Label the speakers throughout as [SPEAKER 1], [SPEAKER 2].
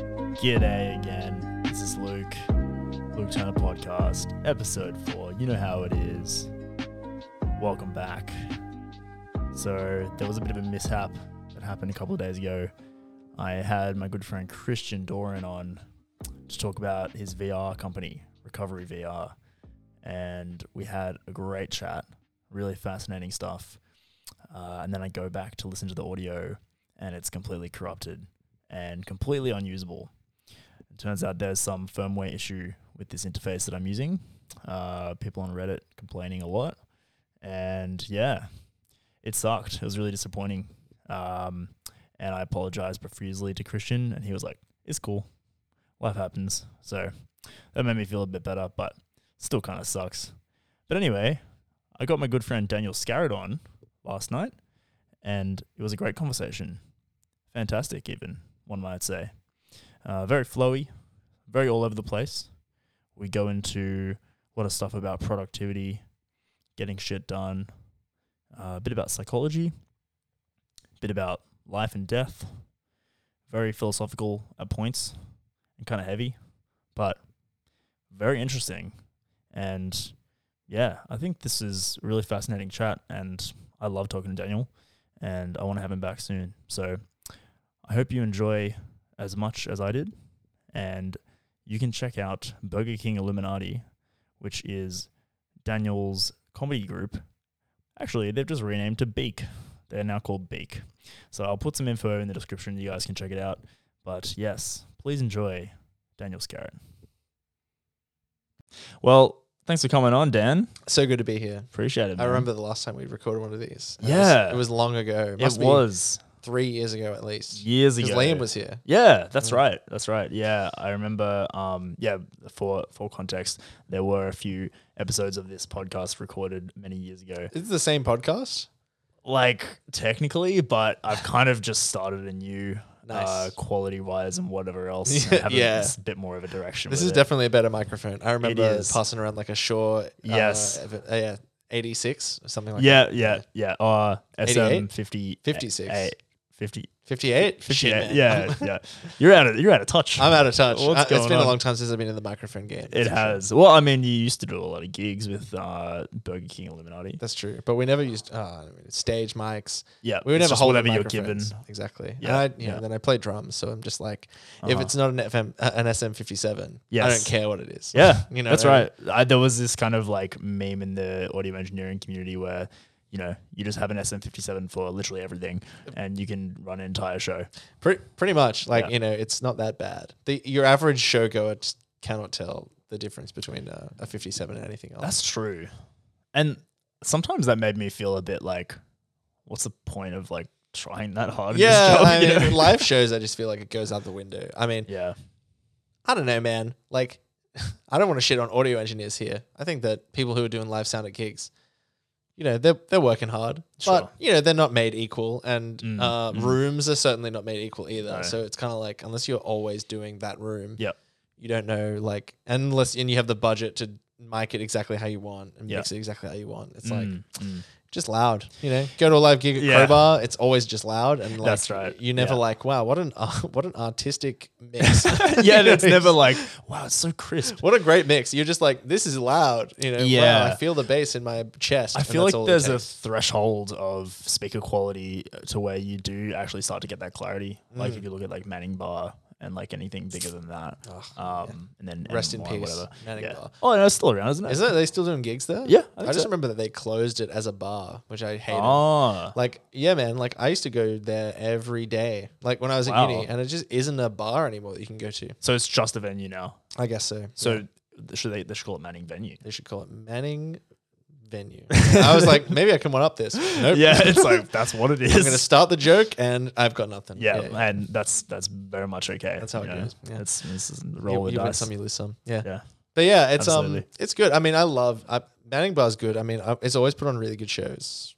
[SPEAKER 1] G'day again. This is Luke, Luke Turner Podcast, episode four. You know how it is. Welcome back. So, there was a bit of a mishap that happened a couple of days ago. I had my good friend Christian Doran on to talk about his VR company, Recovery VR, and we had a great chat, really fascinating stuff. Uh, and then I go back to listen to the audio, and it's completely corrupted and completely unusable. It turns out there's some firmware issue with this interface that I'm using. Uh, people on Reddit complaining a lot, and yeah, it sucked. It was really disappointing. Um, and I apologized profusely to Christian, and he was like, "It's cool, life happens." So that made me feel a bit better, but still kind of sucks. But anyway, I got my good friend Daniel Scarrett on last night, and it was a great conversation fantastic, even one might say. Uh, very flowy, very all over the place. We go into a lot of stuff about productivity, getting shit done, uh, a bit about psychology, a bit about life and death. Very philosophical at points and kind of heavy, but very interesting. And yeah, I think this is a really fascinating chat, and I love talking to Daniel, and I want to have him back soon. So I hope you enjoy as much as I did. And you can check out Burger King Illuminati, which is Daniel's comedy group. Actually, they've just renamed to Beak. They're now called Beak. So I'll put some info in the description. You guys can check it out. But yes, please enjoy Daniel Scarrett. Well, thanks for coming on, Dan.
[SPEAKER 2] So good to be here.
[SPEAKER 1] Appreciate it.
[SPEAKER 2] I
[SPEAKER 1] man.
[SPEAKER 2] remember the last time we recorded one of these. It was-
[SPEAKER 1] Yeah.
[SPEAKER 2] it was long ago.
[SPEAKER 1] it
[SPEAKER 2] Must be
[SPEAKER 1] was
[SPEAKER 2] three years ago at least.
[SPEAKER 1] years
[SPEAKER 2] Because
[SPEAKER 1] ago.
[SPEAKER 2] Liam was here.
[SPEAKER 1] Yeah, that's right. That's right. Yeah, I remember. Um, yeah, for for context, there were a few episodes of this podcast recorded many years ago.
[SPEAKER 2] Is it the same podcast?
[SPEAKER 1] Like technically, but I've kind of just started a new uh,
[SPEAKER 2] Nice.
[SPEAKER 1] quality wise and whatever else.
[SPEAKER 2] Yeah,
[SPEAKER 1] and have a
[SPEAKER 2] yeah.
[SPEAKER 1] s- bit more of a direction.
[SPEAKER 2] This
[SPEAKER 1] with
[SPEAKER 2] is
[SPEAKER 1] it.
[SPEAKER 2] definitely a better microphone. I remember
[SPEAKER 1] is.
[SPEAKER 2] passing around like a Shaw.
[SPEAKER 1] Yes.
[SPEAKER 2] Uh, ev- uh, yeah. 86 or something like
[SPEAKER 1] Yeah,
[SPEAKER 2] that.
[SPEAKER 1] yeah, yeah. Uh, SM
[SPEAKER 2] 88?
[SPEAKER 1] 50,
[SPEAKER 2] 56.
[SPEAKER 1] eh, 50,
[SPEAKER 2] 58?
[SPEAKER 1] 58.
[SPEAKER 2] Shit, man.
[SPEAKER 1] yeah, yeah. You're out of you're out of touch.
[SPEAKER 2] I'm out of touch.
[SPEAKER 1] What's
[SPEAKER 2] Uh, it's
[SPEAKER 1] going
[SPEAKER 2] been
[SPEAKER 1] on?
[SPEAKER 2] a long time since I've been in the microphone game.
[SPEAKER 1] it
[SPEAKER 2] that's for sure.
[SPEAKER 1] has. Well, I mean, you used to do a lot of gigs with uh, Burger King Illuminati.
[SPEAKER 2] That's true. But we never used uh, stage mics.
[SPEAKER 1] Yeah,
[SPEAKER 2] We would
[SPEAKER 1] it's
[SPEAKER 2] never
[SPEAKER 1] just
[SPEAKER 2] hold
[SPEAKER 1] whatever you're given.
[SPEAKER 2] Exactly. And
[SPEAKER 1] Yeah,
[SPEAKER 2] I, you know,
[SPEAKER 1] yeah.
[SPEAKER 2] then I play drums, so I'm just like, if
[SPEAKER 1] Uh-huh.
[SPEAKER 2] it's not an FM, uh, an SM57, I
[SPEAKER 1] Yes.
[SPEAKER 2] don't care what it is.
[SPEAKER 1] Yeah,
[SPEAKER 2] You know
[SPEAKER 1] that's
[SPEAKER 2] what I mean?
[SPEAKER 1] right. I, there was this kind of like meme in the audio engineering community where you know you just have an SM57 for literally everything, and you can run an entire show.
[SPEAKER 2] Pre- pretty much, like
[SPEAKER 1] Yeah.
[SPEAKER 2] you know, it's not that bad. The, your average showgoer just cannot tell the difference between a, a 57 and anything else.
[SPEAKER 1] That's true, and sometimes that made me feel a bit like, what's the point of like trying that hard?
[SPEAKER 2] yeah, I
[SPEAKER 1] in this job, you
[SPEAKER 2] mean,
[SPEAKER 1] know?
[SPEAKER 2] live shows, I just feel like it goes out the window. I mean,
[SPEAKER 1] yeah,
[SPEAKER 2] I don't know, man. Like, I don't want to shit on audio engineers here. I think that people who are doing live sound at gigs, you know, they're they're working hard,
[SPEAKER 1] Sure.
[SPEAKER 2] but you know, they're not made equal, and
[SPEAKER 1] Mm,
[SPEAKER 2] uh,
[SPEAKER 1] mm.
[SPEAKER 2] rooms are certainly not made equal either.
[SPEAKER 1] No.
[SPEAKER 2] So it's kind of like unless you're always doing that room,
[SPEAKER 1] Yep.
[SPEAKER 2] you don't know like unless and you have the budget to mic it exactly how you want and
[SPEAKER 1] Yeah.
[SPEAKER 2] mix it exactly how you want. It's like
[SPEAKER 1] Mm, mm.
[SPEAKER 2] just loud, you know. Go to a live gig at
[SPEAKER 1] Yeah.
[SPEAKER 2] Crowbar, it's always just loud, and like,
[SPEAKER 1] That's right.
[SPEAKER 2] You never
[SPEAKER 1] Yeah.
[SPEAKER 2] like wow, what an uh, what an artistic mix.
[SPEAKER 1] yeah,
[SPEAKER 2] You know,
[SPEAKER 1] and it's never like, wow, it's so crisp.
[SPEAKER 2] what a great mix. You're just like, this is loud. You know, yeah.
[SPEAKER 1] Yeah.
[SPEAKER 2] I feel the bass in my chest.
[SPEAKER 1] I
[SPEAKER 2] and
[SPEAKER 1] feel
[SPEAKER 2] that's
[SPEAKER 1] like
[SPEAKER 2] all it
[SPEAKER 1] there's a
[SPEAKER 2] takes.
[SPEAKER 1] threshold of speaker quality to where you do actually start to get that clarity. Like
[SPEAKER 2] Mm.
[SPEAKER 1] if you look at like Manning Bar and like anything bigger than that, um, and then
[SPEAKER 2] Rest in
[SPEAKER 1] M1,
[SPEAKER 2] peace,
[SPEAKER 1] whatever.
[SPEAKER 2] Manning
[SPEAKER 1] yeah.
[SPEAKER 2] Bar.
[SPEAKER 1] Oh, no, it's still around, isn't it?
[SPEAKER 2] Is it? Are they still doing gigs there?
[SPEAKER 1] Yeah, I
[SPEAKER 2] I,
[SPEAKER 1] think
[SPEAKER 2] just
[SPEAKER 1] so.
[SPEAKER 2] remember that they closed it as a bar, which I hated.
[SPEAKER 1] Oh,
[SPEAKER 2] Like, yeah, man. Like, I used to go there every day. Like when I was at
[SPEAKER 1] Wow.
[SPEAKER 2] uni, and it just isn't a bar anymore that you can go to.
[SPEAKER 1] so it's just a venue now.
[SPEAKER 2] I guess so.
[SPEAKER 1] So
[SPEAKER 2] Yeah.
[SPEAKER 1] th- should they, they should call it Manning Venue?
[SPEAKER 2] they should call it Manning Venue. I was like, maybe I can one up this. Nope.
[SPEAKER 1] Yeah, it's like that's what it
[SPEAKER 2] I'm gonna
[SPEAKER 1] is.
[SPEAKER 2] start the joke, and I've got nothing.
[SPEAKER 1] Yeah, and that's that's very much okay. That's
[SPEAKER 2] how it goes, yeah.
[SPEAKER 1] It's, it's just roll
[SPEAKER 2] You,
[SPEAKER 1] the
[SPEAKER 2] you win
[SPEAKER 1] dice.
[SPEAKER 2] some, you lose some. Yeah.
[SPEAKER 1] yeah,
[SPEAKER 2] But yeah, it's um,
[SPEAKER 1] Absolutely.
[SPEAKER 2] it's good. I mean, I love I, Manning Bar's good. I mean, I, it's always put on really good shows.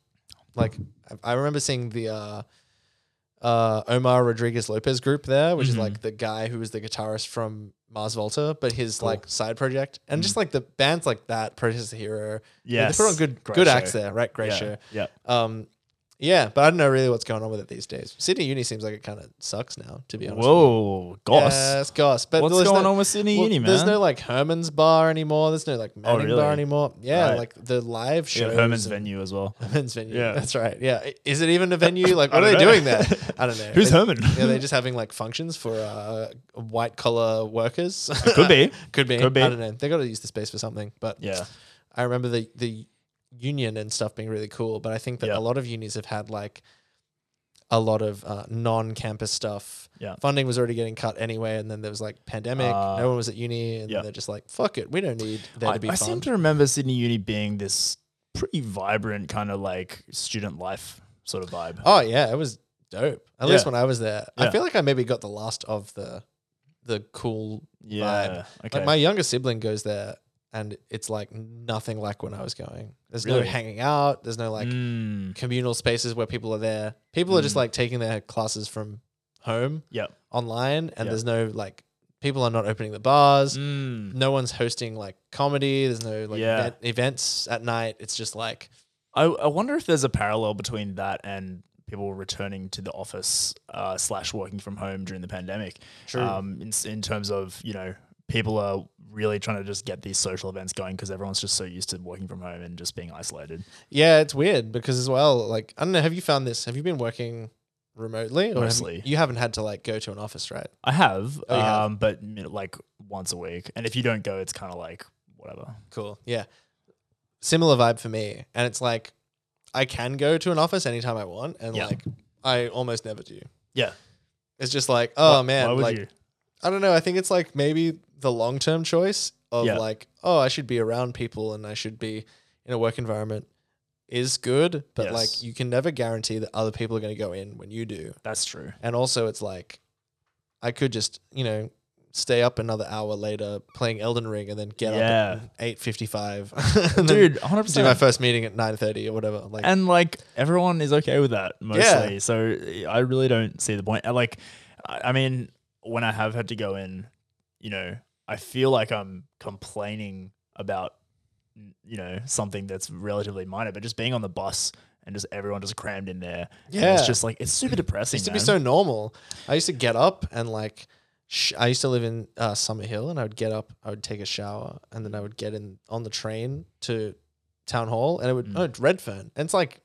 [SPEAKER 2] Like I, I remember seeing the uh, uh, Omar Rodriguez Lopez group there, which is
[SPEAKER 1] Mhm.
[SPEAKER 2] like the guy who was the guitarist from Mars Volta, but his
[SPEAKER 1] Cool. Mm.
[SPEAKER 2] like side project, and just like the bands like that, Protest the Hero. Yeah,
[SPEAKER 1] yeah.
[SPEAKER 2] they put on good
[SPEAKER 1] Great
[SPEAKER 2] good
[SPEAKER 1] show.
[SPEAKER 2] acts there, right? Great
[SPEAKER 1] yeah.
[SPEAKER 2] show.
[SPEAKER 1] Yeah,
[SPEAKER 2] Um, Yeah, but I don't know really what's going on with it these days. Sydney Uni seems like it kind of sucks now, to be honest.
[SPEAKER 1] Whoa, goss.
[SPEAKER 2] Yeah, it's goss. But
[SPEAKER 1] What's
[SPEAKER 2] there's
[SPEAKER 1] going
[SPEAKER 2] no,
[SPEAKER 1] on with Sydney
[SPEAKER 2] well,
[SPEAKER 1] Uni, man? Oh,
[SPEAKER 2] There's no like Herman's bar anymore. There's no like Manning
[SPEAKER 1] really?
[SPEAKER 2] bar anymore. Yeah,
[SPEAKER 1] Right.
[SPEAKER 2] like the live
[SPEAKER 1] yeah,
[SPEAKER 2] show.
[SPEAKER 1] Herman's venue as well.
[SPEAKER 2] Herman's venue.
[SPEAKER 1] Yeah.
[SPEAKER 2] Yeah, that's right. Yeah, I- is it even a venue? Like,
[SPEAKER 1] I
[SPEAKER 2] what are
[SPEAKER 1] don't
[SPEAKER 2] they
[SPEAKER 1] know.
[SPEAKER 2] doing there? I don't know.
[SPEAKER 1] Who's
[SPEAKER 2] They-
[SPEAKER 1] Herman?
[SPEAKER 2] Yeah, they're just having like functions for uh, white collar workers.
[SPEAKER 1] Could be.
[SPEAKER 2] could be.
[SPEAKER 1] Could be.
[SPEAKER 2] I don't know. They got to use the space for something. But
[SPEAKER 1] Yeah.
[SPEAKER 2] I remember the the union and stuff being really cool, but I think that
[SPEAKER 1] Yeah.
[SPEAKER 2] a lot of unis have had like a lot of uh, non-campus stuff.
[SPEAKER 1] Yeah.
[SPEAKER 2] Funding was already getting cut anyway, and then there was like pandemic.
[SPEAKER 1] Uh,
[SPEAKER 2] no one was at uni, and
[SPEAKER 1] yeah.
[SPEAKER 2] they're just like, "Fuck it, we don't need there
[SPEAKER 1] I,
[SPEAKER 2] to be
[SPEAKER 1] I
[SPEAKER 2] fun."
[SPEAKER 1] seem to remember Sydney Uni being this pretty vibrant kind of like student life sort of vibe.
[SPEAKER 2] oh yeah, it was dope. At
[SPEAKER 1] Yeah.
[SPEAKER 2] least when I was there,
[SPEAKER 1] Yeah.
[SPEAKER 2] I feel like I maybe got the last of the the cool.
[SPEAKER 1] yeah. Okay.
[SPEAKER 2] Like my younger sibling goes there, and it's like nothing like when I was going. There's no
[SPEAKER 1] Really?
[SPEAKER 2] hanging out. There's no like
[SPEAKER 1] Mm,
[SPEAKER 2] communal spaces where people are there. People are just
[SPEAKER 1] Mm.
[SPEAKER 2] like taking their classes from home
[SPEAKER 1] Yep.
[SPEAKER 2] online, and
[SPEAKER 1] Yeah.
[SPEAKER 2] there's no like people are not opening the bars.
[SPEAKER 1] Mm.
[SPEAKER 2] No one's hosting like comedy. There's no like
[SPEAKER 1] Yeah.
[SPEAKER 2] event, events at night. It's just like
[SPEAKER 1] I, I wonder if there's a parallel between that and people returning to the office uh, slash working from home during the pandemic.
[SPEAKER 2] True.
[SPEAKER 1] Um, in, s- in terms of you know people are really trying to just get these social events going because everyone's just so used to working from home and just being isolated.
[SPEAKER 2] yeah, it's weird because as well, like I don't know. Have you found this? Have you been working remotely or have you-
[SPEAKER 1] Mostly.
[SPEAKER 2] you haven't had to like go to an office, right?
[SPEAKER 1] I have,
[SPEAKER 2] Oh, you have?
[SPEAKER 1] um, but you know, like once a week, and if you don't go, it's kind of like whatever.
[SPEAKER 2] Cool. Yeah. Similar vibe for me, and it's like I can go to an office anytime I want, and
[SPEAKER 1] Yeah.
[SPEAKER 2] like I almost never do.
[SPEAKER 1] Yeah.
[SPEAKER 2] It's just like, oh
[SPEAKER 1] Why-
[SPEAKER 2] man,
[SPEAKER 1] why would
[SPEAKER 2] like
[SPEAKER 1] you?
[SPEAKER 2] I don't know. I think it's like maybe the long term choice of
[SPEAKER 1] Yeah.
[SPEAKER 2] like, oh, I should be around people and I should be in a work environment is good, but
[SPEAKER 1] Yes.
[SPEAKER 2] like you can never guarantee that other people are going to go in when you do.
[SPEAKER 1] That's true.
[SPEAKER 2] And also, it's like I could just you know stay up another hour later playing Elden Ring and then get up
[SPEAKER 1] Yeah.
[SPEAKER 2] at eight fifty five, dude.
[SPEAKER 1] Dude, 100%.
[SPEAKER 2] Do my first meeting at nine thirty or whatever. Like,
[SPEAKER 1] and like everyone is okay with that mostly. So I really don't see the point. And, Like, I I mean, when I have had to go in, you know, I feel like I'm complaining about, you know, something that's relatively minor, but just being on the bus and just everyone just crammed in there. and
[SPEAKER 2] Yeah.
[SPEAKER 1] it's just like it's super
[SPEAKER 2] It
[SPEAKER 1] depressing.
[SPEAKER 2] used to be
[SPEAKER 1] man.
[SPEAKER 2] so normal. I used to get up and like, sh- I used to live in uh, Summit Hill, and I would get up, I would take a shower, and then I would get in on the train to Town Hall, and it would
[SPEAKER 1] Mm.
[SPEAKER 2] oh it's Redfern, and it's like,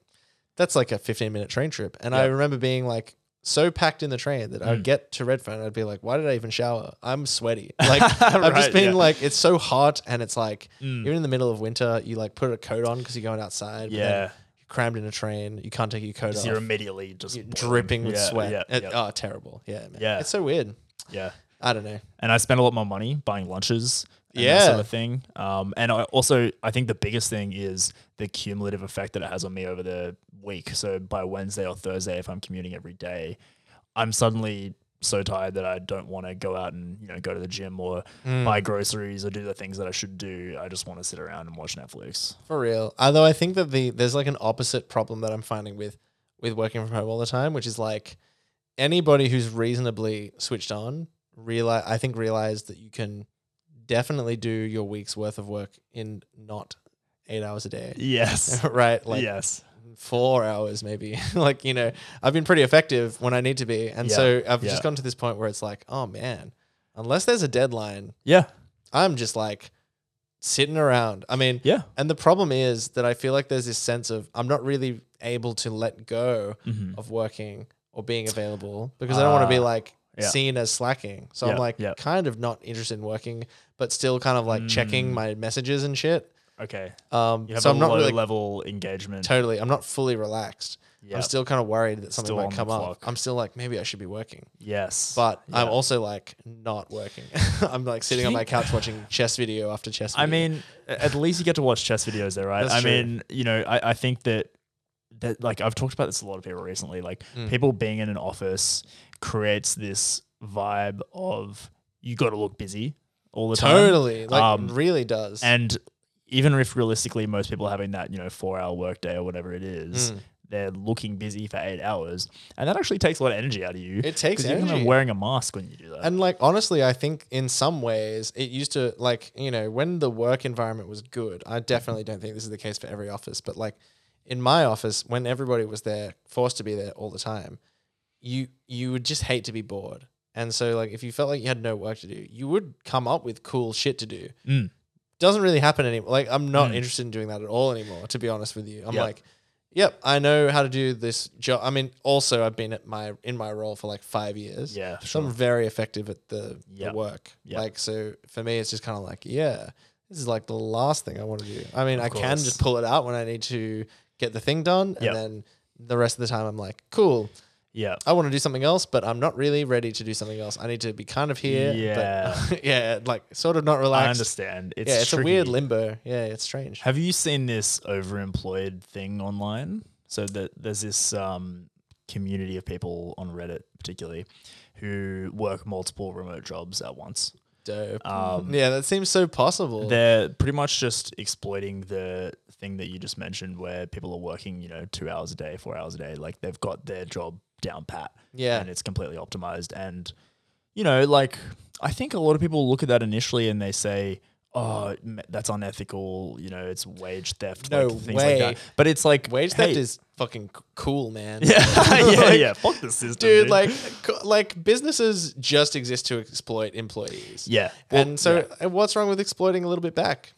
[SPEAKER 2] that's like a fifteen minute train trip, and I
[SPEAKER 1] Yeah.
[SPEAKER 2] remember being like. So packed in the train that I
[SPEAKER 1] Mm.
[SPEAKER 2] would get to Redfern and I'd be like, why did I even shower? I'm sweaty. Like I've
[SPEAKER 1] Right,
[SPEAKER 2] just been
[SPEAKER 1] yeah.
[SPEAKER 2] like, it's so hot and it's like
[SPEAKER 1] Mm.
[SPEAKER 2] even in the middle of winter, you like put a coat on because you're going outside. but then
[SPEAKER 1] yeah.
[SPEAKER 2] you're crammed in a train, you can't take your coat
[SPEAKER 1] 'Cause
[SPEAKER 2] off
[SPEAKER 1] You're immediately just
[SPEAKER 2] you're
[SPEAKER 1] boiling.
[SPEAKER 2] dripping with
[SPEAKER 1] Yeah,
[SPEAKER 2] sweat.
[SPEAKER 1] Yeah,
[SPEAKER 2] It-
[SPEAKER 1] yeah,
[SPEAKER 2] Oh, terrible. Yeah, man.
[SPEAKER 1] Yeah.
[SPEAKER 2] It's so weird.
[SPEAKER 1] yeah.
[SPEAKER 2] I don't know.
[SPEAKER 1] and I spend a lot more money buying lunches. And that
[SPEAKER 2] Yeah.
[SPEAKER 1] sort of thing. Um, and I also I think the biggest thing is the cumulative effect that it has on me over the week. So by Wednesday or Thursday, if I'm commuting every day, I'm suddenly so tired that I don't want to go out and you know go to the gym or
[SPEAKER 2] Hmm.
[SPEAKER 1] buy groceries or do the things that I should do. I just want to sit around and watch Netflix.
[SPEAKER 2] For real. Although I think that the there's like an opposite problem that I'm finding with with working from home all the time, which is like anybody who's reasonably switched on realize I think realize that you can definitely do your week's worth of work in not eight hours a day.
[SPEAKER 1] Yes.
[SPEAKER 2] right? Like
[SPEAKER 1] yes.
[SPEAKER 2] four hours maybe like you know i've been pretty effective when i need to be and
[SPEAKER 1] Yeah,
[SPEAKER 2] so i've
[SPEAKER 1] yeah.
[SPEAKER 2] just gone to this point where it's like oh man unless there's a deadline
[SPEAKER 1] Yeah.
[SPEAKER 2] i'm just like sitting around i mean
[SPEAKER 1] Yeah.
[SPEAKER 2] and the problem is that i feel like there's this sense of i'm not really able to let go
[SPEAKER 1] Mhm.
[SPEAKER 2] of working or being available because i don't want to be
[SPEAKER 1] Ah,
[SPEAKER 2] like
[SPEAKER 1] yeah.
[SPEAKER 2] seen as slacking so
[SPEAKER 1] Yeah,
[SPEAKER 2] i'm like
[SPEAKER 1] yeah.
[SPEAKER 2] kind of not interested in working but still kind of like
[SPEAKER 1] Mm.
[SPEAKER 2] checking my messages and shit
[SPEAKER 1] Okay.
[SPEAKER 2] um
[SPEAKER 1] You have
[SPEAKER 2] so
[SPEAKER 1] a
[SPEAKER 2] i'm not
[SPEAKER 1] low
[SPEAKER 2] really
[SPEAKER 1] level engagement.
[SPEAKER 2] totally i'm not fully relaxed
[SPEAKER 1] Yeah.
[SPEAKER 2] I'm still kind of worried that something
[SPEAKER 1] Still on
[SPEAKER 2] might
[SPEAKER 1] the
[SPEAKER 2] come up.
[SPEAKER 1] clock.
[SPEAKER 2] I'm still like, maybe I should be working,
[SPEAKER 1] yes.
[SPEAKER 2] but I'm
[SPEAKER 1] Yeah.
[SPEAKER 2] also like not working. I'm like sitting on my
[SPEAKER 1] think-
[SPEAKER 2] couch watching chess video after chess. Video.
[SPEAKER 1] I mean, a- at least you get to watch chess videos there, right?
[SPEAKER 2] That's
[SPEAKER 1] I
[SPEAKER 2] true.
[SPEAKER 1] mean, you know, I, I think that that like I've talked about this to a lot of people recently. Like
[SPEAKER 2] Mm.
[SPEAKER 1] people being in an office creates this vibe of you gotta look busy all the time.
[SPEAKER 2] totally, like
[SPEAKER 1] Um,
[SPEAKER 2] really does.
[SPEAKER 1] And even if realistically most people are having that, you know, four hour workday or whatever it is,
[SPEAKER 2] Mm.
[SPEAKER 1] they're looking busy for eight hours. And that actually takes a lot of energy out of you.
[SPEAKER 2] it takes
[SPEAKER 1] Because you're kind of
[SPEAKER 2] energy.
[SPEAKER 1] wearing a mask when you do that.
[SPEAKER 2] and like honestly, I think in some ways it used to like you know when the work environment was good. I definitely don't think this is the case for every office, but like in my office when everybody was there, forced to be there all the time, you you would just hate to be bored. And so like if you felt like you had no work to do, you would come up with cool shit to do.
[SPEAKER 1] Mm.
[SPEAKER 2] Doesn't really happen anymore. Like I'm not
[SPEAKER 1] Mm.
[SPEAKER 2] interested in doing that at all anymore, to be honest with you. I'm
[SPEAKER 1] Yeah.
[SPEAKER 2] like, yep, I know how to do this job. I mean, also I've been at my in my role for like five years.
[SPEAKER 1] Yeah,
[SPEAKER 2] So I'm
[SPEAKER 1] sure.
[SPEAKER 2] very effective at the,
[SPEAKER 1] Yeah.
[SPEAKER 2] the work.
[SPEAKER 1] Yeah.
[SPEAKER 2] Like so for me it's just kinda like, yeah, this is like the last thing I want to do. I mean,
[SPEAKER 1] Of
[SPEAKER 2] I can
[SPEAKER 1] course.
[SPEAKER 2] just pull it out when I need to get the thing done. And
[SPEAKER 1] Yeah.
[SPEAKER 2] then the rest of the time I'm like, cool,
[SPEAKER 1] Yeah.
[SPEAKER 2] I want to do something else, but I'm not really ready to do something else. I need to be kind of here. But yeah, like sort of not relaxed.
[SPEAKER 1] I understand. It's
[SPEAKER 2] yeah, it's a weird
[SPEAKER 1] tricky.
[SPEAKER 2] limbo. Yeah, it's strange.
[SPEAKER 1] Have you seen this overemployed thing online? So that there's this um, community of people on Reddit, particularly, who work multiple remote jobs at once.
[SPEAKER 2] Dope.
[SPEAKER 1] Um,
[SPEAKER 2] yeah, that seems so possible.
[SPEAKER 1] They're pretty much just exploiting the thing that you just mentioned, where people are working, you know, two hours a day, four hours a day. Like they've got their job down pat,
[SPEAKER 2] yeah,
[SPEAKER 1] and it's completely optimized. And you know, like I think a lot of people look at that initially and they say, "Oh, m- that's unethical." You know, it's wage theft,
[SPEAKER 2] No
[SPEAKER 1] like, things like
[SPEAKER 2] way.
[SPEAKER 1] that. But it's like
[SPEAKER 2] wage
[SPEAKER 1] hey-
[SPEAKER 2] theft is fucking c- cool, man.
[SPEAKER 1] yeah, yeah,
[SPEAKER 2] Like,
[SPEAKER 1] yeah. Fuck the system,
[SPEAKER 2] Dude, like, co- like businesses just exist to exploit employees.
[SPEAKER 1] yeah. Well,
[SPEAKER 2] And so,
[SPEAKER 1] yeah.
[SPEAKER 2] and what's wrong with exploiting a little bit back?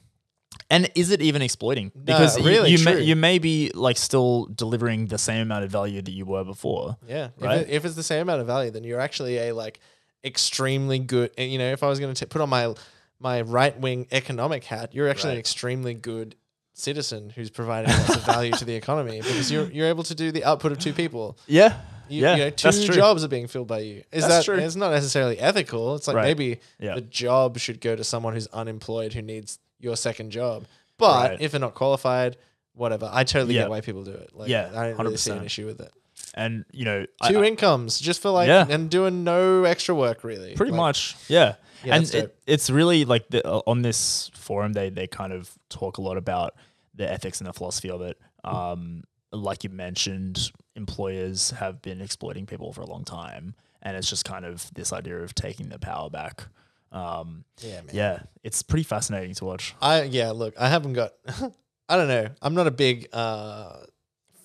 [SPEAKER 1] and is it even exploiting? Because you-
[SPEAKER 2] really,
[SPEAKER 1] you, may,
[SPEAKER 2] true.
[SPEAKER 1] you may be like still delivering the same amount of value that you were before.
[SPEAKER 2] Yeah. If,
[SPEAKER 1] Right?
[SPEAKER 2] it- if it's the same amount of value, then you're actually a like extremely good. and, You know, if I was going to put on my my right wing economic hat, you're actually an
[SPEAKER 1] Right.
[SPEAKER 2] extremely good citizen who's providing lots of value to the economy because you're you're able to do the output of two people.
[SPEAKER 1] Yeah,
[SPEAKER 2] You,
[SPEAKER 1] yeah.
[SPEAKER 2] you know, two
[SPEAKER 1] that's true.
[SPEAKER 2] jobs are being filled by you. Is
[SPEAKER 1] That's
[SPEAKER 2] that
[SPEAKER 1] true.
[SPEAKER 2] it's not necessarily ethical. It's like
[SPEAKER 1] Right.
[SPEAKER 2] maybe
[SPEAKER 1] Yeah.
[SPEAKER 2] the job should go to someone who's unemployed who needs your second job. But
[SPEAKER 1] Right.
[SPEAKER 2] if they're not qualified, whatever. I totally
[SPEAKER 1] Yeah.
[SPEAKER 2] get why people do it. Like
[SPEAKER 1] Yeah,
[SPEAKER 2] I don't really see an
[SPEAKER 1] 100%.
[SPEAKER 2] issue with it
[SPEAKER 1] and you know, I-
[SPEAKER 2] two
[SPEAKER 1] I-
[SPEAKER 2] incomes just for like
[SPEAKER 1] Yeah.
[SPEAKER 2] and doing no extra work really.
[SPEAKER 1] pretty
[SPEAKER 2] Like,
[SPEAKER 1] much, yeah.
[SPEAKER 2] Yeah,
[SPEAKER 1] and
[SPEAKER 2] that's
[SPEAKER 1] it,
[SPEAKER 2] dope.
[SPEAKER 1] it's really like the, uh, on this forum, they they kind of talk a lot about the ethics and the philosophy of it. Um, like you mentioned, employers have been exploiting people for a long time, and it's just kind of this idea of taking the power back. Um,
[SPEAKER 2] Yeah, man.
[SPEAKER 1] yeah, it's pretty fascinating to watch.
[SPEAKER 2] I yeah, look, I haven't got I don't know. I'm not a big uh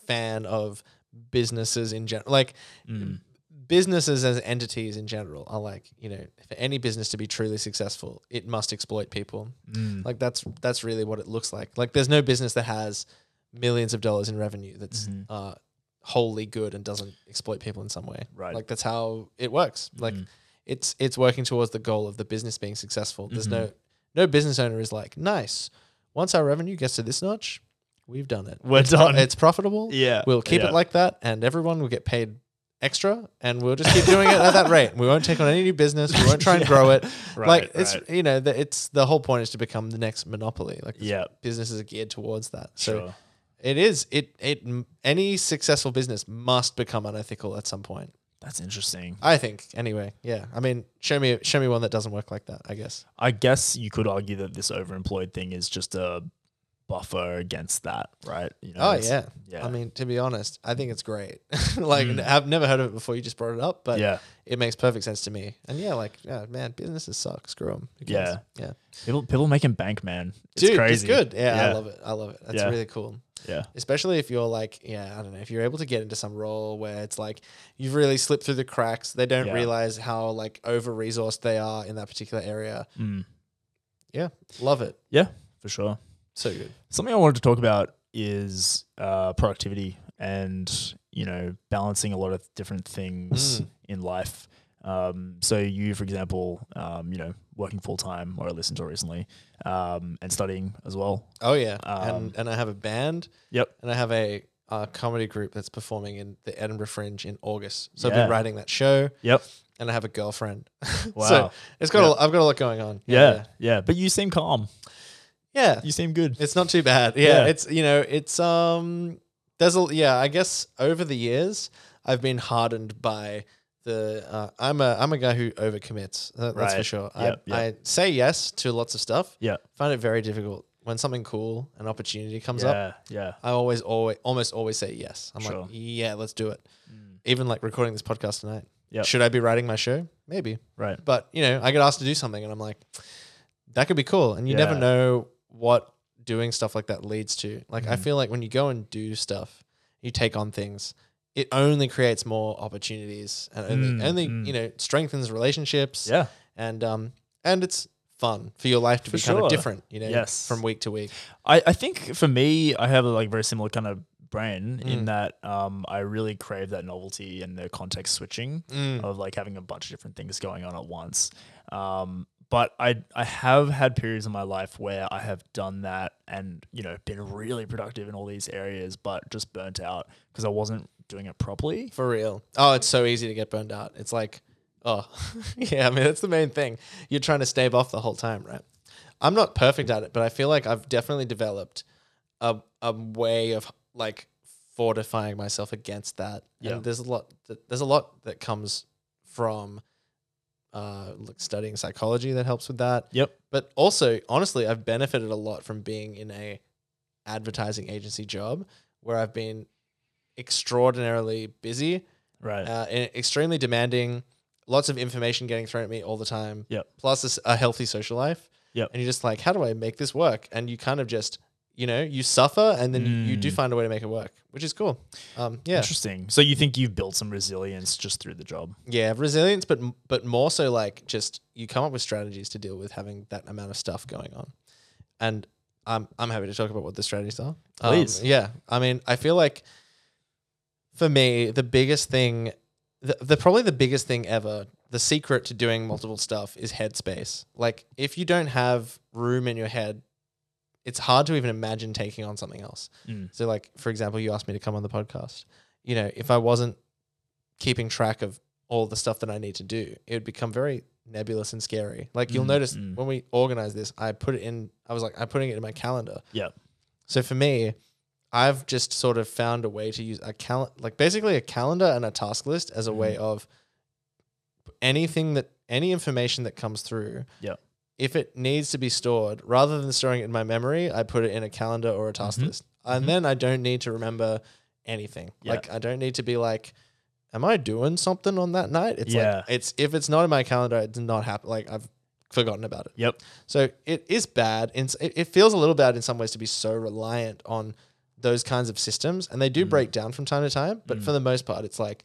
[SPEAKER 2] fan of businesses in general. Like
[SPEAKER 1] Mm.
[SPEAKER 2] businesses as entities in general are like, you know, for any business to be truly successful, it must exploit people.
[SPEAKER 1] Mm.
[SPEAKER 2] Like that's that's really what it looks like. Like there's no business that has millions of dollars in revenue that's
[SPEAKER 1] Mhm.
[SPEAKER 2] uh wholly good and doesn't exploit people in some way.
[SPEAKER 1] Right.
[SPEAKER 2] Like that's how it works. Like
[SPEAKER 1] Mm.
[SPEAKER 2] it's it's working towards the goal of the business being successful. There's no
[SPEAKER 1] Mm-hmm.
[SPEAKER 2] no business owner is like, nice. Once our revenue gets to this notch, we've done it.
[SPEAKER 1] We're
[SPEAKER 2] it's pro-
[SPEAKER 1] done."
[SPEAKER 2] it's profitable.
[SPEAKER 1] yeah,
[SPEAKER 2] We'll keep it like that and everyone will get paid extra and we'll just keep doing it at that rate. We won't take on any new business. We won't try and grow it
[SPEAKER 1] right,
[SPEAKER 2] like it's you know the, it's the whole point is to become the next monopoly. Like
[SPEAKER 1] Yeah.
[SPEAKER 2] businesses are geared towards that. So
[SPEAKER 1] sure.
[SPEAKER 2] it is it it m- any successful business must become unethical at some point.
[SPEAKER 1] That's interesting.
[SPEAKER 2] I think anyway. Yeah, I mean, show me show me one that doesn't work like that. I guess.
[SPEAKER 1] I guess you could argue that this overemployed thing is just a buffer against that, right? You know,
[SPEAKER 2] oh
[SPEAKER 1] it's-
[SPEAKER 2] yeah.
[SPEAKER 1] yeah,
[SPEAKER 2] I mean, to be honest, I think it's great. like
[SPEAKER 1] Mm.
[SPEAKER 2] I've never heard of it before. You just brought it up, but
[SPEAKER 1] yeah.
[SPEAKER 2] it makes perfect sense to me. And yeah, like yeah, man, businesses suck. Screw them.
[SPEAKER 1] Yeah.
[SPEAKER 2] yeah.
[SPEAKER 1] People, people making bank, man. It's
[SPEAKER 2] Dude,
[SPEAKER 1] crazy.
[SPEAKER 2] it's good. Yeah, I
[SPEAKER 1] Yeah.
[SPEAKER 2] love it. I love it. That's
[SPEAKER 1] Yeah.
[SPEAKER 2] really cool.
[SPEAKER 1] Yeah,
[SPEAKER 2] especially if you're like yeah i don't know if you're able to get into some role where it's like you've really slipped through the cracks they don't
[SPEAKER 1] Yeah.
[SPEAKER 2] realize how like over resourced they are in that particular area
[SPEAKER 1] Mm.
[SPEAKER 2] yeah love it
[SPEAKER 1] yeah, for sure.
[SPEAKER 2] so good
[SPEAKER 1] Something I wanted to talk about is uh, productivity and you know balancing a lot of different things
[SPEAKER 2] Mm.
[SPEAKER 1] in life. Um, so you, for example, um, you know, working full time or at least until recently, um, and studying as well.
[SPEAKER 2] oh yeah
[SPEAKER 1] Um,
[SPEAKER 2] and and i have a band
[SPEAKER 1] Yep.
[SPEAKER 2] and i have a uh, comedy group that's performing in the edinburgh fringe in august so i've
[SPEAKER 1] Yeah.
[SPEAKER 2] been writing that show
[SPEAKER 1] Yep.
[SPEAKER 2] and i have a girlfriend
[SPEAKER 1] Wow.
[SPEAKER 2] so it's got a, i've got a lot going on
[SPEAKER 1] yeah, yeah. But you seem calm.
[SPEAKER 2] yeah
[SPEAKER 1] You seem good.
[SPEAKER 2] It's not too bad. Yeah,
[SPEAKER 1] Yeah.
[SPEAKER 2] it's you know, it's um there's a yeah, I guess over the years I've been hardened by the uh, I'm a I'm a guy who overcommits. That, That's for
[SPEAKER 1] Right.
[SPEAKER 2] sure.
[SPEAKER 1] Yep,
[SPEAKER 2] I, I say yes to lots of stuff.
[SPEAKER 1] Yeah.
[SPEAKER 2] Find it very difficult when something cool, an opportunity comes up.
[SPEAKER 1] Yeah. Yeah.
[SPEAKER 2] I always always almost always say yes. I'm
[SPEAKER 1] Sure. Mm.
[SPEAKER 2] like, yeah, let's do it. Even like recording this podcast tonight.
[SPEAKER 1] Yep.
[SPEAKER 2] Should I be writing my show? Maybe.
[SPEAKER 1] Right.
[SPEAKER 2] But you know, I get asked to do something, and I'm like, that could be cool. And you
[SPEAKER 1] Yeah.
[SPEAKER 2] never know what doing stuff like that leads to. Like I
[SPEAKER 1] Mhm.
[SPEAKER 2] feel like when you go and do stuff, you take on things, it only creates more opportunities and only,
[SPEAKER 1] Mm,
[SPEAKER 2] only
[SPEAKER 1] mm.
[SPEAKER 2] you know strengthens relationships
[SPEAKER 1] Yeah.
[SPEAKER 2] and um and it's fun for your life to
[SPEAKER 1] For
[SPEAKER 2] be kind
[SPEAKER 1] sure.
[SPEAKER 2] of different, you know,
[SPEAKER 1] Yes.
[SPEAKER 2] from week to week.
[SPEAKER 1] I, I think for me, I have a like very similar kind of brain in
[SPEAKER 2] Mm.
[SPEAKER 1] that um, I really crave that novelty and the context switching
[SPEAKER 2] Mm.
[SPEAKER 1] of like having a bunch of different things going on at once. Um, but I I have had periods in my life where I have done that and you know been really productive in all these areas, but just burnt out because I wasn't doing it properly.
[SPEAKER 2] For real. Oh, it's so easy to get burned out. It's like, oh, yeah, I mean, that's the main thing. You're trying to stave off the whole time, right? I'm not perfect at it, but I feel like I've definitely developed a, a way of like fortifying myself against that.
[SPEAKER 1] Yeah.
[SPEAKER 2] And there's a lot that, there's a lot that comes from uh like studying psychology that helps with that.
[SPEAKER 1] Yep.
[SPEAKER 2] But also, honestly, I've benefited a lot from being in a advertising agency job where I've been extraordinarily busy
[SPEAKER 1] Right.
[SPEAKER 2] uh, and extremely demanding. Lots of information getting thrown at me all the time.
[SPEAKER 1] Yep.
[SPEAKER 2] Plus a s- a healthy social life.
[SPEAKER 1] Yep.
[SPEAKER 2] And you're just like, how do I make this work? And you kind of just, you know, you suffer and then you you do
[SPEAKER 1] Mm.
[SPEAKER 2] find a way to make it work, which is cool. Um, yeah.
[SPEAKER 1] Interesting. So you think you've built some resilience just through the job?
[SPEAKER 2] Yeah. Resilience, but m- but more so like just you come up with strategies to deal with having that amount of stuff going on. And I'm I'm happy to talk about what the strategies are. Um,
[SPEAKER 1] Please.
[SPEAKER 2] yeah. I mean, I feel like for me, the biggest thing, the, the probably the biggest thing ever, the secret to doing multiple stuff is headspace. Like, if you don't have room in your head, it's hard to even imagine taking on something else.
[SPEAKER 1] Mm.
[SPEAKER 2] So, like for example, you asked me to come on the podcast. You know, if I wasn't keeping track of all the stuff that I need to do, it would become very nebulous and scary. Like you'll
[SPEAKER 1] Mm,
[SPEAKER 2] notice
[SPEAKER 1] mm.
[SPEAKER 2] when we organize this, I put it in. I was like, I'm putting it in my calendar.
[SPEAKER 1] Yeah.
[SPEAKER 2] So for me, I've just sort of found a way to use a cal like basically a calendar and a task list as a way
[SPEAKER 1] Mm.
[SPEAKER 2] of anything that any information that comes through.
[SPEAKER 1] Yeah.
[SPEAKER 2] If it needs to be stored, rather than storing it in my memory, I put it in a calendar or a task
[SPEAKER 1] Mhm.
[SPEAKER 2] list. And
[SPEAKER 1] Mhm.
[SPEAKER 2] then I don't need to remember anything.
[SPEAKER 1] Yeah.
[SPEAKER 2] Like I don't need to be like, Am I doing something on that night? It's
[SPEAKER 1] Yeah.
[SPEAKER 2] like it's if it's not in my calendar, it's not happen like I've forgotten about it.
[SPEAKER 1] Yep.
[SPEAKER 2] So it is bad. In, it it feels a little bad in some ways to be so reliant on those kinds of systems. And they do
[SPEAKER 1] Mm.
[SPEAKER 2] break down from time to time. But
[SPEAKER 1] Mm.
[SPEAKER 2] for the most part, it's like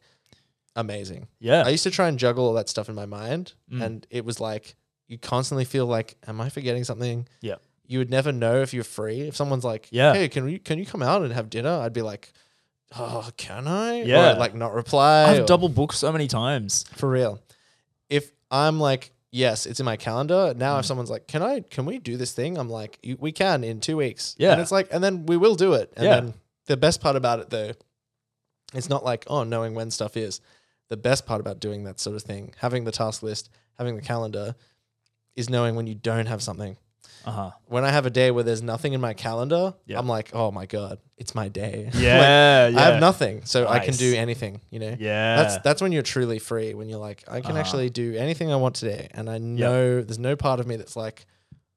[SPEAKER 2] amazing.
[SPEAKER 1] Yeah.
[SPEAKER 2] I used to try and juggle all that stuff in my mind.
[SPEAKER 1] Mm.
[SPEAKER 2] And it was like, you constantly feel like, am I forgetting something?
[SPEAKER 1] Yeah.
[SPEAKER 2] You would never know if you're free. If someone's like,
[SPEAKER 1] Yeah.
[SPEAKER 2] hey, can, we, can you come out and have dinner? I'd be like, oh, can I? Or,
[SPEAKER 1] Yeah.
[SPEAKER 2] like not reply.
[SPEAKER 1] I've
[SPEAKER 2] or-
[SPEAKER 1] double booked so many times.
[SPEAKER 2] for real. If I'm like, yes, it's in my calendar. Now, if
[SPEAKER 1] Mm.
[SPEAKER 2] someone's like, can I, can we do this thing? I'm like, "You- we can in two weeks.
[SPEAKER 1] Yeah.
[SPEAKER 2] And it's like, and then we will do it. And
[SPEAKER 1] Yeah.
[SPEAKER 2] then the best part about it though, it's not like, oh, knowing when stuff is. The best part about doing that sort of thing, having the task list, having the calendar, is knowing when you don't have something.
[SPEAKER 1] Uh huh.
[SPEAKER 2] When I have a day where there's nothing in my calendar,
[SPEAKER 1] Yeah.
[SPEAKER 2] I'm like, oh my God, it's my day. Like,
[SPEAKER 1] Yeah. yeah.
[SPEAKER 2] I have nothing. So I can
[SPEAKER 1] Nice.
[SPEAKER 2] do anything, you know?
[SPEAKER 1] Yeah.
[SPEAKER 2] That's that's when you're truly free. When you're like, I can
[SPEAKER 1] Uh-huh.
[SPEAKER 2] actually do anything I want today, and I know there's no part of me that's like,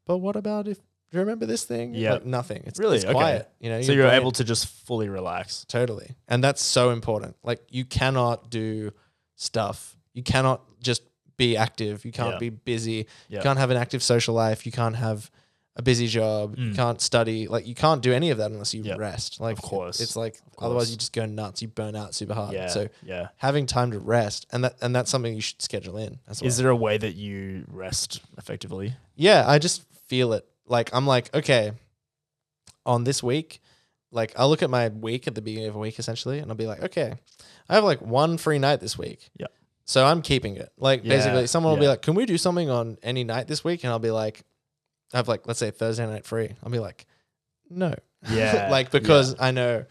[SPEAKER 2] but what about if do you remember this thing?
[SPEAKER 1] Yeah.
[SPEAKER 2] like, nothing. It's
[SPEAKER 1] Really?
[SPEAKER 2] it's
[SPEAKER 1] Okay.
[SPEAKER 2] quiet. You know,
[SPEAKER 1] so you're able to just fully relax.
[SPEAKER 2] totally, and that's so important. Like you cannot do stuff. You cannot just be active. You can't
[SPEAKER 1] Yeah.
[SPEAKER 2] be busy.
[SPEAKER 1] Yeah.
[SPEAKER 2] You can't have an active social life. You can't have a busy job. You
[SPEAKER 1] Mm.
[SPEAKER 2] can't study. Like you can't do any of that unless you
[SPEAKER 1] Yeah.
[SPEAKER 2] rest. Like
[SPEAKER 1] Of course.
[SPEAKER 2] it's like
[SPEAKER 1] course.
[SPEAKER 2] otherwise you just go nuts. You burn out super hard.
[SPEAKER 1] Yeah.
[SPEAKER 2] So
[SPEAKER 1] yeah.
[SPEAKER 2] having time to rest and that and that's something you should schedule in as well.
[SPEAKER 1] Is there a way that you rest effectively?
[SPEAKER 2] yeah, I just feel it. Like I'm like, okay, on this week, like I'll look at my week at the beginning of a week essentially and I'll be like, okay, I have like one free night this week.
[SPEAKER 1] Yeah.
[SPEAKER 2] So I'm keeping it. Like
[SPEAKER 1] Yeah,
[SPEAKER 2] basically someone will be
[SPEAKER 1] yeah.
[SPEAKER 2] like, "Can we do something on any night this week?" and I'll be like, I have like let's say Thursday night free. I'll be like, "No."
[SPEAKER 1] Yeah,
[SPEAKER 2] like
[SPEAKER 1] yeah.
[SPEAKER 2] because I know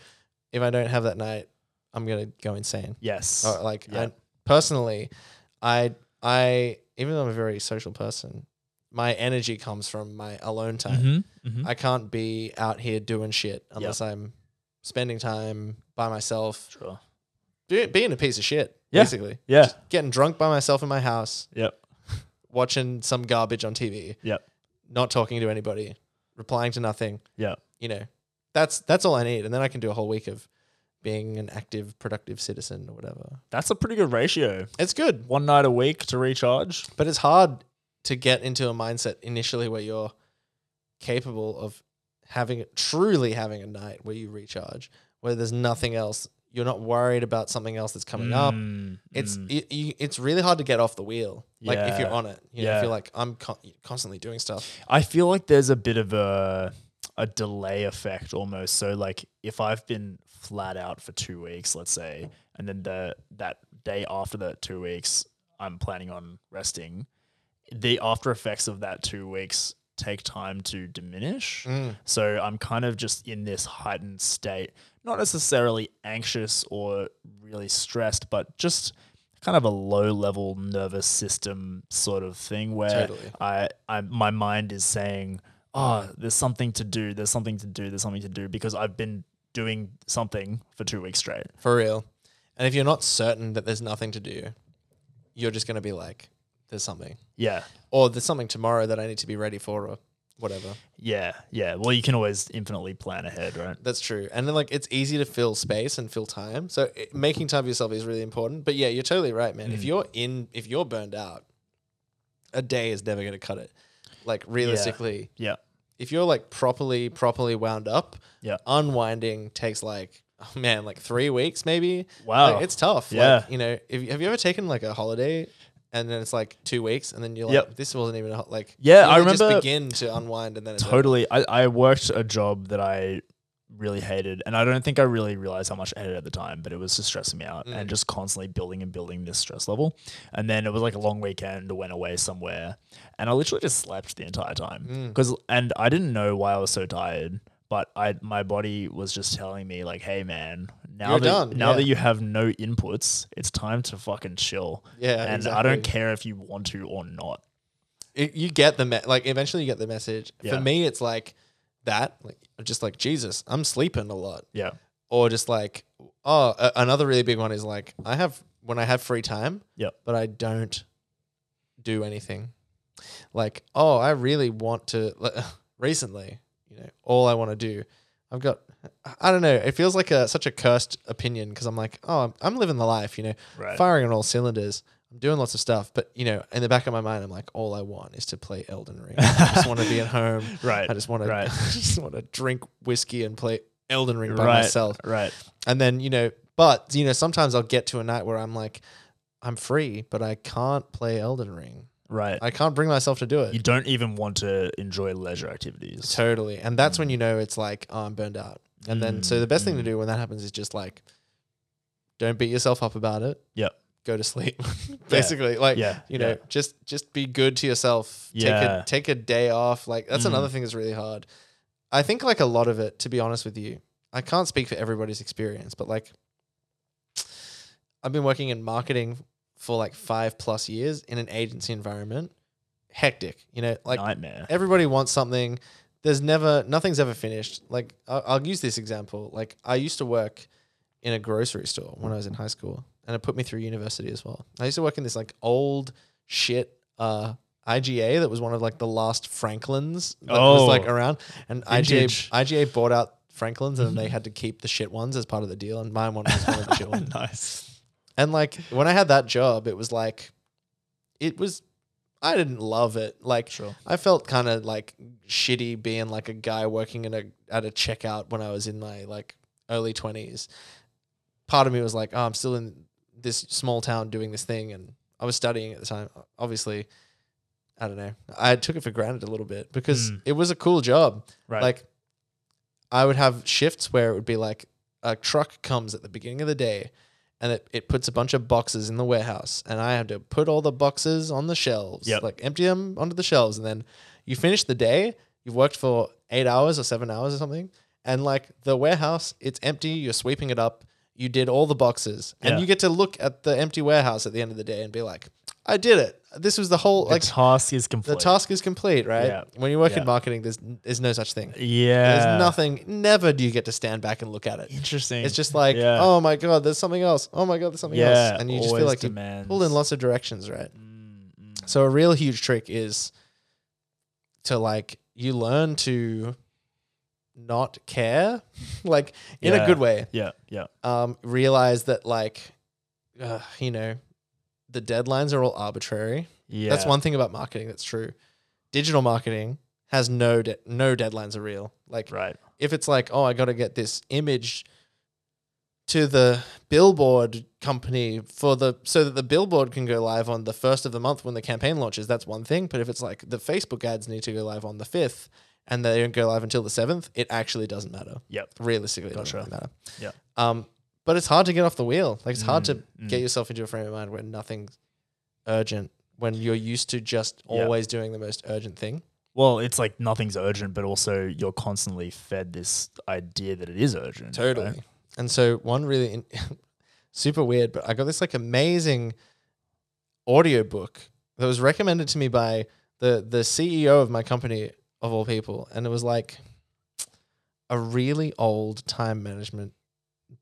[SPEAKER 2] if I don't have that night, I'm going to go insane.
[SPEAKER 1] Yes.
[SPEAKER 2] Or, like
[SPEAKER 1] Yeah.
[SPEAKER 2] I, personally, I I even though I'm a very social person, my energy comes from my alone time.
[SPEAKER 1] Mm-hmm. hmm
[SPEAKER 2] I can't be out here doing shit unless I'm spending time by myself,
[SPEAKER 1] Sure.
[SPEAKER 2] be- being a piece of shit,
[SPEAKER 1] Yeah.
[SPEAKER 2] basically.
[SPEAKER 1] Yeah.
[SPEAKER 2] Just getting drunk by myself in my house,
[SPEAKER 1] Yep.
[SPEAKER 2] watching some garbage on TV.
[SPEAKER 1] Yep.
[SPEAKER 2] Not talking to anybody, replying to nothing.
[SPEAKER 1] Yep.
[SPEAKER 2] You know, that's that's all I need, and then I can do a whole week of being an active, productive citizen or whatever.
[SPEAKER 1] That's a pretty good ratio.
[SPEAKER 2] It's good.
[SPEAKER 1] One night a week to recharge.
[SPEAKER 2] But it's hard to get into a mindset initially where you're capable of having truly having a night where you recharge, where there's nothing else. You're not worried about something else that's coming up.
[SPEAKER 1] Mm,
[SPEAKER 2] It's
[SPEAKER 1] mm.
[SPEAKER 2] it, you, it's really hard to get off the wheel. Like if you're
[SPEAKER 1] Yeah.
[SPEAKER 2] on it, you know, if
[SPEAKER 1] Yeah.
[SPEAKER 2] you're like I'm con- constantly doing stuff.
[SPEAKER 1] I feel like there's a bit of a a delay effect almost. So like if I've been flat out for two weeks, let's say, and then the that day after that two weeks, I'm planning on resting. The after effects of that two weeks take time to diminish.
[SPEAKER 2] Mm.
[SPEAKER 1] So I'm kind of just in this heightened state, not necessarily anxious or really stressed, but just kind of a low level nervous system sort of thing where
[SPEAKER 2] Totally.
[SPEAKER 1] I, I my mind is saying, "Oh, there's something to do. There's something to do. There's something to do because I've been doing something for 2 weeks straight."
[SPEAKER 2] For real. And if you're not certain that there's nothing to do, you're just going to be like, there's something.
[SPEAKER 1] Yeah.
[SPEAKER 2] Or there's something tomorrow that I need to be ready for or whatever.
[SPEAKER 1] Yeah. Yeah. Well, you can always infinitely plan ahead, right?
[SPEAKER 2] That's true. And then, like, it's easy to fill space and fill time. So it, making time for yourself is really important. But yeah, you're totally right, man. If
[SPEAKER 1] Mm.
[SPEAKER 2] you're in, if you're burned out, a day is never going to cut it. Like, realistically,
[SPEAKER 1] Yeah.
[SPEAKER 2] if you're like properly, properly wound up,
[SPEAKER 1] Yeah.
[SPEAKER 2] unwinding takes like, oh man, like three weeks maybe.
[SPEAKER 1] Wow.
[SPEAKER 2] Like, it's tough.
[SPEAKER 1] Yeah.
[SPEAKER 2] Like, you know, if, have you ever taken like a holiday and then it's like two weeks and then you're like,
[SPEAKER 1] Yep.
[SPEAKER 2] this wasn't even a, ho- like,
[SPEAKER 1] Yeah,
[SPEAKER 2] you
[SPEAKER 1] I
[SPEAKER 2] really
[SPEAKER 1] remember-
[SPEAKER 2] just begin to unwind and then it's over.
[SPEAKER 1] Totally. I, I worked a job that I really hated, and I don't think I really realized how much I hated it at the time, but it was just stressing me out
[SPEAKER 2] Mm.
[SPEAKER 1] and just constantly building and building this stress level. And then it was like a long weekend, went away somewhere, and I literally just slept the entire time.
[SPEAKER 2] Mm.
[SPEAKER 1] Cause, and I didn't know why I was so tired. But I, my body was just telling me like, "Hey, man, now
[SPEAKER 2] You're
[SPEAKER 1] that
[SPEAKER 2] done,
[SPEAKER 1] now
[SPEAKER 2] yeah.
[SPEAKER 1] that you have no inputs, it's time to fucking chill."
[SPEAKER 2] Yeah.
[SPEAKER 1] and I
[SPEAKER 2] Uh, exactly.
[SPEAKER 1] don't care if you want to or not.
[SPEAKER 2] it, you get the me- like eventually you get the message.
[SPEAKER 1] Yeah.
[SPEAKER 2] For me, it's like that, like just like Jesus, I'm sleeping a lot,
[SPEAKER 1] Yeah,
[SPEAKER 2] or just like oh, a- another really big one is like I have when I have free time,
[SPEAKER 1] Yep.
[SPEAKER 2] but I don't do anything. Like oh, I really want to. like, Recently, you know, all I want to do, I've got. I don't know. It feels like a such a cursed opinion because I'm like, oh, I'm, I'm living the life, you know
[SPEAKER 1] right.
[SPEAKER 2] firing on all cylinders. I'm doing lots of stuff, but you know, in the back of my mind, I'm like, all I want is to play Elden Ring. I just want to be at home.
[SPEAKER 1] Right,
[SPEAKER 2] I just want
[SPEAKER 1] Right.
[SPEAKER 2] to, I just want to drink whiskey and play Elden Ring by
[SPEAKER 1] Right.
[SPEAKER 2] myself.
[SPEAKER 1] right.
[SPEAKER 2] And then you know, but you know, sometimes I'll get to a night where I'm like, I'm free, but I can't play Elden Ring.
[SPEAKER 1] Right.
[SPEAKER 2] I can't bring myself to do
[SPEAKER 1] You
[SPEAKER 2] it.
[SPEAKER 1] don't even want to enjoy leisure activities.
[SPEAKER 2] Totally. And that's when you know it's like, oh, I'm burned out. And then, so
[SPEAKER 1] Mm,
[SPEAKER 2] the best thing to
[SPEAKER 1] mm.
[SPEAKER 2] do when that happens is just like, don't beat yourself up about it.
[SPEAKER 1] Yep.
[SPEAKER 2] Go to sleep. Basically, like
[SPEAKER 1] Yeah.
[SPEAKER 2] you know
[SPEAKER 1] yeah.
[SPEAKER 2] just just be good to yourself
[SPEAKER 1] Yeah.
[SPEAKER 2] take a take a day off like that's
[SPEAKER 1] Mm.
[SPEAKER 2] another thing that's really hard i think like a lot of it to be honest with you i can't speak for everybody's experience but like i've been working in marketing for like 5 plus years in an agency environment hectic you know like
[SPEAKER 1] nightmare.
[SPEAKER 2] everybody wants something there's never nothing's ever finished like I'll, I'll use this example like i used to work in a grocery store when i was in high school and it put me through university as well i used to work in this like old shit uh IGA that was one of like the last Franklins that was
[SPEAKER 1] Oh.
[SPEAKER 2] like around, and
[SPEAKER 1] Vintage.
[SPEAKER 2] IGA IGA bought out Franklins and then they had to keep the shit ones as part of the deal, and mine one was one of the shit ones.
[SPEAKER 1] nice.
[SPEAKER 2] And like when I had that job, it was like, it was, I didn't love it. Like
[SPEAKER 1] Sure.
[SPEAKER 2] I felt kind of like shitty being like a guy working in a at a checkout when I was in my like early twenties. Part of me was like, oh, I'm still in this small town doing this thing, and I was studying at the time. Obviously, I don't know. I took it for granted a little bit because
[SPEAKER 1] Mm.
[SPEAKER 2] it was a cool job.
[SPEAKER 1] Right.
[SPEAKER 2] Like, I would have shifts where it would be like a truck comes at the beginning of the day and it, it puts a bunch of boxes in the warehouse. And I had to put all the boxes on the shelves,
[SPEAKER 1] Yep.
[SPEAKER 2] like empty them onto the shelves. And then you finish the day, you've worked for eight hours or seven hours or something. And like the warehouse, it's empty. You're sweeping it up. You did all the boxes. And
[SPEAKER 1] Yeah.
[SPEAKER 2] you get to look at the empty warehouse at the end of the day and be like, I did it. This was the whole, like,
[SPEAKER 1] the task is complete.
[SPEAKER 2] the task is complete, right?
[SPEAKER 1] Yeah.
[SPEAKER 2] When you work
[SPEAKER 1] Yeah.
[SPEAKER 2] in marketing, there's, there's no such thing.
[SPEAKER 1] Yeah.
[SPEAKER 2] There's nothing. Never do you get to stand back and look at it.
[SPEAKER 1] interesting.
[SPEAKER 2] It's just like,
[SPEAKER 1] Yeah.
[SPEAKER 2] oh my god, there's something else. Oh my god, there's something
[SPEAKER 1] yeah.
[SPEAKER 2] else, and you just
[SPEAKER 1] always
[SPEAKER 2] feel like you
[SPEAKER 1] demands.
[SPEAKER 2] pulled in lots of directions, right?
[SPEAKER 1] Mm, mm.
[SPEAKER 2] So a real huge trick is to like you learn to not care, like in a
[SPEAKER 1] Yeah.
[SPEAKER 2] good way.
[SPEAKER 1] Yeah. Yeah.
[SPEAKER 2] Um, realize that like, uh, you know, the deadlines are all arbitrary.
[SPEAKER 1] Yeah.
[SPEAKER 2] That's one thing about marketing that's true. Digital marketing has no de- no deadlines are real. Like
[SPEAKER 1] Right.
[SPEAKER 2] if it's like, oh, I got to get this image to the billboard company for the so that the billboard can go live on the first of the month when the campaign launches, that's one thing. But if it's like the Facebook ads need to go live on the fifth and they don't go live until the seventh, it actually doesn't matter.
[SPEAKER 1] Yep.
[SPEAKER 2] Realistically, it
[SPEAKER 1] Gotcha.
[SPEAKER 2] doesn't really matter.
[SPEAKER 1] Yeah.
[SPEAKER 2] Um, but it's hard to get off the wheel. Like it's hard to
[SPEAKER 1] Mm, mm.
[SPEAKER 2] get yourself into a frame of mind when nothing's urgent, when you're used to just
[SPEAKER 1] Yeah.
[SPEAKER 2] always doing the most urgent thing.
[SPEAKER 1] Well, it's like nothing's urgent, but also you're constantly fed this idea that it is urgent. right?
[SPEAKER 2] Totally. And so one really in, super weird, but I got this like amazing audiobook that was recommended to me by the the CEO of my company of all people and it was like a really old time management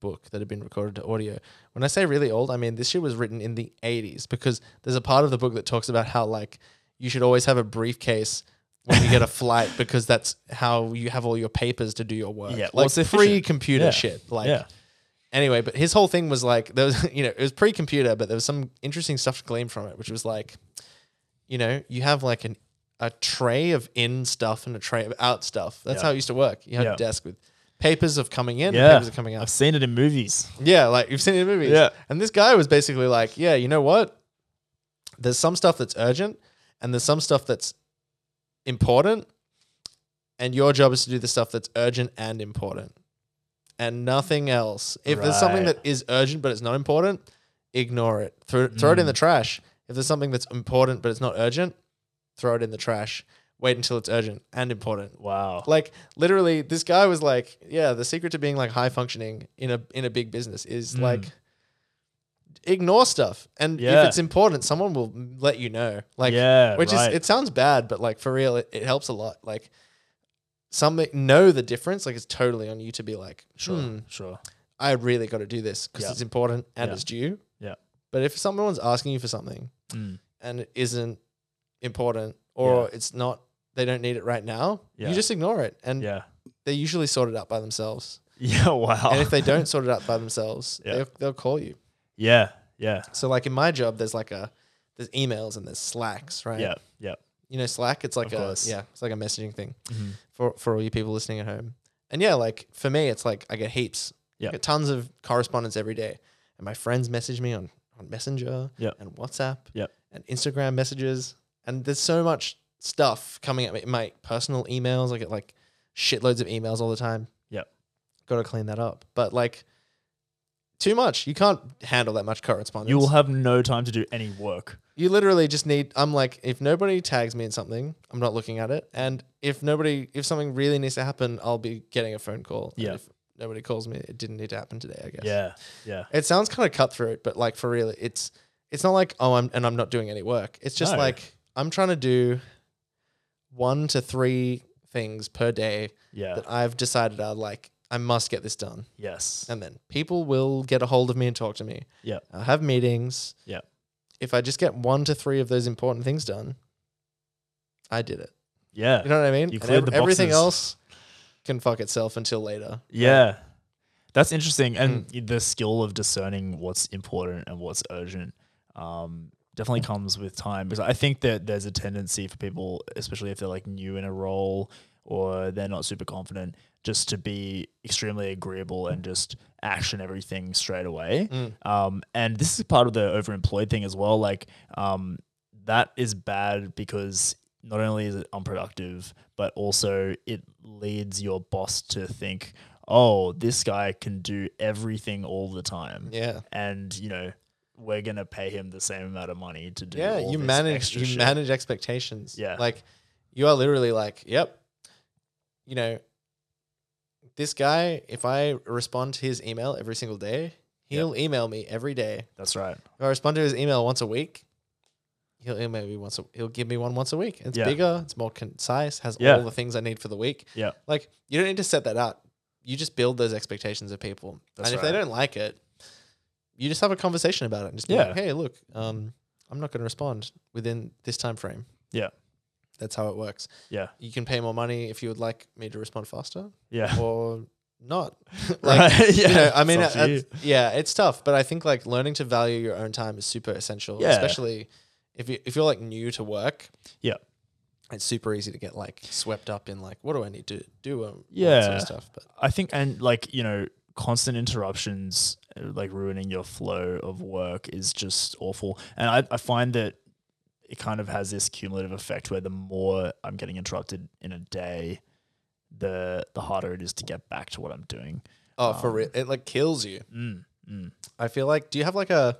[SPEAKER 2] book that had been recorded to audio. When I say really old, I mean this shit was written in the 80s because there's a part of the book that talks about how like you should always have a briefcase when you get a flight because that's how you have all your papers to do your work.
[SPEAKER 1] Yeah, well,
[SPEAKER 2] like
[SPEAKER 1] it's efficient.
[SPEAKER 2] free computer
[SPEAKER 1] Yeah.
[SPEAKER 2] shit. Like
[SPEAKER 1] yeah.
[SPEAKER 2] anyway, but his whole thing was like there was you know it was pre-computer, but there was some interesting stuff to glean from it, which was like, you know, you have like an a tray of in stuff and a tray of out stuff. That's
[SPEAKER 1] Yeah.
[SPEAKER 2] how it used to work. You had
[SPEAKER 1] Yeah.
[SPEAKER 2] a desk with papers of coming in,
[SPEAKER 1] Yeah.
[SPEAKER 2] and papers of coming out.
[SPEAKER 1] I've seen it in movies.
[SPEAKER 2] Yeah, like you've seen it in movies.
[SPEAKER 1] Yeah.
[SPEAKER 2] And this guy was basically like, yeah, you know what? There's some stuff that's urgent and there's some stuff that's important. And your job is to do the stuff that's urgent and important and nothing else. If there's something
[SPEAKER 1] Right.
[SPEAKER 2] that is urgent but it's not important, ignore it. Throw, throw it in the
[SPEAKER 1] Mm.
[SPEAKER 2] trash. If there's something that's important but it's not urgent, throw it in the trash. Wait until it's urgent and important
[SPEAKER 1] Wow.
[SPEAKER 2] like literally this guy was like yeah the secret to being like high functioning in a in a big business is
[SPEAKER 1] Mm.
[SPEAKER 2] like ignore stuff and
[SPEAKER 1] Yeah.
[SPEAKER 2] if it's important someone will let you know like
[SPEAKER 1] yeah.
[SPEAKER 2] which
[SPEAKER 1] right.
[SPEAKER 2] is it sounds bad but like for real it, it helps a lot like something know the difference like it's totally on you to be like
[SPEAKER 1] sure.
[SPEAKER 2] "Hmm,
[SPEAKER 1] Sure.
[SPEAKER 2] i really got to do this because
[SPEAKER 1] Yeah.
[SPEAKER 2] it's important and
[SPEAKER 1] Yeah.
[SPEAKER 2] it's due
[SPEAKER 1] Yeah.
[SPEAKER 2] but if someone's asking you for something
[SPEAKER 1] Mm.
[SPEAKER 2] and it isn't important or it's not they don't need it right now
[SPEAKER 1] Yeah.
[SPEAKER 2] you just ignore it and
[SPEAKER 1] Mm. Yeah.
[SPEAKER 2] they usually sort it out by themselves.
[SPEAKER 1] Yeah. Wow.
[SPEAKER 2] And if they don't sort it out by themselves,
[SPEAKER 1] Oh. Yeah.
[SPEAKER 2] they'll, they'll call you.
[SPEAKER 1] yeah. Yeah.
[SPEAKER 2] So like in my job, there's like a there's emails and there's Slacks, right?
[SPEAKER 1] Yeah. Yeah.
[SPEAKER 2] You know, Slack. It's like
[SPEAKER 1] Of
[SPEAKER 2] a
[SPEAKER 1] course.
[SPEAKER 2] yeah, it's like a messaging thing
[SPEAKER 1] Mhm.
[SPEAKER 2] for for all you people listening at home. And yeah, like for me, it's like I get heaps.
[SPEAKER 1] Yeah.
[SPEAKER 2] I get tons of correspondence every day, and my friends message me on on Messenger
[SPEAKER 1] Yeah.
[SPEAKER 2] and WhatsApp
[SPEAKER 1] Yeah.
[SPEAKER 2] and Instagram messages, and there's so much stuff coming at me. My personal emails, I get like shitloads of emails all the time.
[SPEAKER 1] Yeah.
[SPEAKER 2] got to clean that up. But like, too much. You can't handle that much correspondence.
[SPEAKER 1] You will have no time to do any work.
[SPEAKER 2] You literally just need. I'm like, if nobody tags me in something, I'm not looking at it. And if nobody, if something really needs to happen, I'll be getting a phone call. And
[SPEAKER 1] Yeah.
[SPEAKER 2] if nobody calls me, it didn't need to happen today. I guess.
[SPEAKER 1] Yeah. Yeah.
[SPEAKER 2] It sounds kind of cutthroat, but like for real, it's it's not like oh, I'm and I'm not doing any work. It's just
[SPEAKER 1] No.
[SPEAKER 2] like I'm trying to do one to three things per day
[SPEAKER 1] Yeah.
[SPEAKER 2] that I've decided are like I must get this done,
[SPEAKER 1] Yes.
[SPEAKER 2] and then people will get a hold of me and talk to me.
[SPEAKER 1] Yeah.
[SPEAKER 2] I'll have meetings.
[SPEAKER 1] Yeah.
[SPEAKER 2] If I just get one to three of those important things done, I did it.
[SPEAKER 1] Yeah.
[SPEAKER 2] You know what I mean?
[SPEAKER 1] You
[SPEAKER 2] And
[SPEAKER 1] cleared
[SPEAKER 2] ev-
[SPEAKER 1] the
[SPEAKER 2] everything
[SPEAKER 1] boxes.
[SPEAKER 2] else can fuck itself until later.
[SPEAKER 1] Yeah. That's interesting. And
[SPEAKER 2] Hmm.
[SPEAKER 1] the skill of discerning what's important and what's urgent um, definitely comes with time because I think that there's a tendency for people, especially if they're like new in a role or they're not super confident, just to be extremely agreeable and just action everything straight away. Um, and this is part of the overemployed thing as well. Like, um, that is bad because not only is it unproductive, but also it leads your boss to think, oh, this guy can do everything all the time.
[SPEAKER 2] Yeah.
[SPEAKER 1] And, you know, we're going to pay him the same amount of money to do
[SPEAKER 2] Yeah,
[SPEAKER 1] all
[SPEAKER 2] you
[SPEAKER 1] this
[SPEAKER 2] manage
[SPEAKER 1] extra
[SPEAKER 2] you
[SPEAKER 1] shit.
[SPEAKER 2] manage expectations.
[SPEAKER 1] Yeah.
[SPEAKER 2] Like you are literally like, yep. You know, this guy, if I respond to his email every single day, he'll email me every day.
[SPEAKER 1] That's right.
[SPEAKER 2] If I respond to his email once a week, he'll email me once a he'll give me one once a week. It's
[SPEAKER 1] Yeah.
[SPEAKER 2] bigger, it's more concise, has
[SPEAKER 1] Yeah.
[SPEAKER 2] all the things I need for the week.
[SPEAKER 1] Yeah.
[SPEAKER 2] Like you don't need to set that out. You just build those expectations of people.
[SPEAKER 1] That's
[SPEAKER 2] and if
[SPEAKER 1] right.
[SPEAKER 2] they don't like it, you just have a conversation about it and just be
[SPEAKER 1] Yeah.
[SPEAKER 2] like, hey, look, um, I'm not gonna respond within this time frame.
[SPEAKER 1] Yeah.
[SPEAKER 2] That's how it works.
[SPEAKER 1] Yeah.
[SPEAKER 2] You can pay more money if you would like me to respond faster
[SPEAKER 1] Yeah.
[SPEAKER 2] or not.
[SPEAKER 1] Right,
[SPEAKER 2] you
[SPEAKER 1] yeah,
[SPEAKER 2] know, I
[SPEAKER 1] it's
[SPEAKER 2] mean,
[SPEAKER 1] up to
[SPEAKER 2] uh,
[SPEAKER 1] you.
[SPEAKER 2] yeah, it's tough, but I think like learning to value your own time is super essential,
[SPEAKER 1] Yeah.
[SPEAKER 2] especially if you if you're like new to work.
[SPEAKER 1] Yeah.
[SPEAKER 2] it's super easy to get like swept up in like what do I need to do um, all that sort
[SPEAKER 1] Yeah.
[SPEAKER 2] of stuff. But
[SPEAKER 1] I think, and like, you know, constant interruptions, uh, like ruining your flow of work is just awful. And I, I find that it kind of has this cumulative effect where the more I'm getting interrupted in a day, the the harder it is to get back to what I'm doing.
[SPEAKER 2] oh, for
[SPEAKER 1] Um,
[SPEAKER 2] real, it like kills you.
[SPEAKER 1] Mm, mm.
[SPEAKER 2] I feel like do you have like a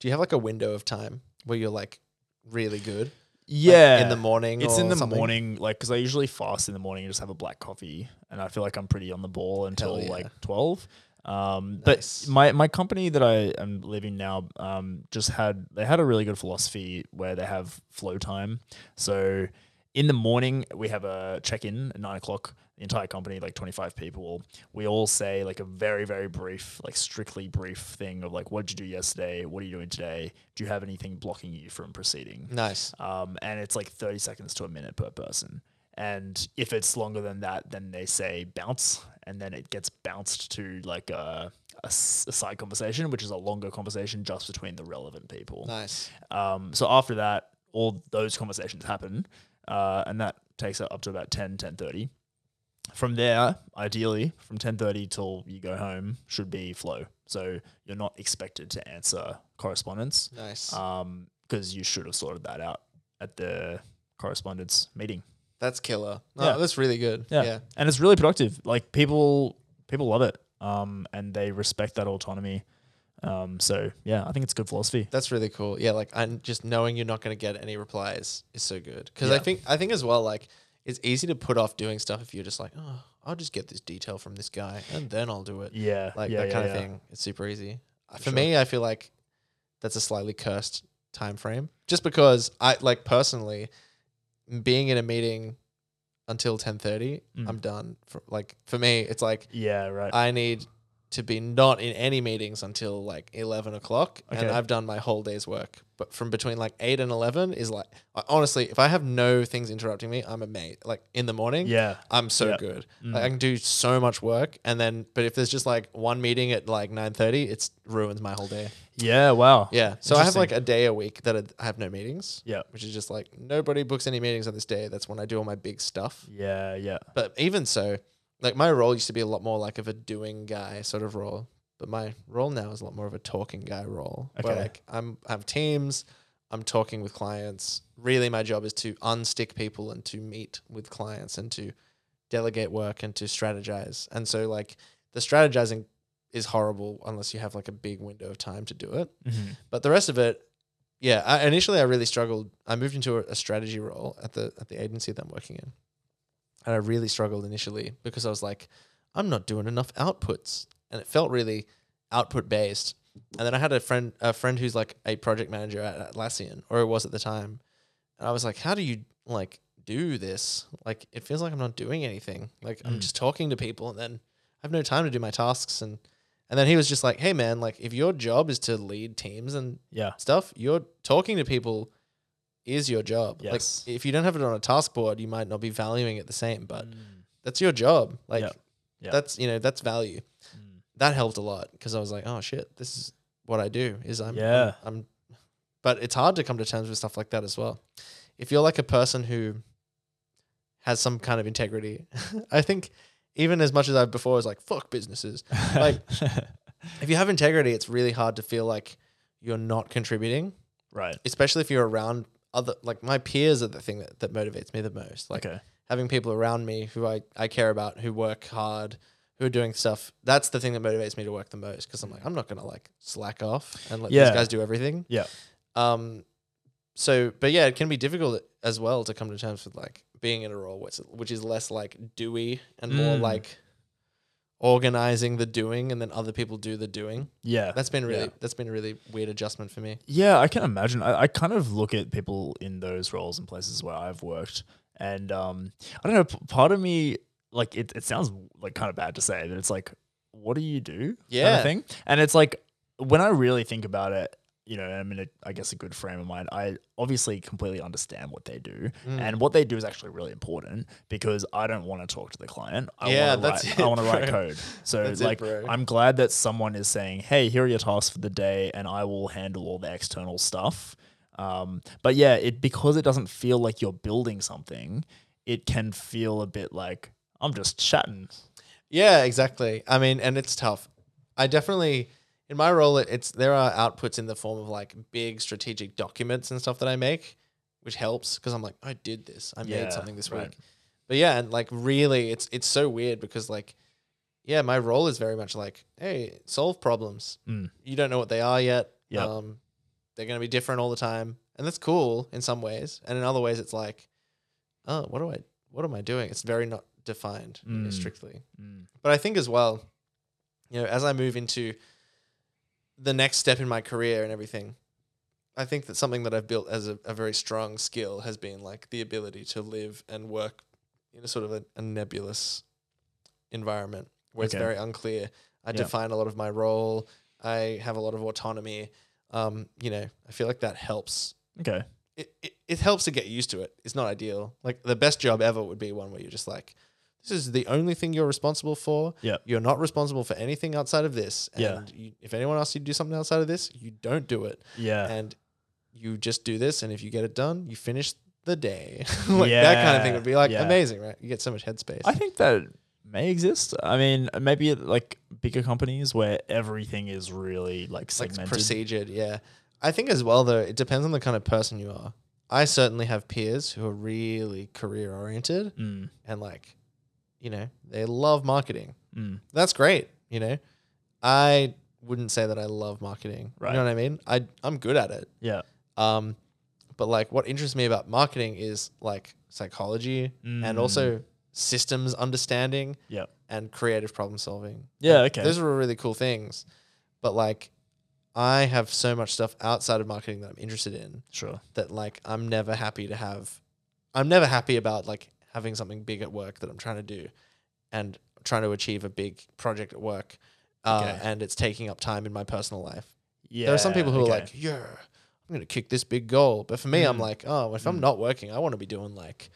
[SPEAKER 2] do you have like a window of time where you're like really good? Like,
[SPEAKER 1] Yeah.
[SPEAKER 2] in the morning.
[SPEAKER 1] It's in
[SPEAKER 2] or
[SPEAKER 1] the
[SPEAKER 2] something?
[SPEAKER 1] morning, like because I usually fast in the morning and just have a black coffee, and I feel like I'm pretty on the ball until
[SPEAKER 2] yeah.
[SPEAKER 1] like twelve. Um,
[SPEAKER 2] Nice.
[SPEAKER 1] But my my company that I am living now um, just had they had a really good philosophy where they have flow time. So in the morning we have a check in at nine o'clock. The entire company, like twenty five people, we all say like a very very brief, like strictly brief thing of like what did you do yesterday? What are you doing today? Do you have anything blocking you from proceeding?
[SPEAKER 2] Nice.
[SPEAKER 1] um, and it's like 30 seconds to a minute per person. And if it's longer than that, then they say bounce, and then it gets bounced to like a, a s- a side conversation, which is a longer conversation just between the relevant people.
[SPEAKER 2] Nice.
[SPEAKER 1] Um, so after that, all those conversations happen, uh, and that takes up to about 10, 10.30. From there, ideally, from 10.30 till you go home should be flow. So you're not expected to answer correspondence
[SPEAKER 2] Nice.
[SPEAKER 1] um because you should have sorted that out at the correspondence meeting
[SPEAKER 2] that's killer. No,
[SPEAKER 1] yeah.
[SPEAKER 2] that's really good.
[SPEAKER 1] Yeah.
[SPEAKER 2] Yeah.
[SPEAKER 1] and it's really productive like people people love it um and they respect that autonomy um so yeah i think it's good philosophy
[SPEAKER 2] That's really cool. Yeah, like and just knowing you're not going to get any replies is so good. Cuz I
[SPEAKER 1] Yeah.
[SPEAKER 2] think I think as well like it's easy to put off doing stuff if you're just like, "Oh, I'll just get this detail from this guy and then I'll do it."
[SPEAKER 1] yeah
[SPEAKER 2] like
[SPEAKER 1] yeah,
[SPEAKER 2] that
[SPEAKER 1] yeah,
[SPEAKER 2] kind
[SPEAKER 1] yeah.
[SPEAKER 2] of thing. It's super easy. Uh, For
[SPEAKER 1] sure.
[SPEAKER 2] me, I feel like that's a slightly cursed time frame, just because I like personally m- being in a meeting until ten thirty.
[SPEAKER 1] Mm.
[SPEAKER 2] I'm done. For, like for me, it's like
[SPEAKER 1] yeah right
[SPEAKER 2] I need to be not in any meetings until like eleven o'clock,
[SPEAKER 1] Okay.
[SPEAKER 2] and I've done my whole day's work. But from between like eight and eleven is like I- honestly, if I have no things interrupting me, I'm a mate. Like in the morning,
[SPEAKER 1] yeah
[SPEAKER 2] I'm so
[SPEAKER 1] Yeah.
[SPEAKER 2] good.
[SPEAKER 1] Mm.
[SPEAKER 2] Like I can do so much work, and then but if there's just like one meeting at like nine thirty, it's ruins my whole day.
[SPEAKER 1] yeah wow
[SPEAKER 2] Yeah. So I have
[SPEAKER 1] Oh, Interesting.
[SPEAKER 2] like a day a week that I I have no meetings,
[SPEAKER 1] yeah
[SPEAKER 2] which is just like nobody books any meetings on this day. That's when I do all my big stuff.
[SPEAKER 1] yeah yeah
[SPEAKER 2] But even so, like my role used to be a lot more like of a doing guy sort of role, but my role now is a lot more of a talking guy role. Where
[SPEAKER 1] Okay.
[SPEAKER 2] like I'm I have teams. I'm talking with clients. Really, my job is to unstick people and to meet with clients and to delegate work and to strategize. And so, like, the strategizing is horrible unless you have like a big window of time to do it.
[SPEAKER 1] Mhm.
[SPEAKER 2] But the rest of it, yeah. I, initially, I really struggled. I moved into a, a strategy role at the at the agency that I'm working in, and I really struggled initially because I was like, I'm not doing enough outputs, and it felt really output based. And then I had a friend a friend who's like a project manager at Atlassian, or it was at the time, and I was like, how do you like do this? Like, it feels like I'm not doing anything. Like I'm
[SPEAKER 1] Mm.
[SPEAKER 2] just talking to people, and then I have no time to do my tasks and. And then he was just like, "Hey man, like if your job is to lead teams and
[SPEAKER 1] yeah
[SPEAKER 2] stuff. You're talking to people is your job.
[SPEAKER 1] Yes.
[SPEAKER 2] Like if you don't have it on a task board, you might not be valuing it the same, but
[SPEAKER 1] Mm.
[SPEAKER 2] that's your job. Like
[SPEAKER 1] Yeah. Yeah.
[SPEAKER 2] that's you know, that's value.
[SPEAKER 1] Mm.
[SPEAKER 2] That helped a lot because I was like, oh shit, this is what I do is I'm
[SPEAKER 1] Yeah.
[SPEAKER 2] I'm, I'm but it's hard to come to terms with stuff like that as well. If you're like a person who has some kind of integrity, I think even as much as I've before was like fuck businesses.
[SPEAKER 1] Mm.
[SPEAKER 2] Like- If you have integrity, it's really hard to feel like you're not contributing
[SPEAKER 1] right
[SPEAKER 2] especially if you're around other like my peers are the thing that, that motivates me the most like
[SPEAKER 1] okay
[SPEAKER 2] having people around me who I, I care about who work hard who are doing stuff that's the thing that motivates me to work the most because i'm like i'm not gonna like slack off and let
[SPEAKER 1] Yeah.
[SPEAKER 2] these guys do everything
[SPEAKER 1] Yeah.
[SPEAKER 2] um so but yeah it can be difficult as well to come to terms with like being in a role which, which is less like doey and more
[SPEAKER 1] Mm.
[SPEAKER 2] like organizing the doing and then other people do the doing
[SPEAKER 1] yeah
[SPEAKER 2] that's been really
[SPEAKER 1] Yeah.
[SPEAKER 2] that's been a really weird adjustment for me
[SPEAKER 1] Yeah, I can imagine. I, I kind of look at people in those roles and places where I've worked, and um, I don't know. p- Part of me, like, it, it sounds like kind of bad to say, but it's like, what do you do? kind
[SPEAKER 2] Yeah.
[SPEAKER 1] of thing. And it's like when I really think about it, you know, I'm in a, I guess, a good frame of mind. I obviously completely understand what they do,
[SPEAKER 2] Mm.
[SPEAKER 1] and what they do is actually really important because I don't want to talk to the client. I
[SPEAKER 2] Yeah,
[SPEAKER 1] want to
[SPEAKER 2] that's
[SPEAKER 1] write,
[SPEAKER 2] it,
[SPEAKER 1] I want to write
[SPEAKER 2] bro.
[SPEAKER 1] code. So
[SPEAKER 2] That's it,
[SPEAKER 1] like,
[SPEAKER 2] bro.
[SPEAKER 1] I'm glad that someone is saying, "Hey, here are your tasks for the day, and I will handle all the external stuff." Um, but yeah, it because it doesn't feel like you're building something, it can feel a bit like I'm just chatting.
[SPEAKER 2] Yeah, exactly. I mean, and it's tough. I definitely in my role it, it's there are outputs in the form of like big strategic documents and stuff that I make, which helps because I'm like, I did this. I
[SPEAKER 1] Yeah,
[SPEAKER 2] made something this
[SPEAKER 1] right.
[SPEAKER 2] week. But yeah, and like really it's it's so weird because like yeah, my role is very much like, hey, solve problems.
[SPEAKER 1] Mm.
[SPEAKER 2] You don't know what they are yet.
[SPEAKER 1] Yep.
[SPEAKER 2] Um they're gonna be different all the time. And that's cool in some ways. And in other ways it's like, oh, what do I what am I doing? It's very not defined you know,
[SPEAKER 1] Mm.
[SPEAKER 2] strictly. But I think as well, you know, as I move into the next step in my career and everything, I think that something that I've built as a, a very strong skill has been like the ability to live and work in a sort of a, a nebulous environment where
[SPEAKER 1] Okay.
[SPEAKER 2] it's very unclear. I
[SPEAKER 1] Yeah.
[SPEAKER 2] define a lot of my role. I have a lot of autonomy. Um, you know, I feel like that helps.
[SPEAKER 1] Okay.
[SPEAKER 2] It, it, it helps to get used to it. It's not ideal. Like the best job ever would be one where you're just like, this is the only thing you're responsible for
[SPEAKER 1] Yeah.
[SPEAKER 2] you're not responsible for anything outside of this. And
[SPEAKER 1] Yeah.
[SPEAKER 2] you, if anyone asks you to do something outside of this, you don't do it.
[SPEAKER 1] Yeah.
[SPEAKER 2] And you just do this. And if you get it done, you finish the day. like that kind of thing
[SPEAKER 1] Yeah,
[SPEAKER 2] would be like
[SPEAKER 1] yeah.
[SPEAKER 2] amazing, right? You get so much headspace.
[SPEAKER 1] I think that may exist. I mean, maybe at, like bigger companies where everything is really like
[SPEAKER 2] It's like
[SPEAKER 1] segmented.
[SPEAKER 2] procedured. Yeah. I think as well, though, it depends on the kind of person you are. I certainly have peers who are really career oriented
[SPEAKER 1] Mm,
[SPEAKER 2] and like, you know, they love marketing.
[SPEAKER 1] mm,
[SPEAKER 2] that's great. You know, I wouldn't say that I love marketing.
[SPEAKER 1] Right.
[SPEAKER 2] You know what I mean? I I'm good at it.
[SPEAKER 1] yeah.
[SPEAKER 2] Um, but like what interests me about marketing is like psychology and
[SPEAKER 1] Mm.
[SPEAKER 2] also systems understanding
[SPEAKER 1] Yeah.
[SPEAKER 2] and creative problem solving.
[SPEAKER 1] Yeah. Okay.
[SPEAKER 2] Those are really cool things. But like, I have so much stuff outside of marketing that I'm interested in
[SPEAKER 1] sure.
[SPEAKER 2] that like I'm never happy to have. I'm never happy about like having something big at work that I'm trying to do, and trying to achieve a big project at work, uh,
[SPEAKER 1] Okay.
[SPEAKER 2] and it's taking up time in my personal life.
[SPEAKER 1] Yeah.
[SPEAKER 2] there are some people who
[SPEAKER 1] okay.
[SPEAKER 2] are like, "Yeah, I'm gonna kick this big goal," but for me, I'm
[SPEAKER 1] Mm.
[SPEAKER 2] like, "Oh, if
[SPEAKER 1] Mm.
[SPEAKER 2] I'm not working, I want to be doing like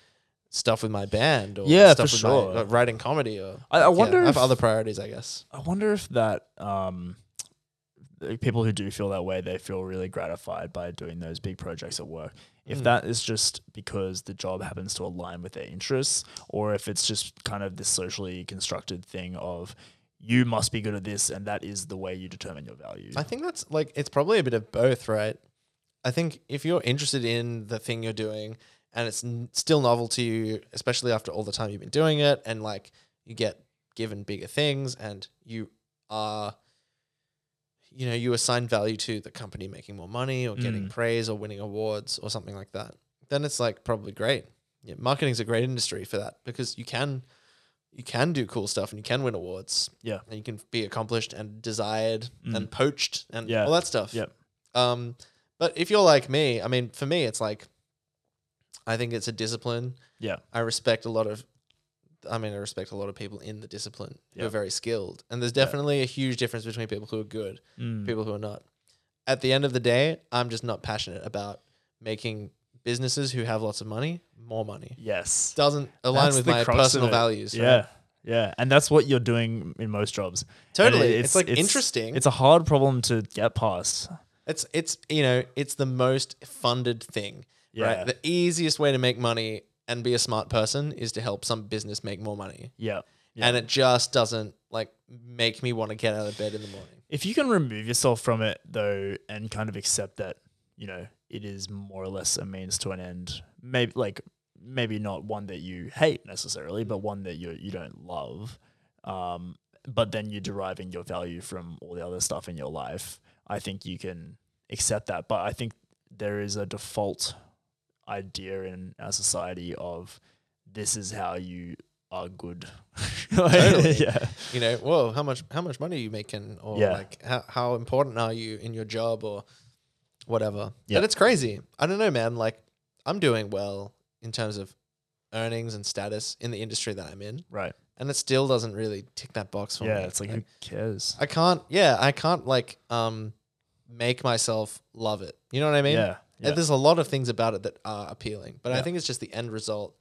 [SPEAKER 2] stuff with my band or
[SPEAKER 1] Yeah,
[SPEAKER 2] stuff
[SPEAKER 1] for
[SPEAKER 2] with
[SPEAKER 1] sure.
[SPEAKER 2] my, like, writing comedy or."
[SPEAKER 1] I, I
[SPEAKER 2] yeah,
[SPEAKER 1] wonder
[SPEAKER 2] I
[SPEAKER 1] if
[SPEAKER 2] have other priorities, I guess.
[SPEAKER 1] I wonder if that um, the people who do feel that way, they feel really gratified by doing those big projects at work. If
[SPEAKER 2] Mm.
[SPEAKER 1] that is just because the job happens to align with their interests, or if it's just kind of this socially constructed thing of you must be good at this, and that is the way you determine your value.
[SPEAKER 2] I think that's like it's probably a bit of both, right? I think if you're interested in the thing you're doing and it's n- still novel to you, especially after all the time you've been doing it, and like you get given bigger things and you are, you know, you assign value to the company making more money or getting
[SPEAKER 1] Mm.
[SPEAKER 2] praise or winning awards or something like that, then it's like probably great. Yeah, marketing's a great industry for that because you can you can do cool stuff and you can win awards.
[SPEAKER 1] Yeah.
[SPEAKER 2] And you can be accomplished and desired
[SPEAKER 1] Mm.
[SPEAKER 2] and poached and
[SPEAKER 1] Yeah.
[SPEAKER 2] all that stuff.
[SPEAKER 1] Yep.
[SPEAKER 2] Um, but if you're like me, I mean, for me, it's like, I think it's a discipline.
[SPEAKER 1] Yeah.
[SPEAKER 2] I respect a lot of, I mean, I respect a lot of people in the discipline who are
[SPEAKER 1] Yep.
[SPEAKER 2] very skilled. And there's
[SPEAKER 1] Yeah.
[SPEAKER 2] definitely a huge difference between people who are good,
[SPEAKER 1] Mm.
[SPEAKER 2] people who are not. At the end of the day, I'm just not passionate about making businesses who have lots of money more money.
[SPEAKER 1] yes,
[SPEAKER 2] Doesn't align
[SPEAKER 1] That's
[SPEAKER 2] with
[SPEAKER 1] the
[SPEAKER 2] my
[SPEAKER 1] crux of
[SPEAKER 2] personal
[SPEAKER 1] it.
[SPEAKER 2] values. right?
[SPEAKER 1] yeah, yeah, and that's what you're doing in most jobs.
[SPEAKER 2] Totally.
[SPEAKER 1] And it-
[SPEAKER 2] it's, like interesting.
[SPEAKER 1] It's a hard problem to get past.
[SPEAKER 2] It's it's you know it's the most funded thing,
[SPEAKER 1] Yeah.
[SPEAKER 2] right? The easiest way to make money and be a smart person is to help some business make more money,
[SPEAKER 1] Yeah.
[SPEAKER 2] and it just doesn't like make me want to get out of bed in the morning.
[SPEAKER 1] if you can remove yourself from it though and kind of accept that you know it is more or less a means to an end maybe like maybe not one that you hate necessarily but one that you you don't love um but then you're deriving your value from all the other stuff in your life i think you can accept that but i think there is a default idea in our society of this is how you are good Like,
[SPEAKER 2] Totally.
[SPEAKER 1] yeah
[SPEAKER 2] You know, whoa, how much how much money are you making, or
[SPEAKER 1] Yeah.
[SPEAKER 2] like how how important are you in your job, or whatever.
[SPEAKER 1] Yeah.
[SPEAKER 2] And it's crazy. I don't know, man. Like I'm doing well in terms of earnings and status in the industry that I'm in,
[SPEAKER 1] right
[SPEAKER 2] and it still doesn't really tick that box for me.
[SPEAKER 1] yeah it's like who cares
[SPEAKER 2] I can't. Yeah, I can't like um make myself love it. You know what I mean?
[SPEAKER 1] yeah,
[SPEAKER 2] Uh,
[SPEAKER 1] yeah.
[SPEAKER 2] There's a lot of things about it that are appealing, but I
[SPEAKER 1] Yeah.
[SPEAKER 2] think it's just the end result.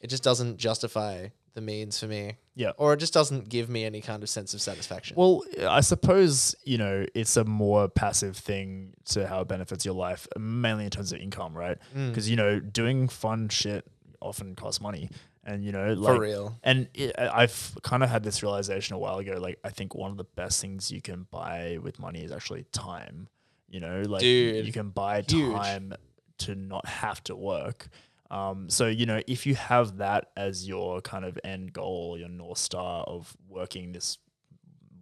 [SPEAKER 2] It just doesn't justify the means for me.
[SPEAKER 1] Yeah.
[SPEAKER 2] Or it just doesn't give me any kind of sense of satisfaction.
[SPEAKER 1] Well, I suppose, you know, it's a more passive thing to how it benefits your life, mainly in terms of income, right?
[SPEAKER 2] Mm,
[SPEAKER 1] Because, you know, doing fun shit often costs money. And, you know,
[SPEAKER 2] for
[SPEAKER 1] like,
[SPEAKER 2] real.
[SPEAKER 1] and it, I- I've kind of had this realization a while ago. Like, I think one of the best things you can buy with money is actually time. You know, like
[SPEAKER 2] Dude,
[SPEAKER 1] you can buy
[SPEAKER 2] huge.
[SPEAKER 1] time to not have to work. Um, so you know, if you have that as your kind of end goal, your north star of working this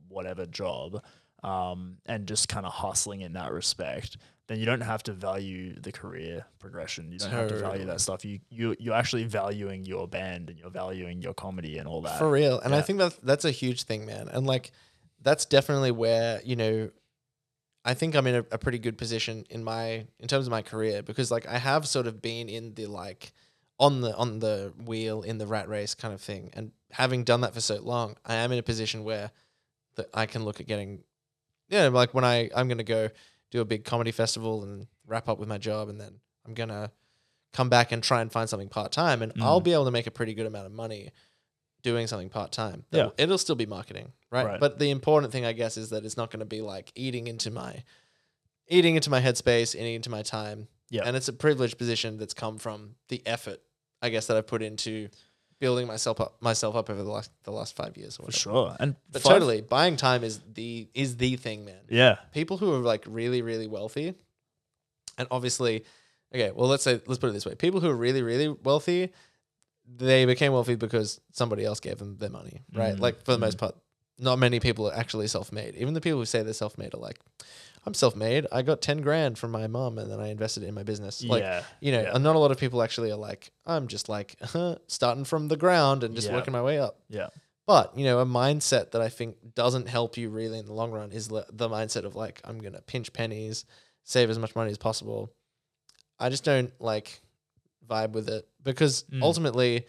[SPEAKER 1] whatever job, um, and just kind of hustling in that respect, then you don't have to value the career progression. You don't have to value
[SPEAKER 2] Totally.
[SPEAKER 1] that stuff. You you you're actually valuing your band and you're valuing your comedy and all that.
[SPEAKER 2] For real. And I
[SPEAKER 1] Yeah.
[SPEAKER 2] think that that's a huge thing, man. And like that's definitely where, you know, I think I'm in a, a pretty good position in my in terms of my career because like I have sort of been in the like on the on the wheel in the rat race kind of thing. And having done that for so long, I am in a position where that I can look at getting yeah, like when I I'm gonna go do a big comedy festival and wrap up with my job and then I'm gonna come back and try and find something part time and I'll
[SPEAKER 1] Mm.
[SPEAKER 2] be able to make a pretty good amount of money doing something part time. That-
[SPEAKER 1] Yeah.
[SPEAKER 2] It'll still be marketing, right?
[SPEAKER 1] Right.
[SPEAKER 2] But the important thing I guess is that it's not gonna be like eating into my eating into my headspace, eating into my time.
[SPEAKER 1] Yeah.
[SPEAKER 2] And it's a privileged position that's come from the effort, I guess, that I've put into building myself up myself up over the last the last five years or
[SPEAKER 1] for
[SPEAKER 2] whatever.
[SPEAKER 1] sure. And
[SPEAKER 2] But
[SPEAKER 1] five-
[SPEAKER 2] totally, buying time is the is the thing, man.
[SPEAKER 1] yeah,
[SPEAKER 2] People who are like really, really wealthy, and obviously, okay, well, let's say let's put it this way: people who are really, really wealthy, they became wealthy because somebody else gave them their money, right?
[SPEAKER 1] Mm,
[SPEAKER 2] Like for the most part, not many people are actually self-made. Even the people who say they're self-made are like, "I'm self-made. I got ten grand from my mom, and then I invested it in my business." Like,
[SPEAKER 1] yeah,
[SPEAKER 2] you know,
[SPEAKER 1] Yeah.
[SPEAKER 2] and not a lot of people actually are like, I'm just like starting from the ground and just
[SPEAKER 1] Yeah.
[SPEAKER 2] working my way up.
[SPEAKER 1] Yeah.
[SPEAKER 2] But, you know, a mindset that I think doesn't help you really in the long run is le- the mindset of like, I'm going to pinch pennies, save as much money as possible. I just don't like vibe with it because
[SPEAKER 1] Mm.
[SPEAKER 2] ultimately,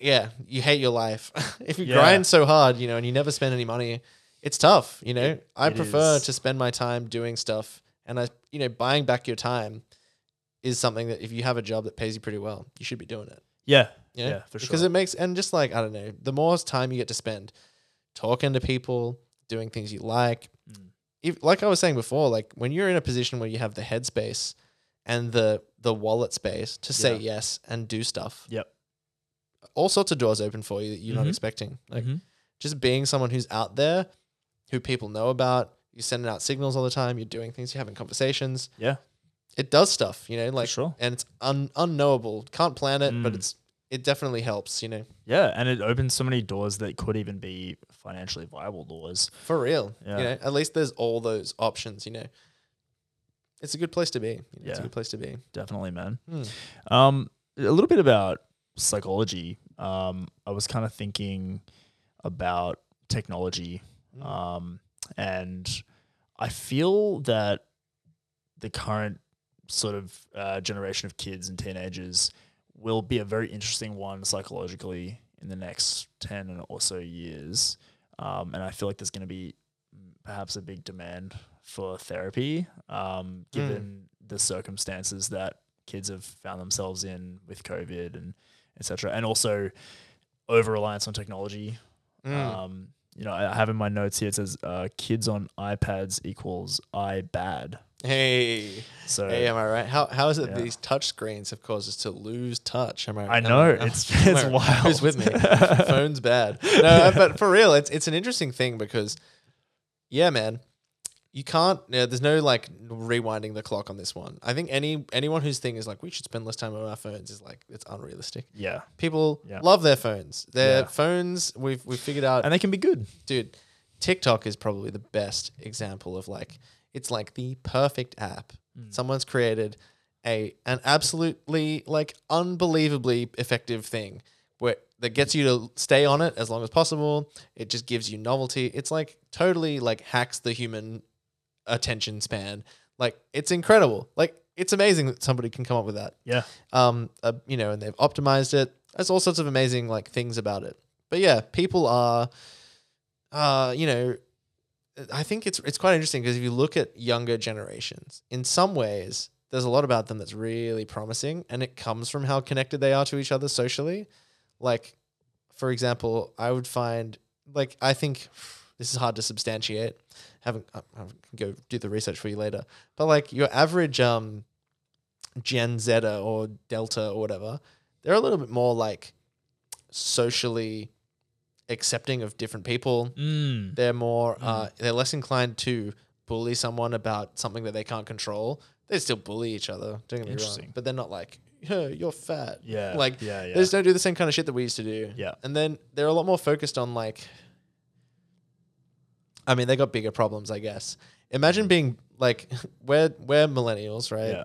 [SPEAKER 2] yeah, you hate your life. if you
[SPEAKER 1] Yeah.
[SPEAKER 2] grind so hard, you know, and you never spend any money, it's tough, you know. I
[SPEAKER 1] it
[SPEAKER 2] prefer
[SPEAKER 1] is.
[SPEAKER 2] to spend my time doing stuff and I, you know, buying back your time is something that if you have a job that pays you pretty well, you should be doing it.
[SPEAKER 1] yeah,
[SPEAKER 2] You know?
[SPEAKER 1] Yeah, for
[SPEAKER 2] Because
[SPEAKER 1] sure.
[SPEAKER 2] it makes and just like I don't know, the more time you get to spend talking to people, doing things you like.
[SPEAKER 1] Mm.
[SPEAKER 2] If, like I was saying before, like when you're in a position where you have the headspace and the the wallet space to say yes and do stuff,
[SPEAKER 1] Yep.
[SPEAKER 2] all sorts of doors open for you that you're not
[SPEAKER 1] Mhm.
[SPEAKER 2] expecting. Like
[SPEAKER 1] Mhm.
[SPEAKER 2] just being someone who's out there, who people know about. You're sending out signals all the time. You're doing things. You're having conversations.
[SPEAKER 1] Yeah.
[SPEAKER 2] it does stuff. You know, like
[SPEAKER 1] sure.
[SPEAKER 2] and it's un- unknowable. Can't plan it, but
[SPEAKER 1] Mm.
[SPEAKER 2] it's it definitely helps. You know,
[SPEAKER 1] yeah, and it opens so many doors that could even be financially viable doors.
[SPEAKER 2] for real.
[SPEAKER 1] Yeah.
[SPEAKER 2] You know, at least there's all those options. You know, it's a good place to be. You know, It's
[SPEAKER 1] Yeah.
[SPEAKER 2] a good place to be.
[SPEAKER 1] Definitely, man.
[SPEAKER 2] Hmm.
[SPEAKER 1] Um, a little bit about psychology. Um, I was kind of thinking about technology,
[SPEAKER 2] Mm.
[SPEAKER 1] um, and I feel that the current sort of uh, generation of kids and teenagers will be a very interesting one psychologically in the next ten or so years, um, and I feel like there's going to be perhaps a big demand for therapy, um, given the circumstances that kids have found themselves in with COVID and etc. And also over reliance on technology.
[SPEAKER 2] Mm.
[SPEAKER 1] Um, you know, I I have in my notes here it says uh, kids on iPads equals I bad.
[SPEAKER 2] hey,
[SPEAKER 1] So
[SPEAKER 2] hey, am I right? How how is it
[SPEAKER 1] yeah.
[SPEAKER 2] these touch screens have caused us to lose touch? Am I?
[SPEAKER 1] I
[SPEAKER 2] am
[SPEAKER 1] know
[SPEAKER 2] am
[SPEAKER 1] it's
[SPEAKER 2] am
[SPEAKER 1] it's
[SPEAKER 2] I-
[SPEAKER 1] wild.
[SPEAKER 2] Who's with me? Phone's bad. No, uh, but for real, it's it's an interesting thing because, yeah, man, you can't. Yeah, there's no like rewinding the clock on this one. I think any anyone whose thing is like we should spend less time on our phones is like it's unrealistic.
[SPEAKER 1] yeah,
[SPEAKER 2] People
[SPEAKER 1] Yeah.
[SPEAKER 2] love their phones. Their
[SPEAKER 1] Yeah.
[SPEAKER 2] phones. We've we've figured out
[SPEAKER 1] and they can be good.
[SPEAKER 2] dude, TikTok is probably the best example of like it's like the perfect app. Someone's created a an absolutely like unbelievably effective thing where that gets you to stay on it as long as possible. It just gives you novelty. It's like totally like hacks the human attention span. Like it's incredible. Like it's amazing that somebody can come up with that
[SPEAKER 1] Yeah,
[SPEAKER 2] um, uh, you know, and they've optimized it. There's all sorts of amazing like things about it. But yeah, people are, uh, you know, I think it's it's quite interesting because if you look at younger generations, in some ways, there's a lot about them that's really promising, and it comes from how connected they are to each other socially. Like, for example, I would find like I think this is hard to substantiate. Haven't I I can go do the research for you later. But like your average um Gen Zeta or Delta or whatever, they're a little bit more like socially accepting of different people.
[SPEAKER 1] Mm.
[SPEAKER 2] They're more uh, they're less inclined to bully someone about something that they can't control. They still bully each other. Don't get me wrong,
[SPEAKER 1] Interesting.
[SPEAKER 2] but they're not like, "Huh, you're fat.
[SPEAKER 1] Yeah.
[SPEAKER 2] Like,
[SPEAKER 1] yeah, yeah.
[SPEAKER 2] They just don't do the same kind of shit that we used to do.
[SPEAKER 1] Yeah.
[SPEAKER 2] And then they're a lot more focused on like I mean, they got bigger problems, I guess. Imagine being like we're we're millennials, right?
[SPEAKER 1] Mm. yeah.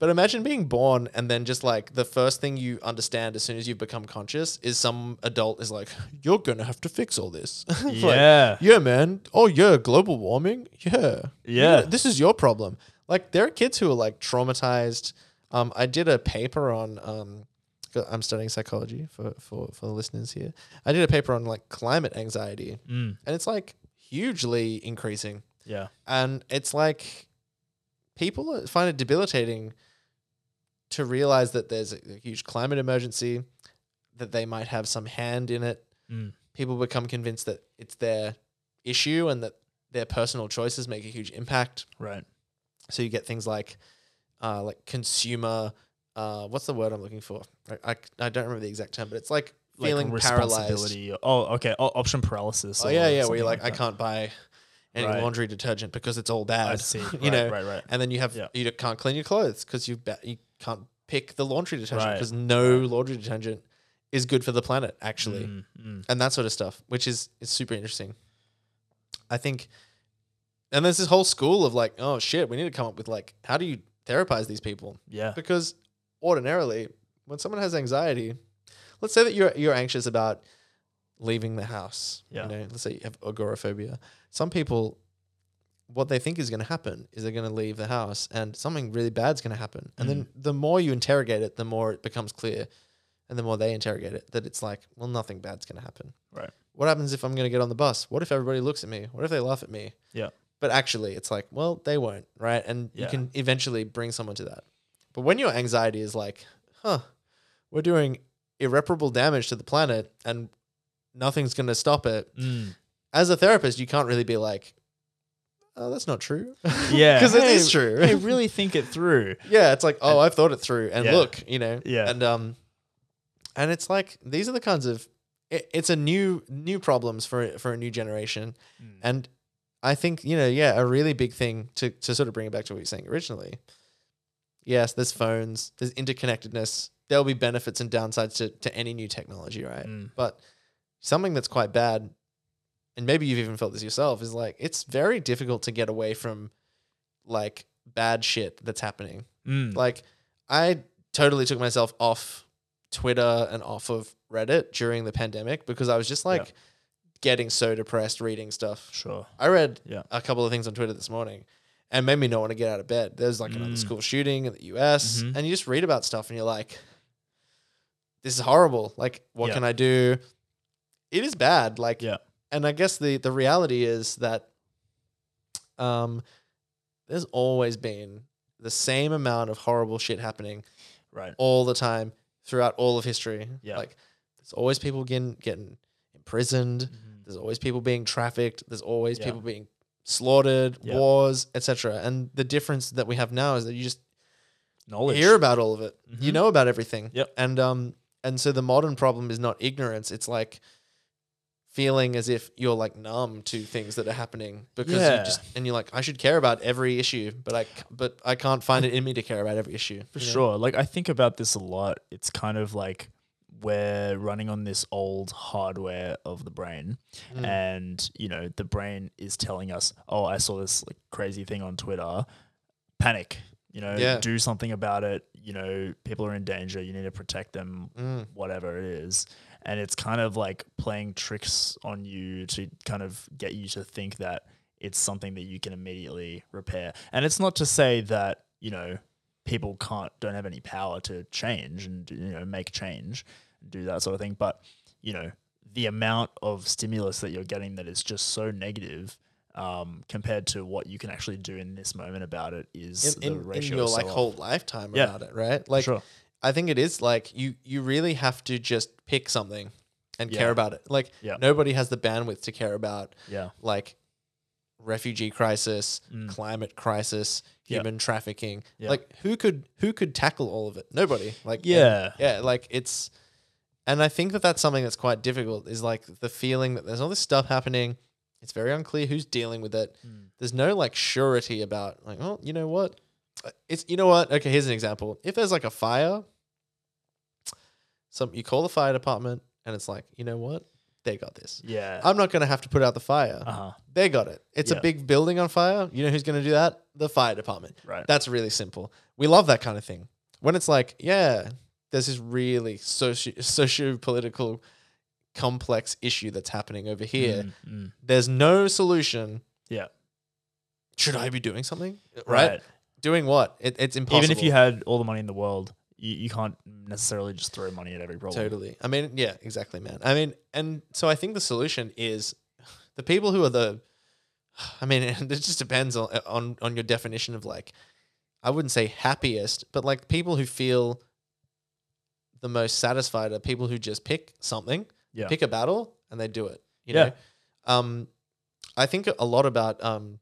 [SPEAKER 2] But imagine being born and then just like the first thing you understand as soon as you've become conscious is some adult is like, You're gonna have to fix all this. Like,
[SPEAKER 1] Yeah.
[SPEAKER 2] yeah, man. Oh yeah, global warming. Yeah.
[SPEAKER 1] Yeah.
[SPEAKER 2] This is your problem. Like there are kids who are like traumatized. Um, I did a paper on um, 'cause I'm studying psychology for for for the listeners here. I did a paper on like climate anxiety,
[SPEAKER 1] Mm.
[SPEAKER 2] and it's like hugely increasing.
[SPEAKER 1] Yeah.
[SPEAKER 2] And it's like people find it debilitating to realize that there's a a huge climate emergency, that they might have some hand in it.
[SPEAKER 1] Mm.
[SPEAKER 2] People become convinced that it's their issue and that their personal choices make a huge impact.
[SPEAKER 1] Right.
[SPEAKER 2] So you get things like, uh, like consumer, uh, what's the word I'm looking for? I, I, I don't remember the exact term, but it's like feeling paralyzed.
[SPEAKER 1] responsibility. Oh, okay. Oh, option paralysis.
[SPEAKER 2] Oh
[SPEAKER 1] or
[SPEAKER 2] yeah, yeah. Where
[SPEAKER 1] something
[SPEAKER 2] you're like, I
[SPEAKER 1] that.
[SPEAKER 2] can't buy any
[SPEAKER 1] Right.
[SPEAKER 2] laundry detergent because it's all bad.
[SPEAKER 1] I see.
[SPEAKER 2] you
[SPEAKER 1] Right,
[SPEAKER 2] know,
[SPEAKER 1] right, right.
[SPEAKER 2] and then you have
[SPEAKER 1] Yeah.
[SPEAKER 2] you can't clean your clothes because you ba- you can't pick the laundry detergent
[SPEAKER 1] Right.
[SPEAKER 2] because no laundry detergent is good for the planet actually,
[SPEAKER 1] Mm, mm.
[SPEAKER 2] and that sort of stuff, which is is super interesting. I think, and there's this whole school of like, oh shit, we need to come up with like, how do you therapize these people?
[SPEAKER 1] Yeah.
[SPEAKER 2] Because ordinarily, when someone has anxiety, let's say that you're you're anxious about leaving the house.
[SPEAKER 1] Yeah.
[SPEAKER 2] You know, let's say you have agoraphobia. Some people, what they think is going to happen is they're going to leave the house and something really bad's going to happen. And
[SPEAKER 1] Mm.
[SPEAKER 2] then the more you interrogate it, the more it becomes clear, and the more they interrogate it that it's like, well, nothing bad's going to happen.
[SPEAKER 1] Right.
[SPEAKER 2] What happens if I'm going to get on the bus? What if everybody looks at me? What if they laugh at me?
[SPEAKER 1] Yeah.
[SPEAKER 2] But actually, it's like, well, they won't, right? And you
[SPEAKER 1] Yeah.
[SPEAKER 2] can eventually bring someone to that. But when your anxiety is like, huh, we're doing irreparable damage to the planet and nothing's going to stop it,
[SPEAKER 1] Mm.
[SPEAKER 2] as a therapist, you can't really be like, oh, that's not true.
[SPEAKER 1] Yeah.
[SPEAKER 2] Because it
[SPEAKER 1] Hey,
[SPEAKER 2] is true.
[SPEAKER 1] hey, really think it through.
[SPEAKER 2] yeah. It's like, oh, I've thought it through and
[SPEAKER 1] Yeah.
[SPEAKER 2] look, you know.
[SPEAKER 1] Yeah.
[SPEAKER 2] And, um, and it's like these are the kinds of it, it's a new new problems for for a new generation
[SPEAKER 1] Mm.
[SPEAKER 2] and I think, you know, yeah, a really big thing to, to sort of bring it back to what you were saying originally. Yes, there's phones, there's interconnectedness. There'll be benefits and downsides to, to any new technology, right?
[SPEAKER 1] Mm.
[SPEAKER 2] But something that's quite bad, and maybe you've even felt this yourself, is like it's very difficult to get away from like bad shit that's happening.
[SPEAKER 1] Mm.
[SPEAKER 2] Like I totally took myself off Twitter and off of Reddit during the pandemic because I was just like getting so depressed reading stuff.
[SPEAKER 1] Sure.
[SPEAKER 2] I read
[SPEAKER 1] Yeah.
[SPEAKER 2] a couple of things on Twitter this morning and made me not want to get out of bed. There's like another
[SPEAKER 1] Mm.
[SPEAKER 2] school shooting in the US,
[SPEAKER 1] Mhm.
[SPEAKER 2] and you just read about stuff and you're like, this is horrible. Like, what
[SPEAKER 1] Yeah.
[SPEAKER 2] can I do? It is bad. Like,
[SPEAKER 1] Yeah.
[SPEAKER 2] and I guess the, the reality is that um, there's always been the same amount of horrible shit happening
[SPEAKER 1] Right.
[SPEAKER 2] all the time throughout all of history.
[SPEAKER 1] Yeah.
[SPEAKER 2] Like, there's always people getting, getting imprisoned.
[SPEAKER 1] Mhm.
[SPEAKER 2] There's always people being trafficked. There's always
[SPEAKER 1] Yeah.
[SPEAKER 2] people being slaughtered,
[SPEAKER 1] Yeah.
[SPEAKER 2] wars, etc. And the difference that we have now is that you just
[SPEAKER 1] Knowledge.
[SPEAKER 2] hear about all of it. You
[SPEAKER 1] Mhm.
[SPEAKER 2] know about everything.
[SPEAKER 1] Yep.
[SPEAKER 2] And um and so the modern problem is not ignorance. It's like feeling as if you're like numb to things that are happening because you
[SPEAKER 1] Yeah.
[SPEAKER 2] just and you're like I should care about every issue, but I c- but I can't find it in me to care about every issue.
[SPEAKER 1] For
[SPEAKER 2] you know?
[SPEAKER 1] sure. Like I think about this a lot. It's kind of like we're running on this old hardware of the brain
[SPEAKER 2] Mm.
[SPEAKER 1] and you know the brain is telling us oh i saw this like crazy thing on twitter panic you know
[SPEAKER 2] Yeah.
[SPEAKER 1] do something about it you know people are in danger you need to protect them
[SPEAKER 2] Mm.
[SPEAKER 1] whatever it is. And it's kind of like playing tricks on you to kind of get you to think that it's something that you can immediately repair. And it's not to say that, you know, people can't don't have any power to change and you know make change and do that sort of thing. But, you know, the amount of stimulus that you're getting that is just so negative um, compared to what you can actually do in this moment about it is
[SPEAKER 2] In, in-
[SPEAKER 1] the
[SPEAKER 2] in
[SPEAKER 1] ratio
[SPEAKER 2] your
[SPEAKER 1] is so
[SPEAKER 2] like
[SPEAKER 1] off.
[SPEAKER 2] whole lifetime
[SPEAKER 1] Yeah.
[SPEAKER 2] about it, right? Like
[SPEAKER 1] sure.
[SPEAKER 2] I think it is like you you really have to just pick something and
[SPEAKER 1] Yeah.
[SPEAKER 2] care about it. Like
[SPEAKER 1] Yeah.
[SPEAKER 2] nobody has the bandwidth to care about
[SPEAKER 1] Yeah.
[SPEAKER 2] like refugee crisis,
[SPEAKER 1] Mm.
[SPEAKER 2] climate crisis,
[SPEAKER 1] Yeah.
[SPEAKER 2] human trafficking.
[SPEAKER 1] Yeah.
[SPEAKER 2] Like who could who could tackle all of it? Nobody. Like and-
[SPEAKER 1] Yeah.
[SPEAKER 2] yeah, like it's and I think that that's something that's quite difficult is like the feeling that there's all this stuff happening. It's very unclear who's dealing with it.
[SPEAKER 1] Mm.
[SPEAKER 2] There's no like surety about like, well, you know what? Uh, It's you know what? Okay, here's an example. If there's like a fire, some you call the fire department and it's like, you know what? They got this.
[SPEAKER 1] Yeah.
[SPEAKER 2] I'm not gonna have to put out the fire.
[SPEAKER 1] Uh huh.
[SPEAKER 2] They got it. It's
[SPEAKER 1] Yeah.
[SPEAKER 2] a big building on fire. You know who's going to do that? The fire department.
[SPEAKER 1] Right.
[SPEAKER 2] That's really simple. We love that kind of thing. When it's like, yeah, there's this really socio socio political complex issue that's happening over here.
[SPEAKER 1] Mm, mm.
[SPEAKER 2] There's no solution.
[SPEAKER 1] Yeah.
[SPEAKER 2] Should I be doing something? Right?
[SPEAKER 1] Right.
[SPEAKER 2] Doing what? It, it's impossible.
[SPEAKER 1] Even if you had all the money in the world, you, you can't necessarily just throw money at every problem.
[SPEAKER 2] Totally. I mean, yeah, exactly, man. I mean, and so I think the solution is the people who are the. I mean, it just depends on on on your definition of like. I wouldn't say happiest, but like people who feel the most satisfied are people who just pick something,
[SPEAKER 1] Yeah.
[SPEAKER 2] pick a battle, and they do it. You
[SPEAKER 1] Yeah.
[SPEAKER 2] know, um, I think a lot about um,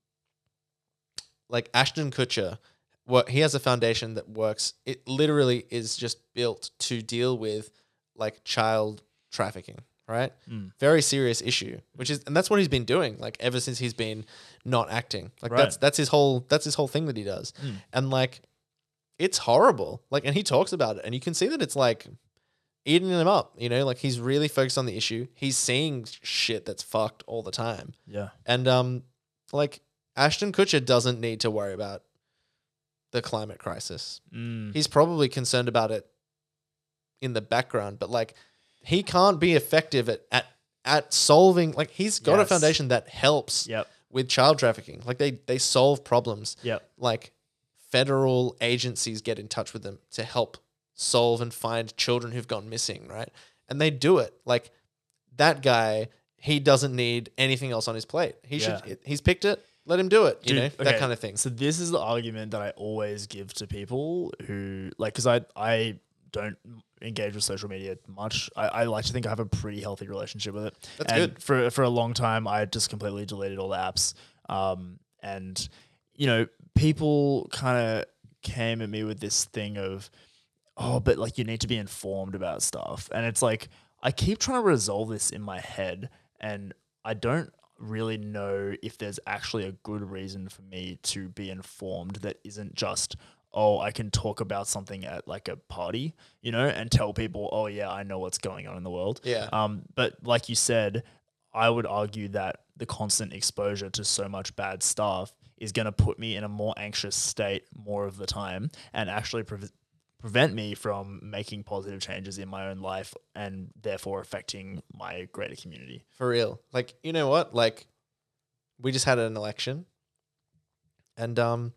[SPEAKER 2] like Ashton Kutcher. What he has a foundation that works. It literally is just built to deal with like child trafficking, right?
[SPEAKER 1] Mm.
[SPEAKER 2] Very serious issue, which is, and that's what he's been doing like ever since he's been not acting. Like
[SPEAKER 1] Right.
[SPEAKER 2] that's that's his whole that's his whole thing that he does,
[SPEAKER 1] Mm.
[SPEAKER 2] and like it's horrible. Like, and he talks about it, and you can see that it's like eating him up. You know, like he's really focused on the issue. He's seeing shit that's fucked all the time.
[SPEAKER 1] Yeah.
[SPEAKER 2] And um, like Ashton Kutcher doesn't need to worry about the climate crisis.
[SPEAKER 1] Mm.
[SPEAKER 2] He's probably concerned about it in the background, but like he can't be effective at at, at solving. Like he's got
[SPEAKER 1] Yes.
[SPEAKER 2] a foundation that helps
[SPEAKER 1] Yep.
[SPEAKER 2] with child trafficking. Like they they solve problems.
[SPEAKER 1] Yep.
[SPEAKER 2] Like federal agencies get in touch with them to help solve and find children who've gone missing, right? And they do it. Like that guy, he doesn't need anything else on his plate. He should he's picked it, let him do it, you
[SPEAKER 1] Dude,
[SPEAKER 2] know,
[SPEAKER 1] okay,
[SPEAKER 2] that kind of thing.
[SPEAKER 1] So this is the argument that I always give to people who like because I I don't engage with social media much. I, I like to think I have a pretty healthy relationship with it.
[SPEAKER 2] That's
[SPEAKER 1] and
[SPEAKER 2] good.
[SPEAKER 1] For for a long time, I just completely deleted all the apps. Um, and you know, people kind of came at me with this thing of, oh, but like you need to be informed about stuff, and it's like I keep trying to resolve this in my head, and I don't really know if there's actually a good reason for me to be informed that isn't just oh i can talk about something at like a party you know and tell people oh yeah i know what's going on in the world
[SPEAKER 2] Yeah.
[SPEAKER 1] um, but like you said, I would argue that the constant exposure to so much bad stuff is going to put me in a more anxious state more of the time and actually pre- prevent me from making positive changes in my own life and therefore affecting my greater community.
[SPEAKER 2] For real. Like, you know what? Like, we just had an election. And um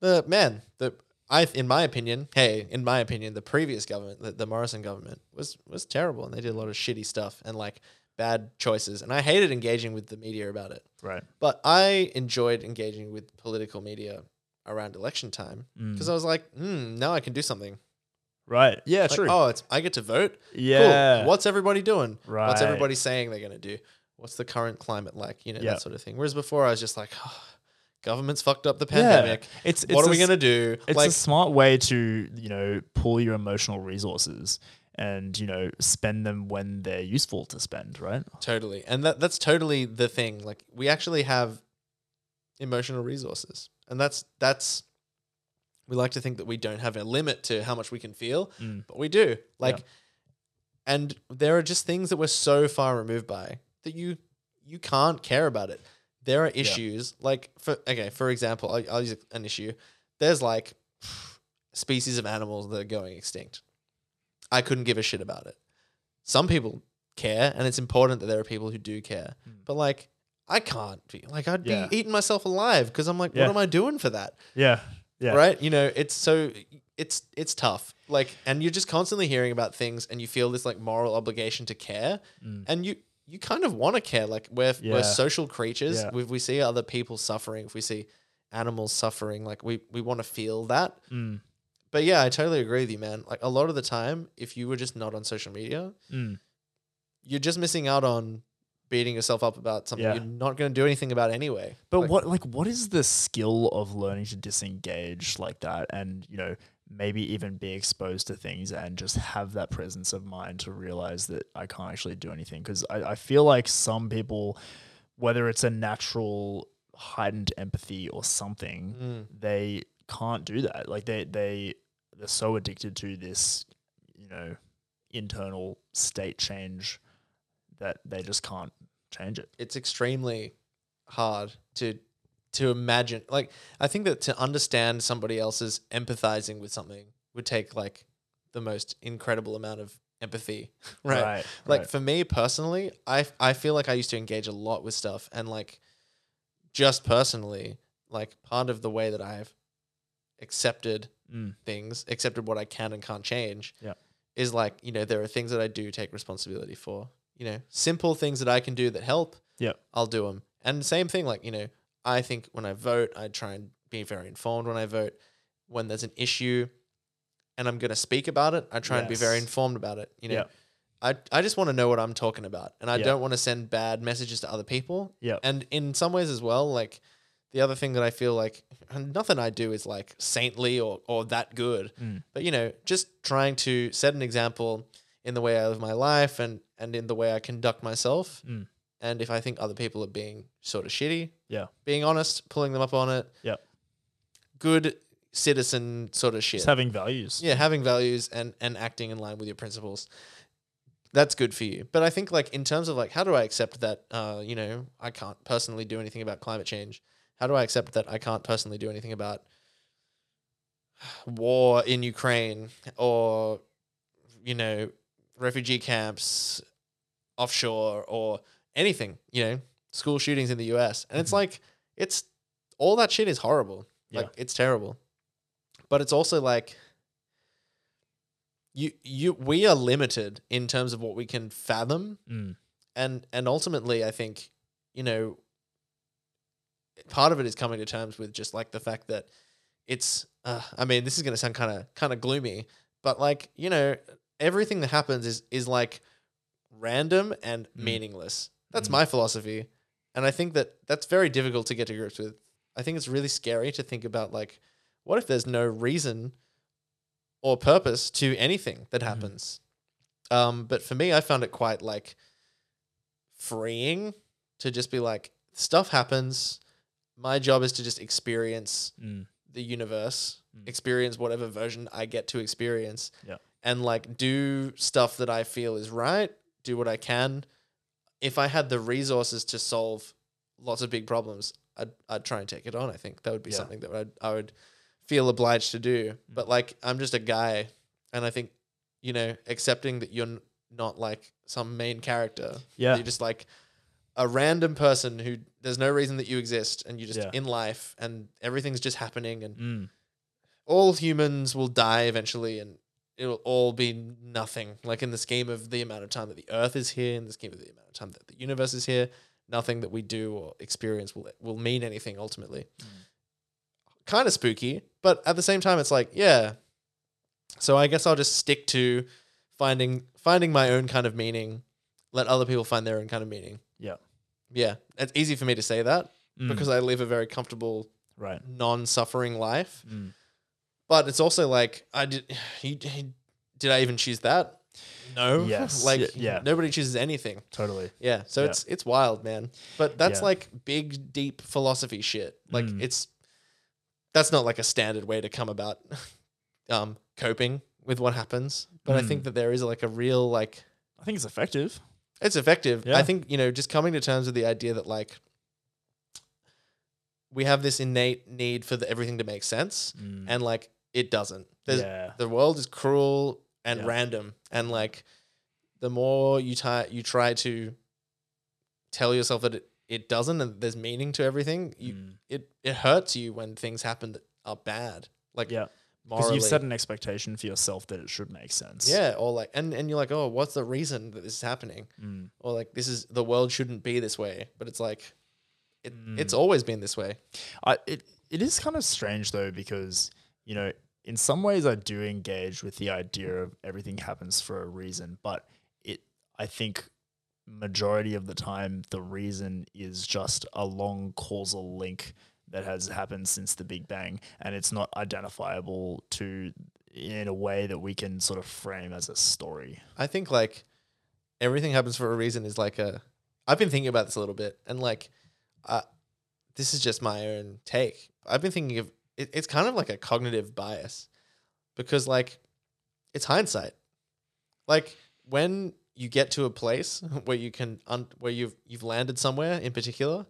[SPEAKER 2] the man, the I in my opinion, hey, in my opinion, the previous government, the, the Morrison government, was was terrible and they did a lot of shitty stuff and like bad choices. And I hated engaging with the media about it.
[SPEAKER 1] Right.
[SPEAKER 2] But I enjoyed engaging with political media around election time
[SPEAKER 1] Mm.
[SPEAKER 2] because I was like, hmm, now I can do something.
[SPEAKER 1] Right. Yeah,
[SPEAKER 2] Like,
[SPEAKER 1] true.
[SPEAKER 2] Oh, it's I get to vote.
[SPEAKER 1] yeah.
[SPEAKER 2] Cool. What's everybody doing?
[SPEAKER 1] Right.
[SPEAKER 2] What's everybody saying they're going to do? What's the current climate like? You know,
[SPEAKER 1] Yeah.
[SPEAKER 2] that sort of thing. Whereas before, I was just like, "Oh, government's fucked up the
[SPEAKER 1] Yeah.
[SPEAKER 2] pandemic.
[SPEAKER 1] It's, it's
[SPEAKER 2] what are
[SPEAKER 1] a
[SPEAKER 2] we going to do?
[SPEAKER 1] it's
[SPEAKER 2] like,
[SPEAKER 1] a smart way to you know pull your emotional resources and you know spend them when they're useful to spend right
[SPEAKER 2] totally. And that, that's totally the thing. Like, we actually have emotional resources. And that's, that's, we like to think that we don't have a limit to how much we can feel,
[SPEAKER 1] Mm.
[SPEAKER 2] but we do. Like, and there are just things that we're so far removed by that you you can't care about it. There are issues like for okay, for example, I'll, I'll use an issue. There's like species of animals that are going extinct. I couldn't give a shit about it. Some people care, and it's important that there are people who do care.
[SPEAKER 1] Mm.
[SPEAKER 2] But like, I can't be like I'd
[SPEAKER 1] Yeah.
[SPEAKER 2] be eating myself alive because I'm like,
[SPEAKER 1] Yeah.
[SPEAKER 2] what am I doing for that?
[SPEAKER 1] yeah yeah
[SPEAKER 2] right you know it's so it's it's tough like and you're just constantly hearing about things and you feel this like moral obligation to care
[SPEAKER 1] Mm.
[SPEAKER 2] and you you kind of want to care like we're
[SPEAKER 1] Yeah.
[SPEAKER 2] we're social creatures
[SPEAKER 1] Yeah.
[SPEAKER 2] we, we see other people suffering if we see animals suffering like we we want to feel that
[SPEAKER 1] Mm.
[SPEAKER 2] but yeah i totally agree with you man like a lot of the time if you were just not on social media
[SPEAKER 1] Mm.
[SPEAKER 2] you're just missing out on beating yourself up about something
[SPEAKER 1] Yeah.
[SPEAKER 2] you're not going to do anything about anyway.
[SPEAKER 1] But
[SPEAKER 2] Like,
[SPEAKER 1] what like what is the skill of learning to disengage like that and you know maybe even be exposed to things and just have that presence of mind to realize that I can't actually do anything because I, I feel like some people whether it's a natural heightened empathy or something
[SPEAKER 2] Mm.
[SPEAKER 1] they can't do that like they they they're so addicted to this you know internal state change that they just can't change it
[SPEAKER 2] it's extremely hard to to imagine. Like I think that to understand somebody else's empathizing with something would take like the most incredible amount of empathy, right? like
[SPEAKER 1] right.
[SPEAKER 2] for me personally I, I feel like i used to engage a lot with stuff and like just personally like part of the way that i've accepted
[SPEAKER 1] Mm.
[SPEAKER 2] things accepted what i can and can't change
[SPEAKER 1] Yeah.
[SPEAKER 2] is like you know there are things that i do take responsibility for you know simple things that i can do that help
[SPEAKER 1] Yeah.
[SPEAKER 2] i'll do them and same thing like you know i think when i vote i try and be very informed when i vote when there's an issue and i'm going to speak about it i try and be very
[SPEAKER 1] Yes.
[SPEAKER 2] informed about it you know
[SPEAKER 1] Yeah.
[SPEAKER 2] I, I just want to know what I'm talking about. And I
[SPEAKER 1] Yeah.
[SPEAKER 2] don't want to send bad messages to other people.
[SPEAKER 1] Yeah.
[SPEAKER 2] And in some ways as well, like the other thing that I feel like and nothing I do is like saintly or, or that good.
[SPEAKER 1] Mm.
[SPEAKER 2] But you know, just trying to set an example in the way I live my life and and in the way I conduct myself.
[SPEAKER 1] Mm.
[SPEAKER 2] And if I think other people are being sort of shitty,
[SPEAKER 1] Yeah.
[SPEAKER 2] Being honest, pulling them up on it.
[SPEAKER 1] Yeah.
[SPEAKER 2] Good citizen sort of shit.
[SPEAKER 1] just having values.
[SPEAKER 2] Yeah, having values and and acting in line with your principles. That's good for you. But I think like in terms of like how do I accept that uh, you know, I can't personally do anything about climate change? How do I accept that I can't personally do anything about war in Ukraine or you know, refugee camps offshore or anything, you know, school shootings in the US. And it's
[SPEAKER 1] Mhm.
[SPEAKER 2] like it's all that shit is horrible. Like it's terrible. But it's also like you you we are limited in terms of what we can fathom
[SPEAKER 1] Mm.
[SPEAKER 2] and and ultimately I think, you know, part of it is coming to terms with just like the fact that it's uh, I mean, this is going to sound kind of kind of gloomy, but like, you know, everything that happens is is like random and
[SPEAKER 1] Mm.
[SPEAKER 2] meaningless. That's
[SPEAKER 1] Mm.
[SPEAKER 2] my philosophy. And I think that that's very difficult to get to grips with. I think it's really scary to think about like what if there's no reason or purpose to anything that
[SPEAKER 1] Mhm.
[SPEAKER 2] happens? Um, but for me, I found it quite like freeing to just be like, stuff happens. My job is to just experience
[SPEAKER 1] Mm.
[SPEAKER 2] the universe,
[SPEAKER 1] Mm.
[SPEAKER 2] experience whatever version I get to experience,
[SPEAKER 1] Yeah.
[SPEAKER 2] and like do stuff that I feel is right, do what I can. If I had the resources to solve lots of big problems, I'd, I'd try and take it on. I think that would be
[SPEAKER 1] Yeah. Mm.
[SPEAKER 2] something that I'd, I would feel obliged to do. But like, I'm just a guy, and I think, you know, accepting that you're n- not like some main character,
[SPEAKER 1] Yeah.
[SPEAKER 2] you're just like a random person who there's no reason that you exist and you're just
[SPEAKER 1] Yeah.
[SPEAKER 2] in life and everything's just happening and
[SPEAKER 1] Mm.
[SPEAKER 2] all humans will die eventually and it'll all be nothing. Like in the scheme of the amount of time that the earth is here, in the scheme of the amount of time that the universe is here, nothing that we do or experience will will mean anything ultimately.
[SPEAKER 1] Mm.
[SPEAKER 2] Kind of spooky, but at the same time it's like, yeah. So I guess I'll just stick to finding finding my own kind of meaning, let other people find their own kind of meaning.
[SPEAKER 1] Yeah.
[SPEAKER 2] Yeah. It's easy for me to say that
[SPEAKER 1] Mm.
[SPEAKER 2] because I live a very comfortable,
[SPEAKER 1] right.
[SPEAKER 2] non-suffering life
[SPEAKER 1] Mm.
[SPEAKER 2] but it's also like I did. He, he- did I even choose that? No.
[SPEAKER 1] Yes,
[SPEAKER 2] like
[SPEAKER 1] y- yeah.
[SPEAKER 2] Nobody chooses anything.
[SPEAKER 1] Totally.
[SPEAKER 2] Yeah. So
[SPEAKER 1] Yeah.
[SPEAKER 2] it's it's wild, man. But that's
[SPEAKER 1] Yeah.
[SPEAKER 2] like big, deep philosophy shit. Like
[SPEAKER 1] Mm.
[SPEAKER 2] it's that's not like a standard way to come about um coping with what happens. But I think
[SPEAKER 1] Mm.
[SPEAKER 2] that there is like a real like
[SPEAKER 1] I think it's effective.
[SPEAKER 2] it's effective.
[SPEAKER 1] Yeah.
[SPEAKER 2] I think, you know, just coming to terms with the idea that like we have this innate need for the, everything to make sense
[SPEAKER 1] Mm.
[SPEAKER 2] and like it doesn't. There's
[SPEAKER 1] yeah.
[SPEAKER 2] the world is cruel and
[SPEAKER 1] Yeah.
[SPEAKER 2] random and like the more you try you try to tell yourself that it, it doesn't and there's meaning to everything you
[SPEAKER 1] Mm.
[SPEAKER 2] it it hurts you when things happen that are bad like
[SPEAKER 1] Yeah. Because
[SPEAKER 2] morally
[SPEAKER 1] you've set an expectation for yourself that it should make sense.
[SPEAKER 2] yeah or like and and you're like oh what's the reason that this is happening
[SPEAKER 1] Mm.
[SPEAKER 2] or like this is the world shouldn't be this way but it's like it,
[SPEAKER 1] Mm.
[SPEAKER 2] it's always been this way
[SPEAKER 1] I it, it is kind of strange though because you know in some ways I do engage with the idea of everything happens for a reason, but it I think majority of the time, the reason is just a long causal link that has happened since the Big Bang, and it's not identifiable to in a way that we can sort of frame as a story.
[SPEAKER 2] I think like everything happens for a reason is like a. I've been thinking about this a little bit, and like, uh, this is just my own take. I've been thinking of it, it's kind of like a cognitive bias, because like, it's hindsight. Like when you get to a place where you can un- where you've you've landed somewhere in particular,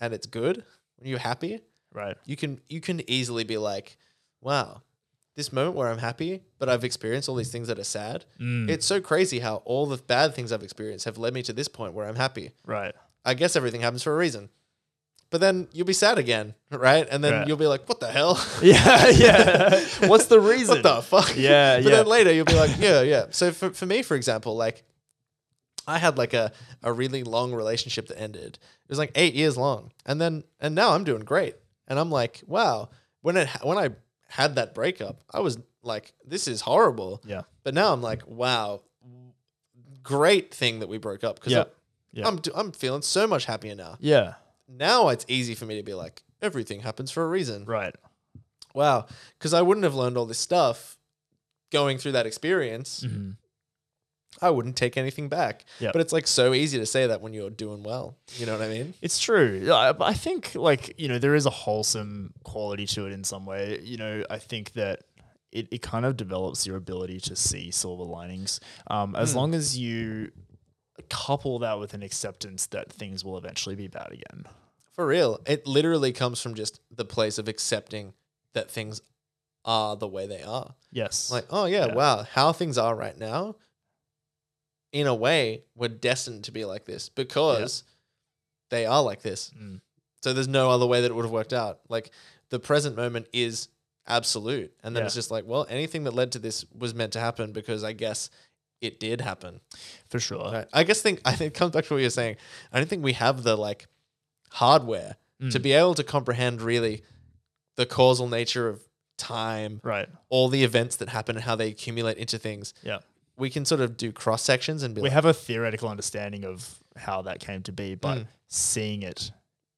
[SPEAKER 2] and it's good, when you're happy,
[SPEAKER 1] Right.
[SPEAKER 2] you can you can easily be like, wow, this moment where I'm happy, but I've experienced all these things that are sad.
[SPEAKER 1] Mm.
[SPEAKER 2] It's so crazy how all the bad things I've experienced have led me to this point where I'm happy.
[SPEAKER 1] right.
[SPEAKER 2] I guess everything happens for a reason. But then you'll be sad again, right? And then
[SPEAKER 1] Right.
[SPEAKER 2] you'll be like, what the hell?
[SPEAKER 1] Yeah, yeah. What's the reason?
[SPEAKER 2] What the fuck?
[SPEAKER 1] Yeah,
[SPEAKER 2] but
[SPEAKER 1] yeah.
[SPEAKER 2] then later you'll be like, yeah, yeah. So for, for me, for example, like I had like a, a really long relationship that ended. It was like eight years long. And then, and now I'm doing great. And I'm like, wow, when it, when I had that breakup, I was like, this is horrible.
[SPEAKER 1] Yeah.
[SPEAKER 2] But now I'm like, wow, great thing that we broke up. Cause
[SPEAKER 1] Yeah.
[SPEAKER 2] I'm,
[SPEAKER 1] Yeah.
[SPEAKER 2] I'm, do- I'm feeling so much happier now.
[SPEAKER 1] Yeah.
[SPEAKER 2] Now it's easy for me to be like, everything happens for a reason.
[SPEAKER 1] Right.
[SPEAKER 2] Wow. Because I wouldn't have learned all this stuff going through that experience.
[SPEAKER 1] Mm-hmm.
[SPEAKER 2] I wouldn't take anything back.
[SPEAKER 1] Yep.
[SPEAKER 2] But it's like so easy to say that when you're doing well. You know what I mean?
[SPEAKER 1] It's true. Yeah, I, I think like you know there is a wholesome quality to it in some way. You know, I think that it, it kind of develops your ability to see silver linings um, as
[SPEAKER 2] Mm.
[SPEAKER 1] long as you couple that with an acceptance that things will eventually be bad again.
[SPEAKER 2] For real. It literally comes from just the place of accepting that things are the way they are.
[SPEAKER 1] Yes.
[SPEAKER 2] Like, oh yeah,
[SPEAKER 1] Yeah.
[SPEAKER 2] wow, how things are right now, in a way, we're destined to be like this because they are like this.
[SPEAKER 1] Mm.
[SPEAKER 2] So there's no other way that it would have worked out. Like the present moment is absolute. And then
[SPEAKER 1] Yeah.
[SPEAKER 2] it's just like, well, anything that led to this was meant to happen because I guess it did happen.
[SPEAKER 1] for sure.
[SPEAKER 2] Right? I guess think I think it comes back to what you're saying. I don't think we have the like hardware to
[SPEAKER 1] Mm.
[SPEAKER 2] be able to comprehend really the causal nature of time
[SPEAKER 1] Right.
[SPEAKER 2] all the events that happen and how they accumulate into things.
[SPEAKER 1] Yeah.
[SPEAKER 2] We can sort of do cross sections and be
[SPEAKER 1] we
[SPEAKER 2] like,
[SPEAKER 1] have a theoretical understanding of how that came to be, but
[SPEAKER 2] Mm.
[SPEAKER 1] seeing it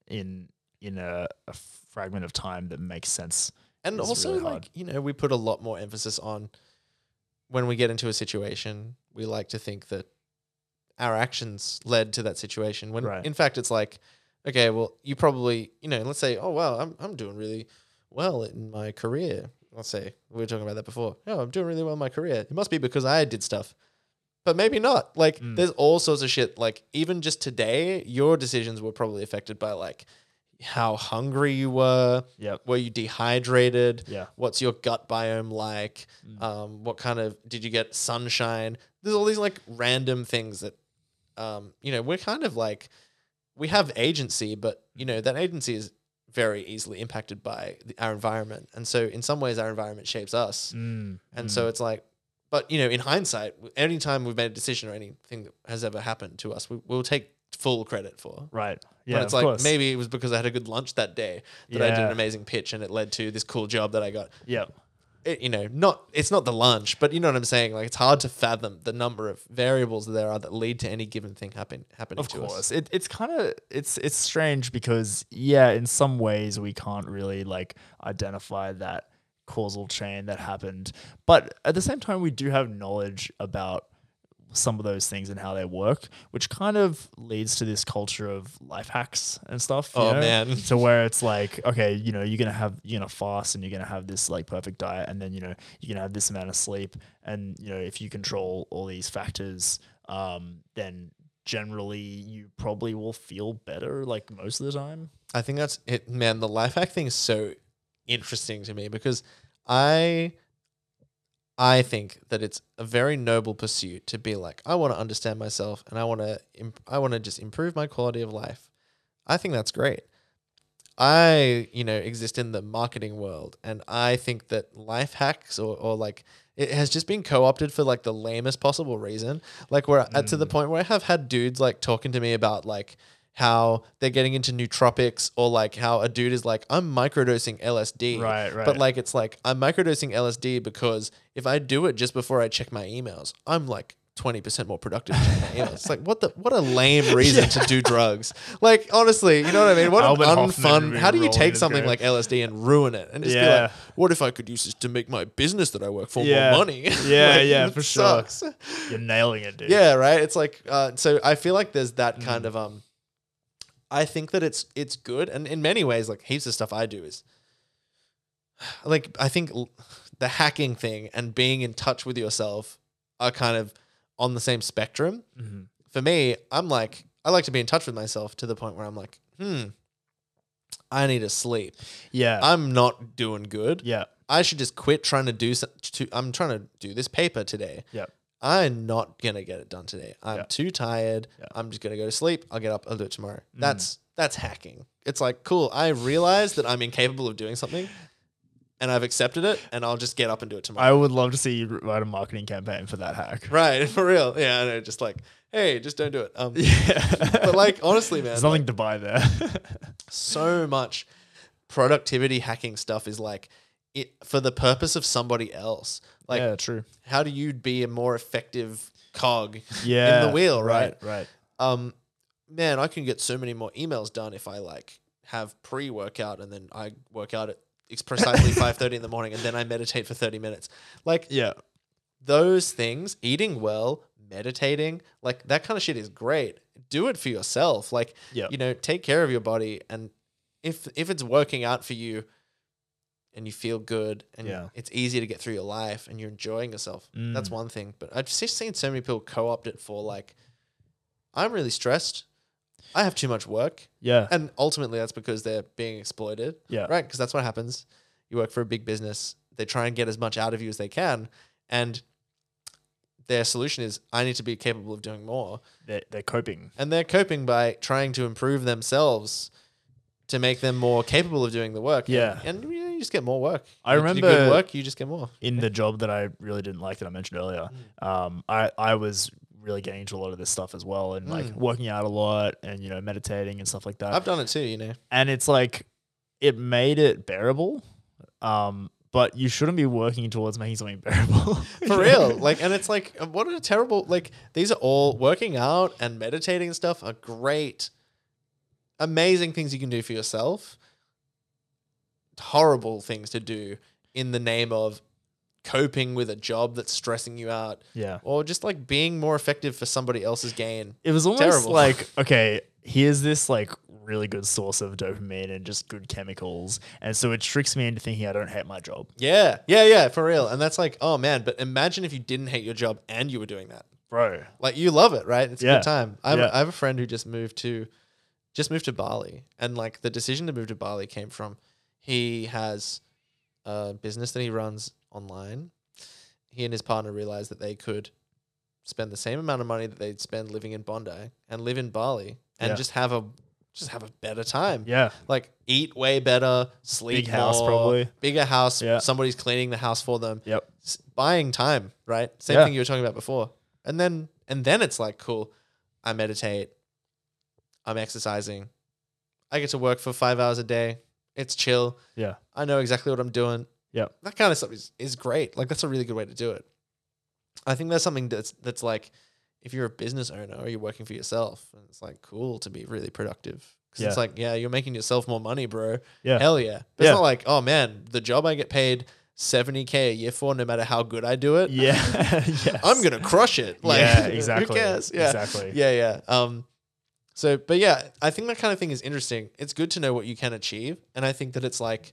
[SPEAKER 1] in in a, a fragment of time that makes sense.
[SPEAKER 2] and
[SPEAKER 1] it's
[SPEAKER 2] also
[SPEAKER 1] really
[SPEAKER 2] like,
[SPEAKER 1] hard.
[SPEAKER 2] you know, we put a lot more emphasis on when we get into a situation, we like to think that our actions led to that situation. When
[SPEAKER 1] Right.
[SPEAKER 2] in fact, it's like, okay, well, you probably, you know, let's say, oh, wow, I'm, I'm doing really well in my career. Let's say we were talking about that before. Oh, I'm doing really well in my career. It must be because I did stuff, but maybe not. Like,
[SPEAKER 1] Mm.
[SPEAKER 2] there's all sorts of shit. Like, even just today, your decisions were probably affected by like how hungry you were.
[SPEAKER 1] Yep.
[SPEAKER 2] Were you dehydrated?
[SPEAKER 1] Yeah.
[SPEAKER 2] What's your gut biome like?
[SPEAKER 1] Mm.
[SPEAKER 2] Um, what kind of did you get sunshine? There's all these like random things that, um, you know, we're kind of like we have agency, but you know that agency is very easily impacted by the, our environment, and so in some ways our environment shapes us,
[SPEAKER 1] Mm.
[SPEAKER 2] and
[SPEAKER 1] Mm.
[SPEAKER 2] so it's like, but you know, in hindsight, any time we've made a decision or anything that has ever happened to us, we, we'll take full credit for.
[SPEAKER 1] right.
[SPEAKER 2] But
[SPEAKER 1] Yeah. of
[SPEAKER 2] it's like
[SPEAKER 1] course.
[SPEAKER 2] maybe it was because I had a good lunch that day that I did
[SPEAKER 1] Yeah.
[SPEAKER 2] an amazing pitch and it led to this cool job that I got.
[SPEAKER 1] Yep.
[SPEAKER 2] It, you know, not it's not the lunch, but you know what I'm saying. Like it's hard to fathom the number of variables that there are that lead to any given thing happen happening
[SPEAKER 1] Of
[SPEAKER 2] to us.
[SPEAKER 1] course. It, it's kind of it's it's strange because yeah, in some ways we can't really like identify that causal chain that happened, but at the same time we do have knowledge about some of those things and how they work, which kind of leads to this culture of life hacks and stuff. you
[SPEAKER 2] Oh,
[SPEAKER 1] know?
[SPEAKER 2] man.
[SPEAKER 1] To where it's like, okay, you know, you're gonna have you're gonna fast and you're gonna have this like perfect diet, and then you know you're gonna have this amount of sleep, and you know if you control all these factors, um, then generally you probably will feel better like most of the time.
[SPEAKER 2] I think that's it, man. The life hack thing is so interesting to me because I I think that it's a very noble pursuit to be like, I want to understand myself and I want to imp- I want to just improve my quality of life. I think that's great. I, you know, exist in the marketing world and I think that life hacks or, or like it has just been co-opted for like the lamest possible reason. Like where at to the point where I have had dudes like talking to me about like how they're getting into nootropics or like how a dude is like, I'm microdosing LSD.
[SPEAKER 1] Right, right.
[SPEAKER 2] But like it's like I'm microdosing LSD because if I do it just before I check my emails, I'm like twenty percent more productive. than my emails. It's like what the what a lame reason to do drugs. Like honestly, you know what I mean? What
[SPEAKER 1] Albert
[SPEAKER 2] an
[SPEAKER 1] Hoffman would
[SPEAKER 2] unfun.
[SPEAKER 1] be
[SPEAKER 2] How do you
[SPEAKER 1] rolling
[SPEAKER 2] take
[SPEAKER 1] his
[SPEAKER 2] something
[SPEAKER 1] grave.
[SPEAKER 2] like LSD and ruin it and just be
[SPEAKER 1] Yeah.
[SPEAKER 2] like, what if I could use this to make my business that I work for
[SPEAKER 1] Yeah.
[SPEAKER 2] more money?
[SPEAKER 1] Yeah, yeah,
[SPEAKER 2] it
[SPEAKER 1] for sure.
[SPEAKER 2] sure.
[SPEAKER 1] You're nailing it, dude.
[SPEAKER 2] Yeah, right. It's like uh, so. I feel like there's that kind of um. I think that it's it's good, and in many ways, like heaps of stuff I do is like I think l- the hacking thing and being in touch with yourself are kind of on the same spectrum.
[SPEAKER 1] Mhm.
[SPEAKER 2] For me, I'm like I like to be in touch with myself to the point where I'm like, hmm, I need to sleep.
[SPEAKER 1] Yeah.
[SPEAKER 2] I'm not doing good.
[SPEAKER 1] yeah.
[SPEAKER 2] I should just quit trying to do. so- To, I'm trying to do this paper today.
[SPEAKER 1] Yep.
[SPEAKER 2] I'm not gonna get it done today. I'm
[SPEAKER 1] Yeah.
[SPEAKER 2] too tired.
[SPEAKER 1] Yeah.
[SPEAKER 2] I'm just gonna go to sleep. I'll get up. I'll do it tomorrow.
[SPEAKER 1] Mm.
[SPEAKER 2] That's that's hacking. It's like cool. I realize that I'm incapable of doing something, and I've accepted it. And I'll just get up and do it tomorrow.
[SPEAKER 1] I would love to see you write a marketing campaign for that hack.
[SPEAKER 2] right for real. Yeah. I know, just like hey, just don't do it. Um,
[SPEAKER 1] Yeah.
[SPEAKER 2] but like honestly, man,
[SPEAKER 1] there's
[SPEAKER 2] like,
[SPEAKER 1] nothing to buy there.
[SPEAKER 2] so much productivity hacking stuff is like it for the purpose of somebody else. Like
[SPEAKER 1] yeah, true.
[SPEAKER 2] how do you be a more effective cog
[SPEAKER 1] Yeah.
[SPEAKER 2] in the wheel, right?
[SPEAKER 1] Right. right.
[SPEAKER 2] Um, man, I can get so many more emails done if I like have pre-workout and then I work out at it's precisely five thirty in the morning and then I meditate for thirty minutes. Like
[SPEAKER 1] Yeah.
[SPEAKER 2] those things, eating well, meditating, like that kind of shit is great. Do it for yourself. Like
[SPEAKER 1] Yeah.
[SPEAKER 2] you know, take care of your body and if if it's working out for you and you feel good and
[SPEAKER 1] Yeah.
[SPEAKER 2] it's easy to get through your life and you're enjoying yourself. That's
[SPEAKER 1] Mm.
[SPEAKER 2] one thing. But I've just seen so many people co-opt it for like I'm really stressed. I have too much work.
[SPEAKER 1] Yeah.
[SPEAKER 2] And ultimately that's because they're being exploited.
[SPEAKER 1] Yeah.
[SPEAKER 2] Right? Because that's what happens. You work for a big business. They try and get as much out of you as they can and their solution is I need to be capable of doing more
[SPEAKER 1] They're, they're coping.
[SPEAKER 2] and they're coping by trying to improve themselves to make them more capable of doing the work. And-
[SPEAKER 1] Yeah.
[SPEAKER 2] and, you, know, you just get more work.
[SPEAKER 1] I
[SPEAKER 2] You do
[SPEAKER 1] remember-
[SPEAKER 2] good work, you just get more.
[SPEAKER 1] in the job that I really didn't like that I mentioned earlier,
[SPEAKER 2] Mm.
[SPEAKER 1] um, I, I was really getting into a lot of this stuff as well and like
[SPEAKER 2] Mm.
[SPEAKER 1] working out a lot and, you know, meditating and stuff like that.
[SPEAKER 2] I've done it too, you know.
[SPEAKER 1] and it's like, it made it bearable. Um, but you shouldn't be working towards making something bearable.
[SPEAKER 2] For real. Like, and it's like, what a terrible, like, these are all working out and meditating and stuff are great, amazing things you can do for yourself. Horrible things to do in the name of coping with a job that's stressing you out
[SPEAKER 1] yeah.
[SPEAKER 2] or just like being more effective for somebody else's gain.
[SPEAKER 1] It was almost
[SPEAKER 2] Terrible.
[SPEAKER 1] like, okay, here's this like really good source of dopamine and just good chemicals. And so it tricks me into thinking I don't hate my job.
[SPEAKER 2] Yeah, yeah, yeah, for real. And that's like, oh man, but imagine if you didn't hate your job and you were doing that.
[SPEAKER 1] Bro.
[SPEAKER 2] Like you love it, right? It's a
[SPEAKER 1] Yeah,
[SPEAKER 2] good time. I'm,
[SPEAKER 1] yeah.
[SPEAKER 2] I have a friend who just moved to, just moved to Bali, and like the decision to move to Bali came from he has a business that he runs online. He and his partner realized that they could spend the same amount of money that they'd spend living in Bondi and live in Bali and
[SPEAKER 1] Yeah.
[SPEAKER 2] just have a just have a better time
[SPEAKER 1] Yeah.
[SPEAKER 2] like eat way better, sleep
[SPEAKER 1] Big house,
[SPEAKER 2] more,
[SPEAKER 1] probably.
[SPEAKER 2] bigger house.
[SPEAKER 1] Yeah.
[SPEAKER 2] Somebody's cleaning the house for them,
[SPEAKER 1] Yep.
[SPEAKER 2] S- buying time, right? Same
[SPEAKER 1] Yeah.
[SPEAKER 2] thing you were talking about before. And then and then it's like cool. I meditate. I'm exercising. I get to work for five hours a day. It's chill.
[SPEAKER 1] Yeah.
[SPEAKER 2] I know exactly what I'm doing.
[SPEAKER 1] Yep.
[SPEAKER 2] That kind of stuff is, is great. Like that's a really good way to do it. I think that's something that's that's like if you're a business owner or you're working for yourself, and it's like cool to be really productive. Because
[SPEAKER 1] Yeah.
[SPEAKER 2] it's like, yeah, you're making yourself more money, bro.
[SPEAKER 1] Yeah.
[SPEAKER 2] Hell yeah. But
[SPEAKER 1] Yeah.
[SPEAKER 2] it's not like, oh man, the job I get paid 70K a year for, no matter how good I do it,
[SPEAKER 1] Yeah. yes.
[SPEAKER 2] I'm going to crush it. Like,
[SPEAKER 1] yeah, exactly.
[SPEAKER 2] who cares? Yeah.
[SPEAKER 1] Exactly.
[SPEAKER 2] Yeah, yeah. Um, so, but yeah, I think that kind of thing is interesting. It's good to know what you can achieve, and I think that it's like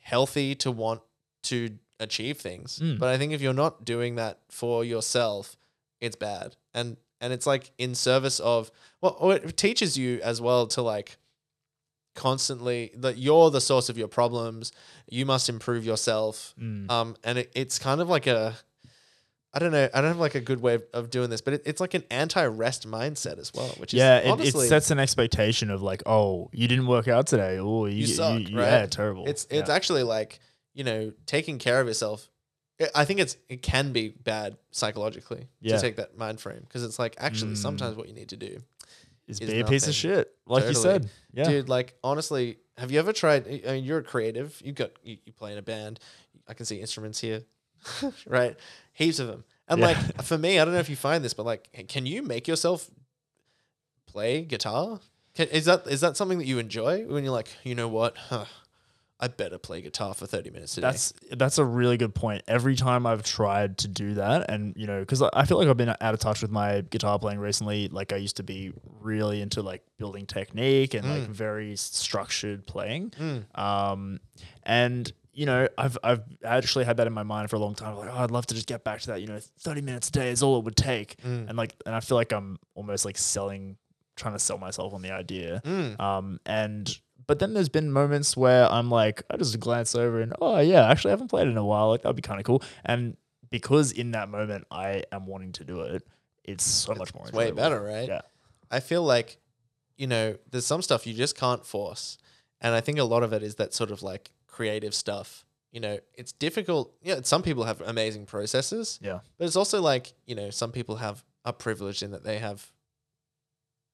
[SPEAKER 2] healthy to want to achieve things.
[SPEAKER 1] Mm.
[SPEAKER 2] But I think if you're not doing that for yourself, it's bad, and and it's like in service of well, or it teaches you as well to like constantly that you're the source of your problems. You must improve yourself.
[SPEAKER 1] Mm.
[SPEAKER 2] Um, and it, it's kind of like a, I don't know, I don't have like a good way of, of doing this, but it, it's like an anti-rest mindset as well, which is
[SPEAKER 1] yeah, it, it
[SPEAKER 2] honestly,
[SPEAKER 1] sets an expectation of like, oh, you didn't work out today. Oh, you,
[SPEAKER 2] You suck, right?
[SPEAKER 1] Yeah, terrible.
[SPEAKER 2] it's it's actually like you know taking care of yourself. I- I think it's it can be bad psychologically
[SPEAKER 1] Yeah.
[SPEAKER 2] to take that mind frame because it's like actually
[SPEAKER 1] Mm.
[SPEAKER 2] sometimes what you need to do,
[SPEAKER 1] is
[SPEAKER 2] is
[SPEAKER 1] be a piece
[SPEAKER 2] nothing.
[SPEAKER 1] of shit, like you
[SPEAKER 2] Totally.
[SPEAKER 1] said. Yeah,
[SPEAKER 2] dude. Like honestly, have you ever tried? I mean, you're a creative. You've got you, you play in a band. I can see instruments here, right? Heaps of them. And
[SPEAKER 1] Yeah.
[SPEAKER 2] like for me, I don't know if you find this, but like, can you make yourself play guitar? Can, is that is that something that you enjoy when you're like, you know what, huh, I better play guitar for thirty minutes today?
[SPEAKER 1] That's that's a really good point. Every time I've tried to do that, and you know, because I I feel like I've been out of touch with my guitar playing recently. Like I used to be really into like building technique and like
[SPEAKER 2] Mm.
[SPEAKER 1] very s- structured playing.
[SPEAKER 2] Mm.
[SPEAKER 1] Um, and you know, I've I've actually had that in my mind for a long time. Like, oh, I'd love to just get back to that. You know, thirty minutes a day is all it would take.
[SPEAKER 2] Mm.
[SPEAKER 1] And like, and I feel like I'm almost like selling, trying to sell myself on the idea.
[SPEAKER 2] Mm.
[SPEAKER 1] Um, and but then there's been moments where I'm like, I just glance over and oh yeah, actually I haven't played in a while. Like that'd be kind of cool. And because in that moment I am wanting to do it, it's so much more.
[SPEAKER 2] It's way
[SPEAKER 1] enjoyable.
[SPEAKER 2] better, right?
[SPEAKER 1] Yeah.
[SPEAKER 2] I feel like, you know, there's some stuff you just can't force. And I think a lot of it is that sort of like creative stuff. You know, it's difficult. Yeah, some people have amazing processes.
[SPEAKER 1] Yeah.
[SPEAKER 2] But it's also like, you know, some people have are privileged in that they have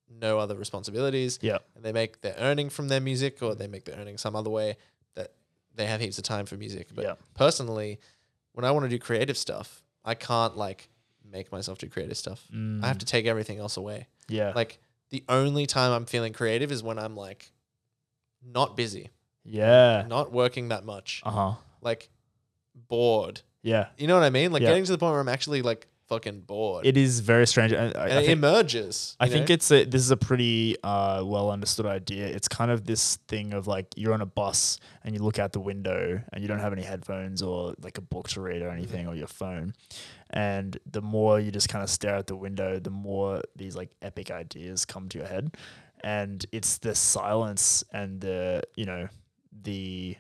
[SPEAKER 2] no other responsibilities.
[SPEAKER 1] Yeah.
[SPEAKER 2] And they make their earning from their music or they make their earning some other way that they have heaps of time for music. But
[SPEAKER 1] Yeah.
[SPEAKER 2] personally, when I want to do creative stuff, I can't like make myself do creative stuff. I have
[SPEAKER 1] Mm,
[SPEAKER 2] to take everything else away.
[SPEAKER 1] Yeah.
[SPEAKER 2] Like the only time I'm feeling creative is when I'm like not busy,
[SPEAKER 1] yeah.
[SPEAKER 2] not working that much,
[SPEAKER 1] Uh huh.
[SPEAKER 2] like bored.
[SPEAKER 1] Yeah.
[SPEAKER 2] You know what I mean? Like
[SPEAKER 1] Yeah.
[SPEAKER 2] getting to the point where I'm actually like fucking bored.
[SPEAKER 1] It is very strange. And I, I
[SPEAKER 2] and it
[SPEAKER 1] think-
[SPEAKER 2] emerges.
[SPEAKER 1] I
[SPEAKER 2] you
[SPEAKER 1] think
[SPEAKER 2] know?
[SPEAKER 1] it's a this is a pretty uh, well understood idea. It's kind of this thing of like you're on a bus and you look out the window and you don't have any headphones or like a book to read or
[SPEAKER 2] Mm-hmm.
[SPEAKER 1] anything or your phone, and the more you just kind of stare out the window, the more these like epic ideas come to your head, and it's the silence and the you know the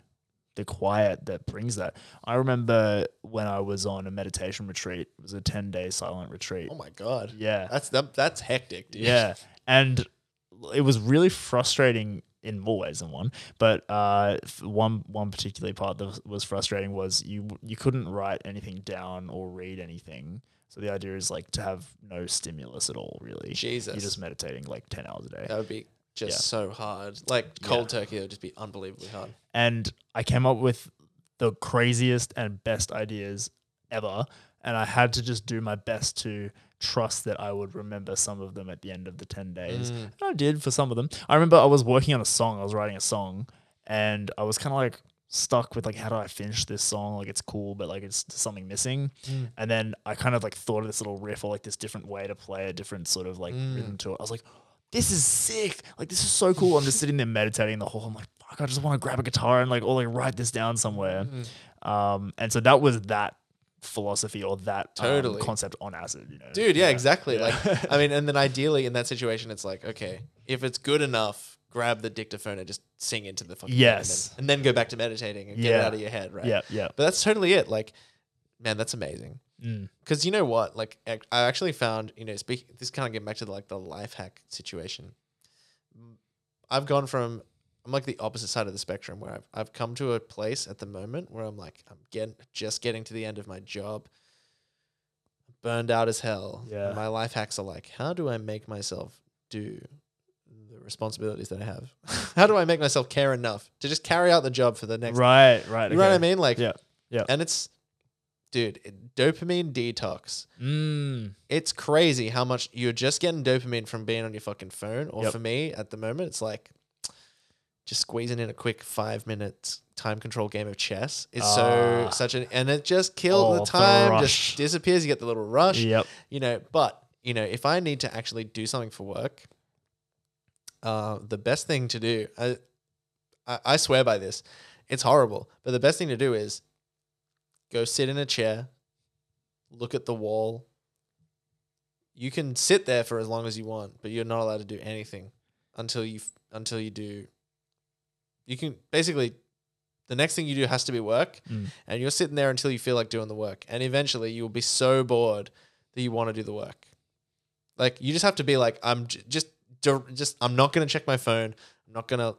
[SPEAKER 1] the quiet that brings that. I remember when I was on a meditation retreat. It was a ten day silent retreat.
[SPEAKER 2] oh my god.
[SPEAKER 1] Yeah.
[SPEAKER 2] That's that, that's hectic, dude.
[SPEAKER 1] Yeah. And it was really frustrating in more ways than one. But uh, f- one one particular part that was- was frustrating was you you couldn't write anything down or read anything. So the idea is like to have no stimulus at all, really.
[SPEAKER 2] Jesus.
[SPEAKER 1] You're just meditating like ten hours a day.
[SPEAKER 2] that would be just
[SPEAKER 1] Yeah.
[SPEAKER 2] so hard. Like cold turkey would just be unbelievably hard.
[SPEAKER 1] and I came up with the craziest and best ideas ever. And I had to just do my best to trust that I would remember some of them at the end of the 10 days.
[SPEAKER 2] Mm.
[SPEAKER 1] And I did for some of them. I remember I was working on a song, I was writing a song, and I was kind of like stuck with like how do I finish this song? Like it's cool, but like it's something missing.
[SPEAKER 2] Mm.
[SPEAKER 1] And then I kind of like thought of this little riff or like this different way to play a different sort of like
[SPEAKER 2] Mm.
[SPEAKER 1] rhythm to it. I was like, this is sick. Like this is so cool. I'm just sitting there meditating the whole. I'm like, fuck. I just want to grab a guitar and like or like write this down somewhere.
[SPEAKER 2] Mm.
[SPEAKER 1] Um, and so that was that philosophy or that um,
[SPEAKER 2] Totally.
[SPEAKER 1] concept on acid. You know,
[SPEAKER 2] Dude, yeah, exactly.
[SPEAKER 1] Yeah.
[SPEAKER 2] Like, I mean, and then ideally in that situation, it's like, okay, if it's good enough, grab the dictaphone and just sing into the fucking thing and then-
[SPEAKER 1] Yes.
[SPEAKER 2] and then, go back to meditating and get it
[SPEAKER 1] Yeah.
[SPEAKER 2] out of your head, right?
[SPEAKER 1] yeah, yeah.
[SPEAKER 2] But that's totally it. Like, man, that's amazing.
[SPEAKER 1] Mm,
[SPEAKER 2] Because you know what? Like, ac- I actually found, you know, speak. This kind of get back to like the life hack situation. I've gone from I'm like the opposite side of the spectrum where I've I've come to a place at the moment where I'm like I'm getting just getting to the end of my job. Burned out as hell.
[SPEAKER 1] Yeah.
[SPEAKER 2] And my life hacks are like, how do I make myself do the responsibilities that I have? how do I make myself care enough to just carry out the job for the next
[SPEAKER 1] right, right.
[SPEAKER 2] you know what I
[SPEAKER 1] okay.
[SPEAKER 2] mean? Like,
[SPEAKER 1] Yeah, yeah.
[SPEAKER 2] And it's, dude, it- dopamine detox.
[SPEAKER 1] Mm,
[SPEAKER 2] It's crazy how much you're just getting dopamine from being on your fucking phone. Or
[SPEAKER 1] Yep.
[SPEAKER 2] for me at the moment, it's like just squeezing in a quick five minute time control game of chess is so
[SPEAKER 1] Ah.
[SPEAKER 2] such an, and it just kills
[SPEAKER 1] Oh,
[SPEAKER 2] the
[SPEAKER 1] the
[SPEAKER 2] time,
[SPEAKER 1] rush.
[SPEAKER 2] just disappears. You get the little rush,
[SPEAKER 1] yep.
[SPEAKER 2] you know. But, you know, if I need to actually do something for work, uh, the best thing to do, I, I, I swear by this, it's horrible. But the best thing to do is go sit in a chair, look at the wall. You can sit there for as long as you want, but you're not allowed to do anything until you f- until you do. You can basically, the next thing you do has to be work,
[SPEAKER 1] Mm.
[SPEAKER 2] and you're sitting there until you feel like doing the work, and eventually you will be so bored that you want to do the work. Like you just have to be like, I'm j- just dir- just I'm not gonna check my phone. I'm not gonna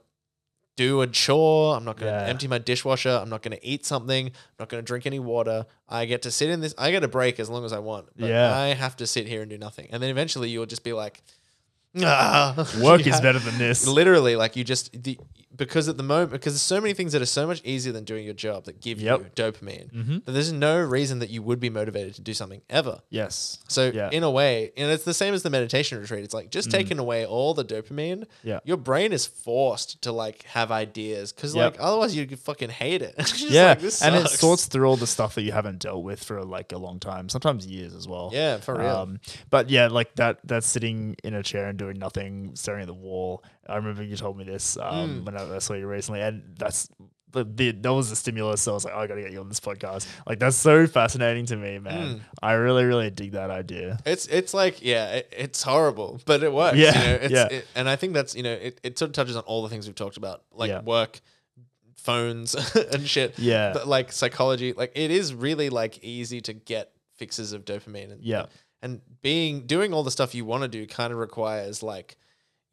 [SPEAKER 2] do a chore. I'm not gonna
[SPEAKER 1] Yeah.
[SPEAKER 2] empty my dishwasher. I'm not gonna eat something. I'm not gonna drink any water. I get to sit in this. I get a break as long as I want. But
[SPEAKER 1] Yeah.
[SPEAKER 2] I have to sit here and do nothing. And then eventually you'll just be like, ah.
[SPEAKER 1] Work
[SPEAKER 2] Yeah.
[SPEAKER 1] is better than this.
[SPEAKER 2] Literally, like you just the because at the moment because there's so many things that are so much easier than doing your job that give you
[SPEAKER 1] Yep.
[SPEAKER 2] dopamine.
[SPEAKER 1] Mm-hmm.
[SPEAKER 2] But there's no reason that you would be motivated to do something ever.
[SPEAKER 1] Yes.
[SPEAKER 2] So
[SPEAKER 1] Yeah. Mm.
[SPEAKER 2] in a way, and it's the same as the meditation retreat. It's like just taking away all the dopamine.
[SPEAKER 1] Yeah.
[SPEAKER 2] Your brain is forced to like have ideas because
[SPEAKER 1] Yep.
[SPEAKER 2] like otherwise you'd fucking hate it. It's just
[SPEAKER 1] yeah,
[SPEAKER 2] like, this
[SPEAKER 1] and it
[SPEAKER 2] sucks.
[SPEAKER 1] sorts through all the stuff that you haven't dealt with for like a long time, sometimes years as well.
[SPEAKER 2] Yeah, for real.
[SPEAKER 1] Um, but yeah, like that that sitting in a chair and doing nothing, staring at the wall. I remember you told me this um,
[SPEAKER 2] Mm.
[SPEAKER 1] when I, I saw you recently, and that's the, the, that was the stimulus. So I was like, "Oh, I got to get you on this podcast. Like that's so fascinating to me,
[SPEAKER 2] Mm.
[SPEAKER 1] man. I really, really dig that idea.
[SPEAKER 2] It's it's like yeah, it, it's horrible, but it works.
[SPEAKER 1] Yeah,
[SPEAKER 2] you know? it's,
[SPEAKER 1] yeah.
[SPEAKER 2] It, and I think that's you know it, it sort of touches on all the things we've talked about, like
[SPEAKER 1] Yeah.
[SPEAKER 2] work, phones, and shit.
[SPEAKER 1] Yeah.
[SPEAKER 2] but like psychology, like it is really like easy to get fixes of dopamine. And,
[SPEAKER 1] Yeah.
[SPEAKER 2] and being doing all the stuff you want to do kind of requires like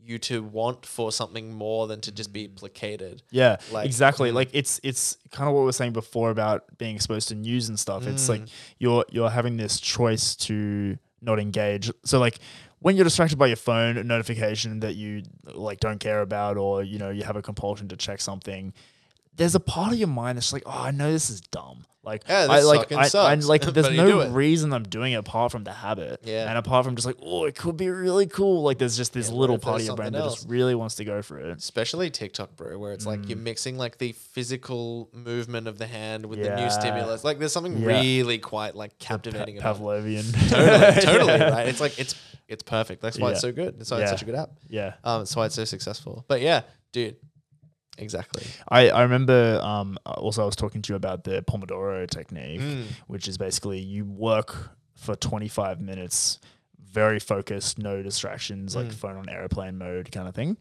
[SPEAKER 2] you to want for something more than to just be
[SPEAKER 1] Mm.
[SPEAKER 2] placated.
[SPEAKER 1] Yeah,
[SPEAKER 2] Like- mm.
[SPEAKER 1] exactly. Like it's it's kind of what we were saying before about being exposed to news and stuff. It's like
[SPEAKER 2] Mm.
[SPEAKER 1] you're you're having this choice to not engage. So like when you're distracted by your phone, a notification that you like don't care about, or you know you have a compulsion to check something, there's a part of your mind that's like, oh, I know this is dumb. Like,
[SPEAKER 2] Yeah, this
[SPEAKER 1] I like,
[SPEAKER 2] fucking
[SPEAKER 1] I, I,
[SPEAKER 2] sucks,
[SPEAKER 1] like,
[SPEAKER 2] but
[SPEAKER 1] there's
[SPEAKER 2] you do
[SPEAKER 1] no
[SPEAKER 2] it.
[SPEAKER 1] reason I'm doing it apart from the habit,
[SPEAKER 2] Yeah.
[SPEAKER 1] and apart from just like, oh, it could be really cool. Like, there's just this
[SPEAKER 2] Yeah, what
[SPEAKER 1] little
[SPEAKER 2] if
[SPEAKER 1] part of
[SPEAKER 2] there's
[SPEAKER 1] your brain
[SPEAKER 2] something
[SPEAKER 1] that just really wants to go for it.
[SPEAKER 2] especially TikTok, bro, where it's like you're
[SPEAKER 1] Mm.
[SPEAKER 2] mixing like the physical movement of the hand with the
[SPEAKER 1] Yeah.
[SPEAKER 2] new stimulus. Like there's something
[SPEAKER 1] Yeah.
[SPEAKER 2] really quite like
[SPEAKER 1] Pa-
[SPEAKER 2] captivating about it.
[SPEAKER 1] Pavlovian.
[SPEAKER 2] Totally, totally, right? It's like it's it's perfect. That's why it's
[SPEAKER 1] Yeah.
[SPEAKER 2] so good. That's why it's
[SPEAKER 1] Yeah.
[SPEAKER 2] such a good app.
[SPEAKER 1] Yeah.
[SPEAKER 2] Um, that's why it's so successful. But yeah, dude, exactly.
[SPEAKER 1] I, I remember um, also I was talking to you about the Pomodoro technique, which is basically you work for 25 minutes, very focused, no distractions, like phone on airplane mode kind of thing.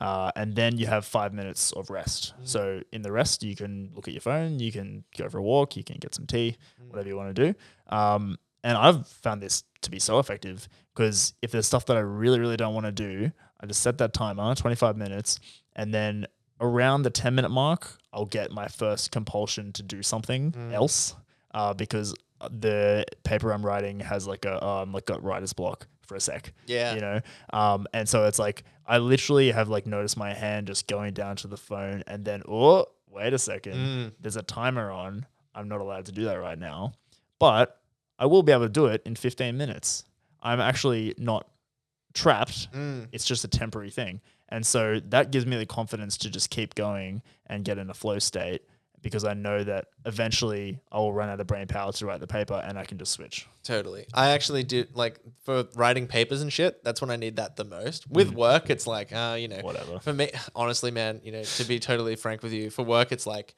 [SPEAKER 1] Uh, and then you have five minutes of rest. So in the rest, you can look at your phone, you can go for a walk, you can get some tea, whatever you want to do. Um, and I've found this to be so effective because if there's stuff that I really, really don't want to do, I just set that timer, 25 minutes, and then around the 10 minute mark, I'll get my first compulsion to do something else uh, because the paper I'm writing has like a um, like got writer's block for a sec.
[SPEAKER 2] Yeah.
[SPEAKER 1] You know? Um, and so it's like, I literally have like noticed my hand just going down to the phone and then, oh, wait a second.
[SPEAKER 2] Mm.
[SPEAKER 1] There's a timer on. I'm not allowed to do that right now. But I will be able to do it in 15 minutes. I'm actually not trapped.
[SPEAKER 2] Mm.
[SPEAKER 1] It's just a temporary thing. And so that gives me the confidence to just keep going and get in a flow state because I know that eventually I will run out of brain power to write the paper and I can just switch.
[SPEAKER 2] Totally. I actually do like for writing papers and shit. That's when I need that the most. With work, it's like, uh, you know,
[SPEAKER 1] Whatever.
[SPEAKER 2] For me, honestly, man, you know, to be totally frank with you, for work, it's like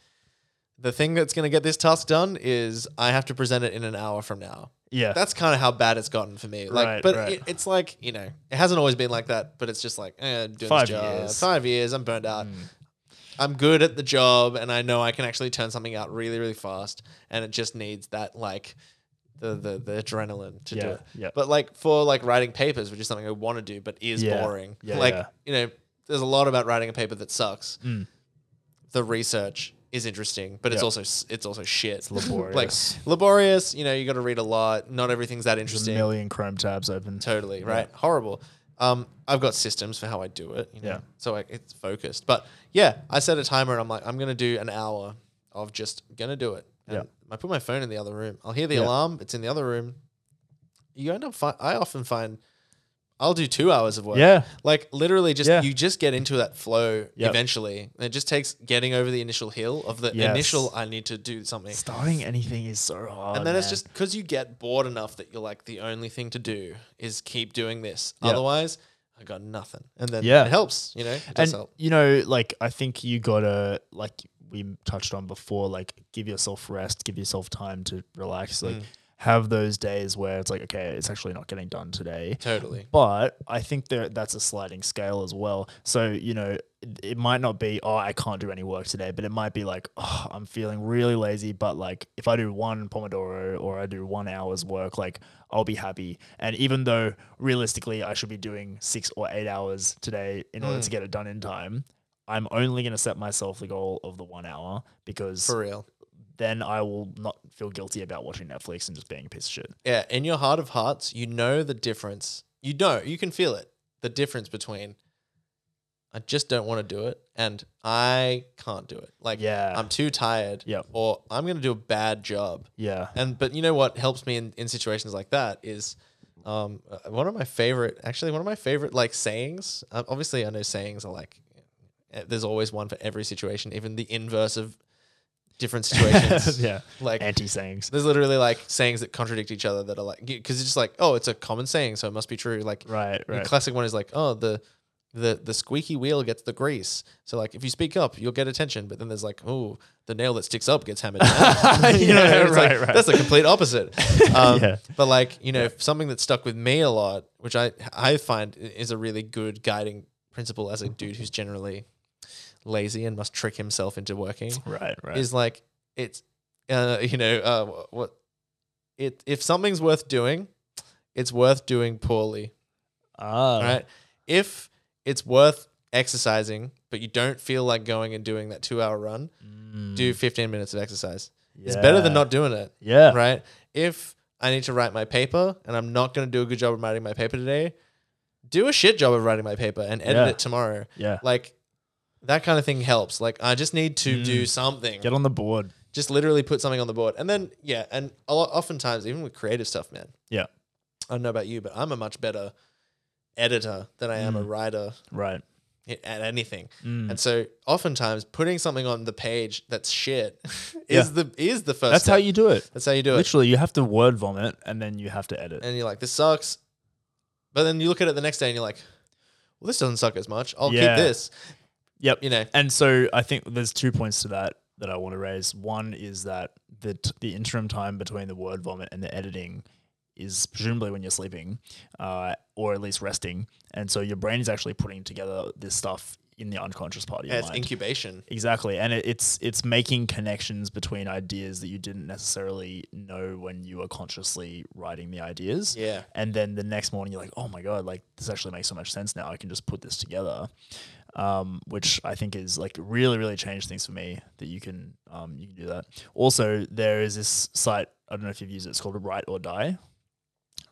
[SPEAKER 2] the thing that's going to get this task done is I have to present it in an hour from now.
[SPEAKER 1] Yeah.
[SPEAKER 2] That's kind of how bad it's gotten for me. Like,
[SPEAKER 1] Right,
[SPEAKER 2] but
[SPEAKER 1] right.
[SPEAKER 2] It, it's like you know, it hasn't always been like that. But it's just like, eh, doing
[SPEAKER 1] Five
[SPEAKER 2] this job,
[SPEAKER 1] years. Mm.
[SPEAKER 2] five years, I'm burned out. I'm good at the job, and I know I can actually turn something out really, really fast. And it just needs that like the the, the adrenaline to do
[SPEAKER 1] Yeah,
[SPEAKER 2] it.
[SPEAKER 1] yeah.
[SPEAKER 2] But like for like writing papers, which is something I want to do, but is
[SPEAKER 1] Yeah,
[SPEAKER 2] boring.
[SPEAKER 1] yeah,
[SPEAKER 2] like
[SPEAKER 1] yeah. Mm.
[SPEAKER 2] you know, there's a lot about writing a paper that sucks. The research is interesting, but it's
[SPEAKER 1] Yeah.
[SPEAKER 2] also s- it's also shit. It's
[SPEAKER 1] laborious.
[SPEAKER 2] like laborious. You know, you got to read a lot. Not everything's that
[SPEAKER 1] There's a
[SPEAKER 2] interesting.
[SPEAKER 1] million Chrome tabs open.
[SPEAKER 2] Totally right. Horrible. Um, I've got systems for how I do it. You know?
[SPEAKER 1] Yeah.
[SPEAKER 2] So I, it's focused. But yeah, I set a timer and I'm like, I'm gonna do an hour of just gonna do it. And
[SPEAKER 1] Yeah.
[SPEAKER 2] I put my phone in the other room. I'll hear the
[SPEAKER 1] Yeah.
[SPEAKER 2] alarm. It's in the other room. You end up. Fi- I often find I'll do two hours of work.
[SPEAKER 1] Yeah.
[SPEAKER 2] Like literally, just
[SPEAKER 1] Yeah.
[SPEAKER 2] you just get into that flow
[SPEAKER 1] Yep.
[SPEAKER 2] eventually. And it just takes getting over the initial hill of the
[SPEAKER 1] Yes.
[SPEAKER 2] initial. I need to do something.
[SPEAKER 1] Starting anything is so hard.
[SPEAKER 2] And then
[SPEAKER 1] Oh,
[SPEAKER 2] it's
[SPEAKER 1] man.
[SPEAKER 2] just because you get bored enough that you're like, the only thing to do is keep doing this.
[SPEAKER 1] Yeah.
[SPEAKER 2] Otherwise, I got nothing. And then
[SPEAKER 1] Yeah.
[SPEAKER 2] it helps, you know? It does
[SPEAKER 1] and
[SPEAKER 2] help.
[SPEAKER 1] you know like i think you gotta like we touched on before like give yourself rest give yourself time to relax like
[SPEAKER 2] Mm.
[SPEAKER 1] have those days where it's like okay it's actually not getting done today
[SPEAKER 2] Totally.
[SPEAKER 1] but i think that that's a sliding scale as well so you know it, it might not be oh i can't do any work today but it might be like oh i'm feeling really lazy but like if i do one pomodoro or i do one hour's work like i'll be happy and even though realistically i should be doing six or eight hours today in
[SPEAKER 2] Mm.
[SPEAKER 1] order to get it done in time i'm only going to set myself the goal of the one hour because
[SPEAKER 2] For real.
[SPEAKER 1] then i will not feel guilty about watching netflix and just being a piece of shit
[SPEAKER 2] Yeah. In your heart of hearts, you know the difference. You know, you can feel it. The difference between I just don't want to do it, and I can't do it. Like,
[SPEAKER 1] Yeah.
[SPEAKER 2] I'm too tired,
[SPEAKER 1] Yep.
[SPEAKER 2] or I'm gonna do a bad job.
[SPEAKER 1] Yeah.
[SPEAKER 2] And but you know what helps me in, in situations like that is um, uh, one of my favorite, actually one of my favorite like sayings. Uh, obviously, I know sayings are like eh, there's always one for every situation, even the inverse of different situations.
[SPEAKER 1] yeah.
[SPEAKER 2] Like
[SPEAKER 1] Anti sayings.
[SPEAKER 2] there's literally like sayings that contradict each other that are like because it's just like oh, it's a common saying, so it must be true. Like
[SPEAKER 1] Right,
[SPEAKER 2] the
[SPEAKER 1] right.
[SPEAKER 2] classic one is like oh the. The, the squeaky wheel gets the grease. So like if you speak up, you'll get attention. But then there's like, oh, the nail that sticks up gets hammered. down. you know, what
[SPEAKER 1] Yeah,
[SPEAKER 2] I mean? It's
[SPEAKER 1] right,
[SPEAKER 2] like,
[SPEAKER 1] right.
[SPEAKER 2] That's the complete opposite. Um,
[SPEAKER 1] Yeah.
[SPEAKER 2] But like you know, if something that stuck with me a lot, which I I find i- is a really good guiding principle as a dude who's generally lazy and must trick himself into working,
[SPEAKER 1] right, right.
[SPEAKER 2] is like it's uh, you know uh, wh- what it if something's worth doing, it's worth doing poorly.
[SPEAKER 1] ah,
[SPEAKER 2] All right. If it's worth exercising, but you don't feel like going and doing that two hour run,
[SPEAKER 1] Mm,
[SPEAKER 2] do 15 minutes of exercise. It's better than
[SPEAKER 1] yeah.
[SPEAKER 2] not doing it,
[SPEAKER 1] Yeah.
[SPEAKER 2] right? If I need to write my paper and I'm not going to do a good job of writing my paper today, do a shit job of writing my paper and edit
[SPEAKER 1] Yeah.
[SPEAKER 2] it tomorrow.
[SPEAKER 1] Yeah.
[SPEAKER 2] Like that kind of thing helps. Like I just need to
[SPEAKER 1] Mm.
[SPEAKER 2] do something.
[SPEAKER 1] Get on the board.
[SPEAKER 2] Just literally put something on the board. And then, yeah, and a lot, oftentimes, even with creative stuff, man,
[SPEAKER 1] Yeah.
[SPEAKER 2] I don't know about you, but I'm a much better editor than I am a
[SPEAKER 1] Mm.
[SPEAKER 2] writer
[SPEAKER 1] Right.
[SPEAKER 2] i- at anything.
[SPEAKER 1] Mm.
[SPEAKER 2] And so oftentimes putting something on the page that's shit is
[SPEAKER 1] Yeah.
[SPEAKER 2] the is the first
[SPEAKER 1] That's how
[SPEAKER 2] step.
[SPEAKER 1] you do it.
[SPEAKER 2] that's how you do it.
[SPEAKER 1] Literally, you have to word vomit and then you have to edit.
[SPEAKER 2] And you're like, this sucks. But then you look at it the next day and you're like, well, this doesn't suck as much. I'll
[SPEAKER 1] Yeah.
[SPEAKER 2] keep this.
[SPEAKER 1] Yep.
[SPEAKER 2] You know.
[SPEAKER 1] And so I think there's two points to that that I want to raise. One is that the t- the interim time between the word vomit and the editing is presumably when you're sleeping, uh, or at least resting, and so your brain is actually putting together this stuff in the unconscious part of your
[SPEAKER 2] Yeah, it's
[SPEAKER 1] mind.
[SPEAKER 2] incubation.
[SPEAKER 1] Exactly, and it, it's it's making connections between ideas that you didn't necessarily know when you were consciously writing the ideas.
[SPEAKER 2] Yeah.
[SPEAKER 1] And then the next morning, you're like, oh my God, like this actually makes so much sense now. I can just put this together, um, which I think is like really, really changed things for me that you can, um, you can do that. Also, there is this site, I don't know if you've used it, it's called Write or Die.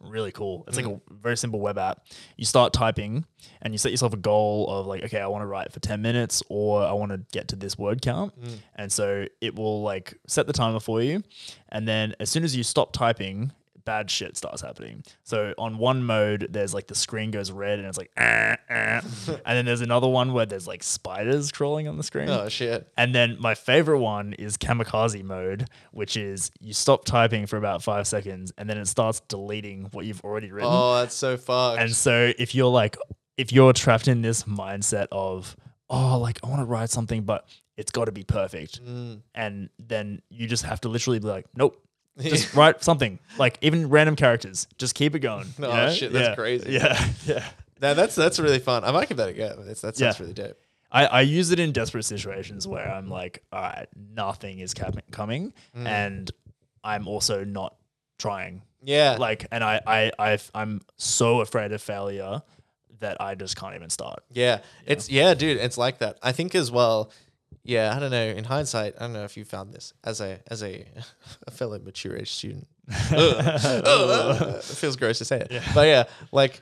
[SPEAKER 1] Really cool. It's like a very simple web app. You start typing and you set yourself a goal of like, okay, I want to write for 10 minutes or I want to get to this word count. And so it will like set the timer for you. And then as soon as you stop typing, bad shit starts happening. So on one mode, there's like the screen goes red and it's like, "Ah, ah." and then there's another one where there's like spiders crawling on the screen.
[SPEAKER 2] Oh shit.
[SPEAKER 1] And then my favorite one is kamikaze mode, which is you stop typing for about five seconds and then it starts deleting what you've already written.
[SPEAKER 2] Oh, that's so fucked.
[SPEAKER 1] And so if you're like, if you're trapped in this mindset of, oh, like I want to write something, but it's got to be perfect.
[SPEAKER 2] Mm.
[SPEAKER 1] And then you just have to literally be like, nope, just write something like even random characters. Just keep it going. you
[SPEAKER 2] Oh,
[SPEAKER 1] know?
[SPEAKER 2] shit, that's
[SPEAKER 1] Yeah.
[SPEAKER 2] crazy.
[SPEAKER 1] Yeah. Yeah.
[SPEAKER 2] now that's that's really fun. I might give that a go. That's, that sounds
[SPEAKER 1] Yeah.
[SPEAKER 2] really dope.
[SPEAKER 1] I, I use it in desperate situations where I'm like, all right, nothing is cap- coming.
[SPEAKER 2] Mm.
[SPEAKER 1] And I'm also not trying.
[SPEAKER 2] Yeah.
[SPEAKER 1] Like, and I, I, i I'm so afraid of failure that I just can't even start.
[SPEAKER 2] Yeah. It's yeah, dude, it's like that. I think as well, yeah, I don't know, in hindsight, I don't know if you found this as a as a, a fellow mature age student. Ugh. Ugh, ugh, ugh. it feels gross to say it. But yeah, like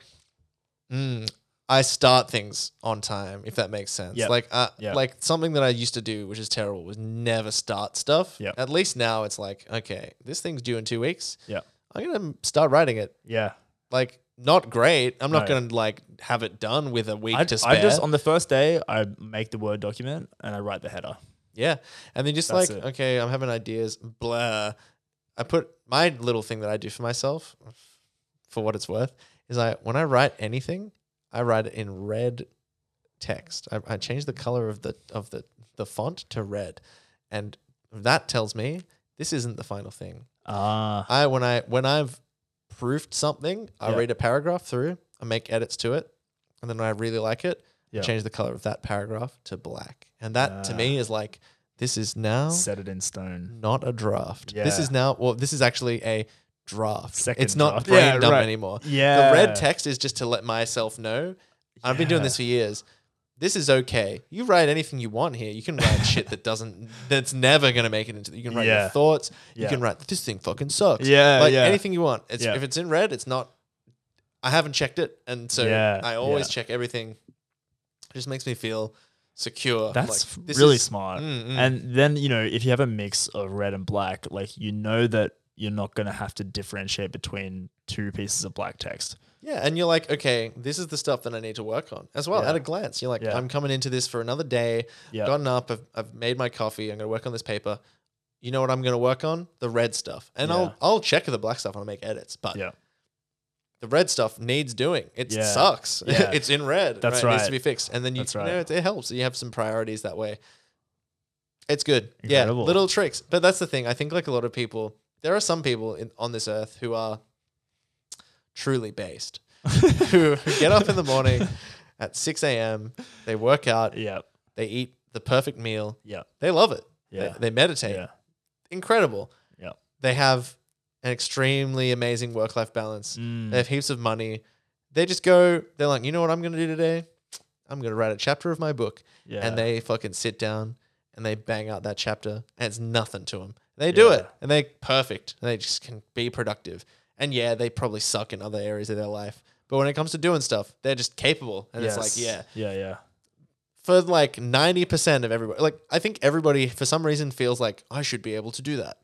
[SPEAKER 2] mm, I start things on time, if that makes sense.
[SPEAKER 1] Yep.
[SPEAKER 2] Like uh,
[SPEAKER 1] Yep.
[SPEAKER 2] like something that I used to do, which is terrible, was never start stuff.
[SPEAKER 1] Yep.
[SPEAKER 2] At least now it's like, okay, this thing's due in two weeks.
[SPEAKER 1] Yeah.
[SPEAKER 2] I'm gonna start writing it.
[SPEAKER 1] Yeah.
[SPEAKER 2] Like not great. I'm not
[SPEAKER 1] No.
[SPEAKER 2] gonna like have it done with a week
[SPEAKER 1] I,
[SPEAKER 2] to spare.
[SPEAKER 1] I just on the first day I make the word document and I write the header.
[SPEAKER 2] Yeah. And then just
[SPEAKER 1] That's
[SPEAKER 2] like,
[SPEAKER 1] it.
[SPEAKER 2] okay, I'm having ideas, blah. I put my little thing that I do for myself, for what it's worth, is I when I write anything, I write it in red text. I, I change the color of the of the, the font to red. And that tells me this isn't the final thing.
[SPEAKER 1] Ah,
[SPEAKER 2] I when I when I've proofed something, I
[SPEAKER 1] Yeah.
[SPEAKER 2] read a paragraph through, I make edits to it, and then when I really like it,
[SPEAKER 1] Yeah.
[SPEAKER 2] I change the color of that paragraph to black. And that to
[SPEAKER 1] Ah.
[SPEAKER 2] me is like this is now
[SPEAKER 1] set it in stone.
[SPEAKER 2] not a draft. This
[SPEAKER 1] Yeah.
[SPEAKER 2] is now well, this is actually a draft.
[SPEAKER 1] Second
[SPEAKER 2] it's not
[SPEAKER 1] draft.
[SPEAKER 2] brain
[SPEAKER 1] Yeah,
[SPEAKER 2] dump
[SPEAKER 1] right.
[SPEAKER 2] anymore.
[SPEAKER 1] Yeah,
[SPEAKER 2] The red text is just to let myself know I've been doing
[SPEAKER 1] Yeah.
[SPEAKER 2] this for years. This is okay. You write anything you want here. You can write shit that doesn't, that's never going to make it into. You can write
[SPEAKER 1] Yeah.
[SPEAKER 2] your thoughts. You
[SPEAKER 1] Yeah.
[SPEAKER 2] can write this thing fucking sucks.
[SPEAKER 1] Yeah,
[SPEAKER 2] like
[SPEAKER 1] Uh, yeah.
[SPEAKER 2] anything you want. It's,
[SPEAKER 1] Yeah.
[SPEAKER 2] If it's in red, it's not. I haven't checked it, and so
[SPEAKER 1] Yeah,
[SPEAKER 2] I always
[SPEAKER 1] yeah.
[SPEAKER 2] check everything It just makes me feel secure.
[SPEAKER 1] That's
[SPEAKER 2] Like, this
[SPEAKER 1] really
[SPEAKER 2] is-
[SPEAKER 1] smart.
[SPEAKER 2] Mm, mm.
[SPEAKER 1] And then, you know, if you have a mix of red and black, like you know that you're not going to have to differentiate between two pieces of black text.
[SPEAKER 2] Yeah, and you're like, okay, this is the stuff that I need to work on as well.
[SPEAKER 1] Yeah.
[SPEAKER 2] At a glance, you're like,
[SPEAKER 1] Yeah.
[SPEAKER 2] I'm coming into this for another day.
[SPEAKER 1] Yeah.
[SPEAKER 2] Gotten up, I've, I've made my coffee. I'm gonna work on this paper. You know what I'm gonna work on? The red stuff, and
[SPEAKER 1] Yeah.
[SPEAKER 2] I'll I'll check the black stuff when I make edits. But
[SPEAKER 1] Yeah.
[SPEAKER 2] the red stuff needs doing. It
[SPEAKER 1] Yeah.
[SPEAKER 2] sucks.
[SPEAKER 1] Yeah.
[SPEAKER 2] it's in red.
[SPEAKER 1] That's
[SPEAKER 2] It needs to
[SPEAKER 1] right.
[SPEAKER 2] be fixed, and then you,
[SPEAKER 1] That's
[SPEAKER 2] you
[SPEAKER 1] right.
[SPEAKER 2] know it, it helps. You have some priorities that way. It's good.
[SPEAKER 1] Incredible.
[SPEAKER 2] Yeah, little tricks. But that's the thing. I think like a lot of people, there are some people in, on this earth who are truly based who get up in the morning at 6 a.m. They work out,
[SPEAKER 1] Yeah.
[SPEAKER 2] they eat the perfect meal.
[SPEAKER 1] Yeah.
[SPEAKER 2] They love it. They-
[SPEAKER 1] Yeah.
[SPEAKER 2] They, meditate.
[SPEAKER 1] Yeah.
[SPEAKER 2] Incredible.
[SPEAKER 1] Yeah.
[SPEAKER 2] They have an extremely amazing work life balance.
[SPEAKER 1] Mm.
[SPEAKER 2] They have heaps of money. They just go, they're like, you know what I'm going to do today? I'm going to write a chapter of my book.
[SPEAKER 1] yeah.
[SPEAKER 2] And they fucking sit down and they bang out that chapter and it's nothing to them. They do
[SPEAKER 1] Yeah.
[SPEAKER 2] it and they perfect. And they just can be productive. And yeah, they probably suck in other areas of their life. But when it comes to doing stuff, they're just capable. And it's
[SPEAKER 1] Yes.
[SPEAKER 2] like, yeah.
[SPEAKER 1] Yeah. Yeah.
[SPEAKER 2] For like 90% of everybody, like I think everybody for some reason feels like I should be able to do that.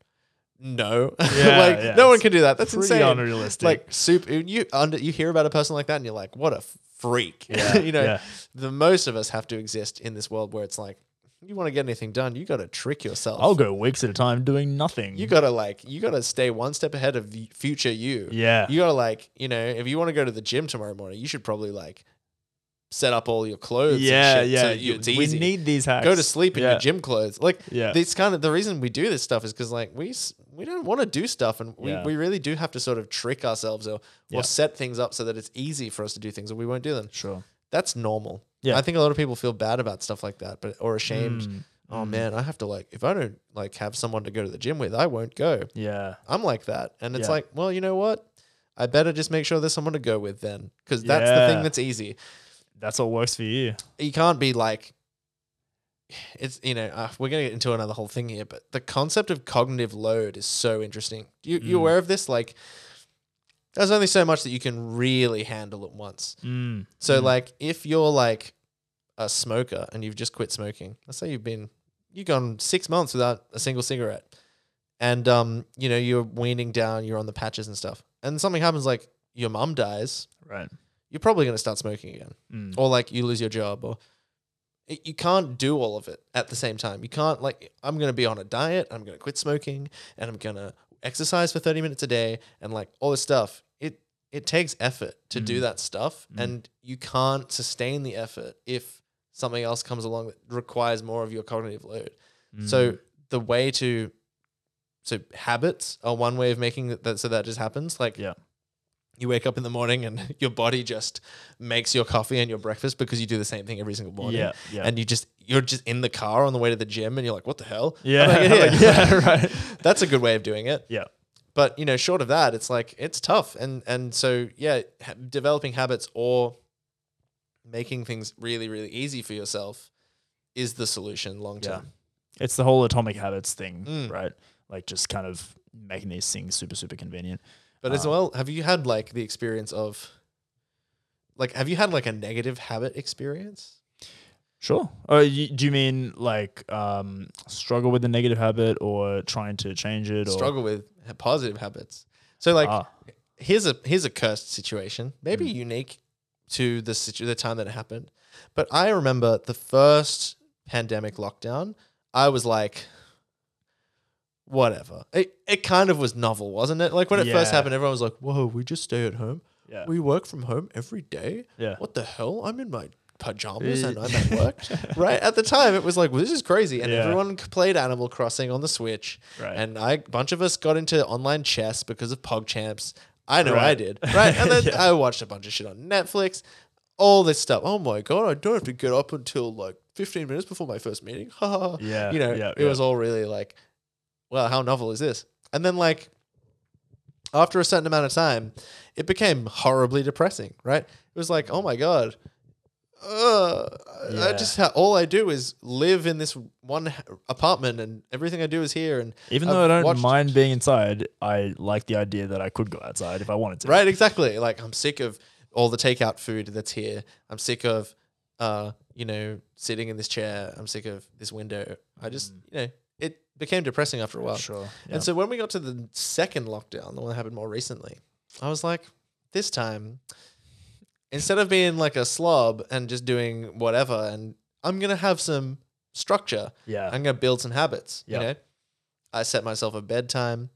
[SPEAKER 2] No.
[SPEAKER 1] Yeah,
[SPEAKER 2] like
[SPEAKER 1] yeah,
[SPEAKER 2] no one
[SPEAKER 1] it's
[SPEAKER 2] can do that. That's
[SPEAKER 1] Pretty
[SPEAKER 2] insane
[SPEAKER 1] unrealistic.
[SPEAKER 2] like soup you under you hear about a person like that and you're like what a freak
[SPEAKER 1] Yeah,
[SPEAKER 2] you know
[SPEAKER 1] yeah.
[SPEAKER 2] the most of us have to exist in this world where it's like you want to get anything done you got to trick yourself
[SPEAKER 1] I'll go weeks at a time doing nothing.
[SPEAKER 2] you got to like you got to stay one step ahead of the future you
[SPEAKER 1] yeah.
[SPEAKER 2] you got to like you know if you want to go to the gym tomorrow morning you should probably like set up all your clothes
[SPEAKER 1] yeah.
[SPEAKER 2] and shit
[SPEAKER 1] Yeah.
[SPEAKER 2] so that you, it's easy
[SPEAKER 1] We need these hacks.
[SPEAKER 2] go to sleep in
[SPEAKER 1] yeah.
[SPEAKER 2] your gym clothes like
[SPEAKER 1] Yeah.
[SPEAKER 2] this kind of the reason we do this stuff is because like we s- we don't want to do stuff and we,
[SPEAKER 1] Yeah.
[SPEAKER 2] we really do have to sort of trick ourselves or,
[SPEAKER 1] Yeah.
[SPEAKER 2] or set things up so that it's easy for us to do things or we won't do them
[SPEAKER 1] Sure.
[SPEAKER 2] that's normal
[SPEAKER 1] Yeah.
[SPEAKER 2] i think a lot of people feel bad about stuff like that but or ashamed
[SPEAKER 1] Mm,
[SPEAKER 2] oh man i have to like if i don't like have someone to go to the gym with i won't go
[SPEAKER 1] Yeah.
[SPEAKER 2] i'm like that and it's
[SPEAKER 1] Yeah.
[SPEAKER 2] like well you know what i better just make sure there's someone to go with then because that's the
[SPEAKER 1] Yeah.
[SPEAKER 2] thing that's easy
[SPEAKER 1] That's what works for you.
[SPEAKER 2] you can't be like it's you know uh, we're gonna get into another whole thing here but the concept of cognitive load is so interesting you you
[SPEAKER 1] Mm.
[SPEAKER 2] aware of this like there's only so much that you can really handle at once
[SPEAKER 1] Mm.
[SPEAKER 2] so
[SPEAKER 1] Mm.
[SPEAKER 2] like if you're like a smoker and you've just quit smoking let's say you've been you've gone six months without a single cigarette and um you know you're weaning down you're on the patches and stuff and something happens like your mum dies
[SPEAKER 1] Right.
[SPEAKER 2] you're probably gonna start smoking again
[SPEAKER 1] Mm.
[SPEAKER 2] or like you lose your job or it, you can't do all of it at the same time you can't like i'm going to be on a diet i'm going to quit smoking and i'm going to exercise for 30 minutes a day and like all this stuff it it takes effort to do
[SPEAKER 1] Mm.
[SPEAKER 2] that stuff
[SPEAKER 1] Mm.
[SPEAKER 2] and you can't sustain the effort if something else comes along that requires more of your cognitive load
[SPEAKER 1] Mm.
[SPEAKER 2] so the way to so habits are one way of making that, that so that just happens. Like
[SPEAKER 1] Yeah.
[SPEAKER 2] you wake up in the morning and your body just makes your coffee and your breakfast because you do the same thing every single morning.
[SPEAKER 1] yeah, yeah,
[SPEAKER 2] And you just you're just in the car on the way to the gym and you're like, what the hell? How
[SPEAKER 1] yeah,
[SPEAKER 2] did I get
[SPEAKER 1] like,
[SPEAKER 2] here?"
[SPEAKER 1] yeah, right,
[SPEAKER 2] That's a good way of doing it.
[SPEAKER 1] yeah,
[SPEAKER 2] But you know, short of that, it's like it's tough. And and so yeah, ha- developing habits or making things really really easy for yourself is the solution long
[SPEAKER 1] yeah.
[SPEAKER 2] term.
[SPEAKER 1] It's the whole atomic habits thing,
[SPEAKER 2] Mm.
[SPEAKER 1] right? Like just kind of making these things super, super convenient.
[SPEAKER 2] But as
[SPEAKER 1] Um,
[SPEAKER 2] well, have you had like the experience of like have you had like a negative habit experience?
[SPEAKER 1] Sure. Oh, you, do you mean like um, struggle with a negative habit or trying to change it? Or,
[SPEAKER 2] Struggle with ha- positive habits. So like
[SPEAKER 1] Ah,
[SPEAKER 2] here's a here's a cursed situation,
[SPEAKER 1] mm.
[SPEAKER 2] maybe unique to the situ- the time that it happened. But I remember the first pandemic lockdown, I was like whatever. It it kind of was novel, wasn't it? Like when it first
[SPEAKER 1] Yeah.
[SPEAKER 2] happened, everyone was like, "Whoa, we just stay at home.
[SPEAKER 1] yeah,
[SPEAKER 2] We work from home every day."
[SPEAKER 1] yeah,
[SPEAKER 2] what the hell? I'm in my pajamas and
[SPEAKER 1] Eh.
[SPEAKER 2] I'm at work. right? At the time, it was like, well, this is crazy. And
[SPEAKER 1] Yeah.
[SPEAKER 2] everyone c- played Animal Crossing on the Switch.
[SPEAKER 1] Right.
[SPEAKER 2] And I, a bunch of us got into online chess because of PogChamps. I know I
[SPEAKER 1] Right.
[SPEAKER 2] did. Right. And then
[SPEAKER 1] Yeah.
[SPEAKER 2] I watched a bunch of shit on Netflix, all this stuff. Oh my God, I don't have to get up until like 15 minutes before my first meeting. Ha ha. ha.
[SPEAKER 1] yeah.
[SPEAKER 2] uh, You know,
[SPEAKER 1] yeah,
[SPEAKER 2] it was all really like, well, how novel is this? And then like after a certain amount of time, it became horribly depressing, right? It was like, oh my god, uh, I
[SPEAKER 1] Yeah.
[SPEAKER 2] just ha- all I do is live in this one h- apartment, and everything I do is here, and
[SPEAKER 1] Even
[SPEAKER 2] I've
[SPEAKER 1] though I don't
[SPEAKER 2] watched-
[SPEAKER 1] mind being inside, I like the idea that I could go outside if I wanted to.
[SPEAKER 2] right, exactly. Like I'm sick of all the takeout food that's here. I'm sick of, uh, you know, sitting in this chair, I'm sick of this window. I just,
[SPEAKER 1] Mm.
[SPEAKER 2] you know, it became depressing after a while.
[SPEAKER 1] sure. Yeah.
[SPEAKER 2] And so when we got to the second lockdown, the one that happened more recently, I was like, this time, instead of being like a slob and just doing whatever, and I'm gonna have some structure.
[SPEAKER 1] yeah.
[SPEAKER 2] I'm gonna build some habits.
[SPEAKER 1] Yeah.
[SPEAKER 2] You know, I set myself a bedtime.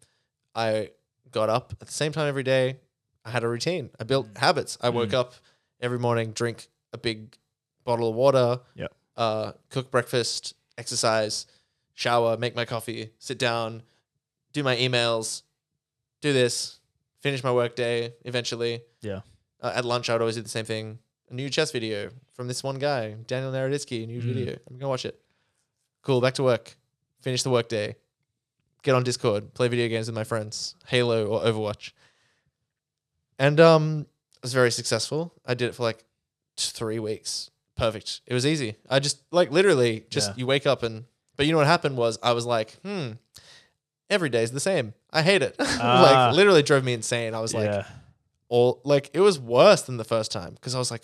[SPEAKER 2] I got up at the same time every day. I had a routine. I built habits. I woke
[SPEAKER 1] Mm.
[SPEAKER 2] up every morning, drink a big bottle of water.
[SPEAKER 1] Yeah.
[SPEAKER 2] Uh, cook breakfast, exercise, shower, make my coffee, sit down, do my emails, do this, finish my workday eventually.
[SPEAKER 1] Yeah.
[SPEAKER 2] Uh, at lunch, I would always do the same thing. A new chess video from this one guy, Daniel Naroditsky, new
[SPEAKER 1] Mm.
[SPEAKER 2] video. I'm going to watch it. Cool, back to work. Finish the workday. Get on Discord, play video games with my friends, Halo or Overwatch. And um, it was very successful. I did it for like t- three weeks. Perfect. It was easy. I just like literally just
[SPEAKER 1] Yeah.
[SPEAKER 2] you wake up and but you know what happened was I was like, hmm, every day's the same. I hate it.
[SPEAKER 1] Ah.
[SPEAKER 2] like literally drove me insane. I was like,
[SPEAKER 1] yeah.
[SPEAKER 2] all like it was worse than the first time because I was like,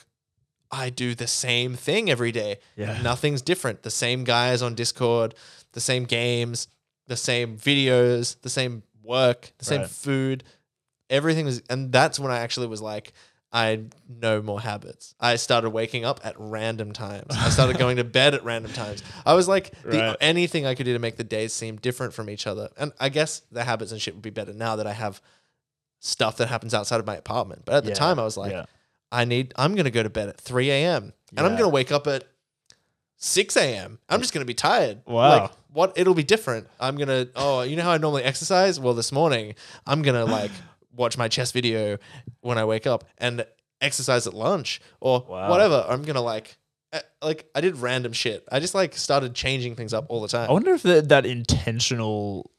[SPEAKER 2] I do the same thing every day.
[SPEAKER 1] Yeah.
[SPEAKER 2] Nothing's different. The same guys on Discord, the same games, the same videos, the same work, the same
[SPEAKER 1] Right.
[SPEAKER 2] food. Everything was, and that's when I actually was like, I know more habits. I started waking up at random times. I started going to bed at random times. I was like,
[SPEAKER 1] Right.
[SPEAKER 2] the, anything I could do to make the days seem different from each other. And I guess the habits and shit would be better now that I have stuff that happens outside of my apartment. But at the
[SPEAKER 1] Yeah,
[SPEAKER 2] time, I was like,
[SPEAKER 1] yeah.
[SPEAKER 2] I need. I'm gonna go to bed at 3 a.m. and I'm
[SPEAKER 1] Yeah.
[SPEAKER 2] gonna wake up at 6 a.m. I'm just gonna be tired.
[SPEAKER 1] Wow.
[SPEAKER 2] Like, what? It'll be different. I'm gonna. Oh, you know how I normally exercise? Well, this morning I'm gonna like watch my chess video when I wake up and exercise at lunch or
[SPEAKER 1] Wow.
[SPEAKER 2] whatever. I'm gonna like. eh, Like I did random shit. I just like started changing things up all the time.
[SPEAKER 1] I wonder if that, that intentional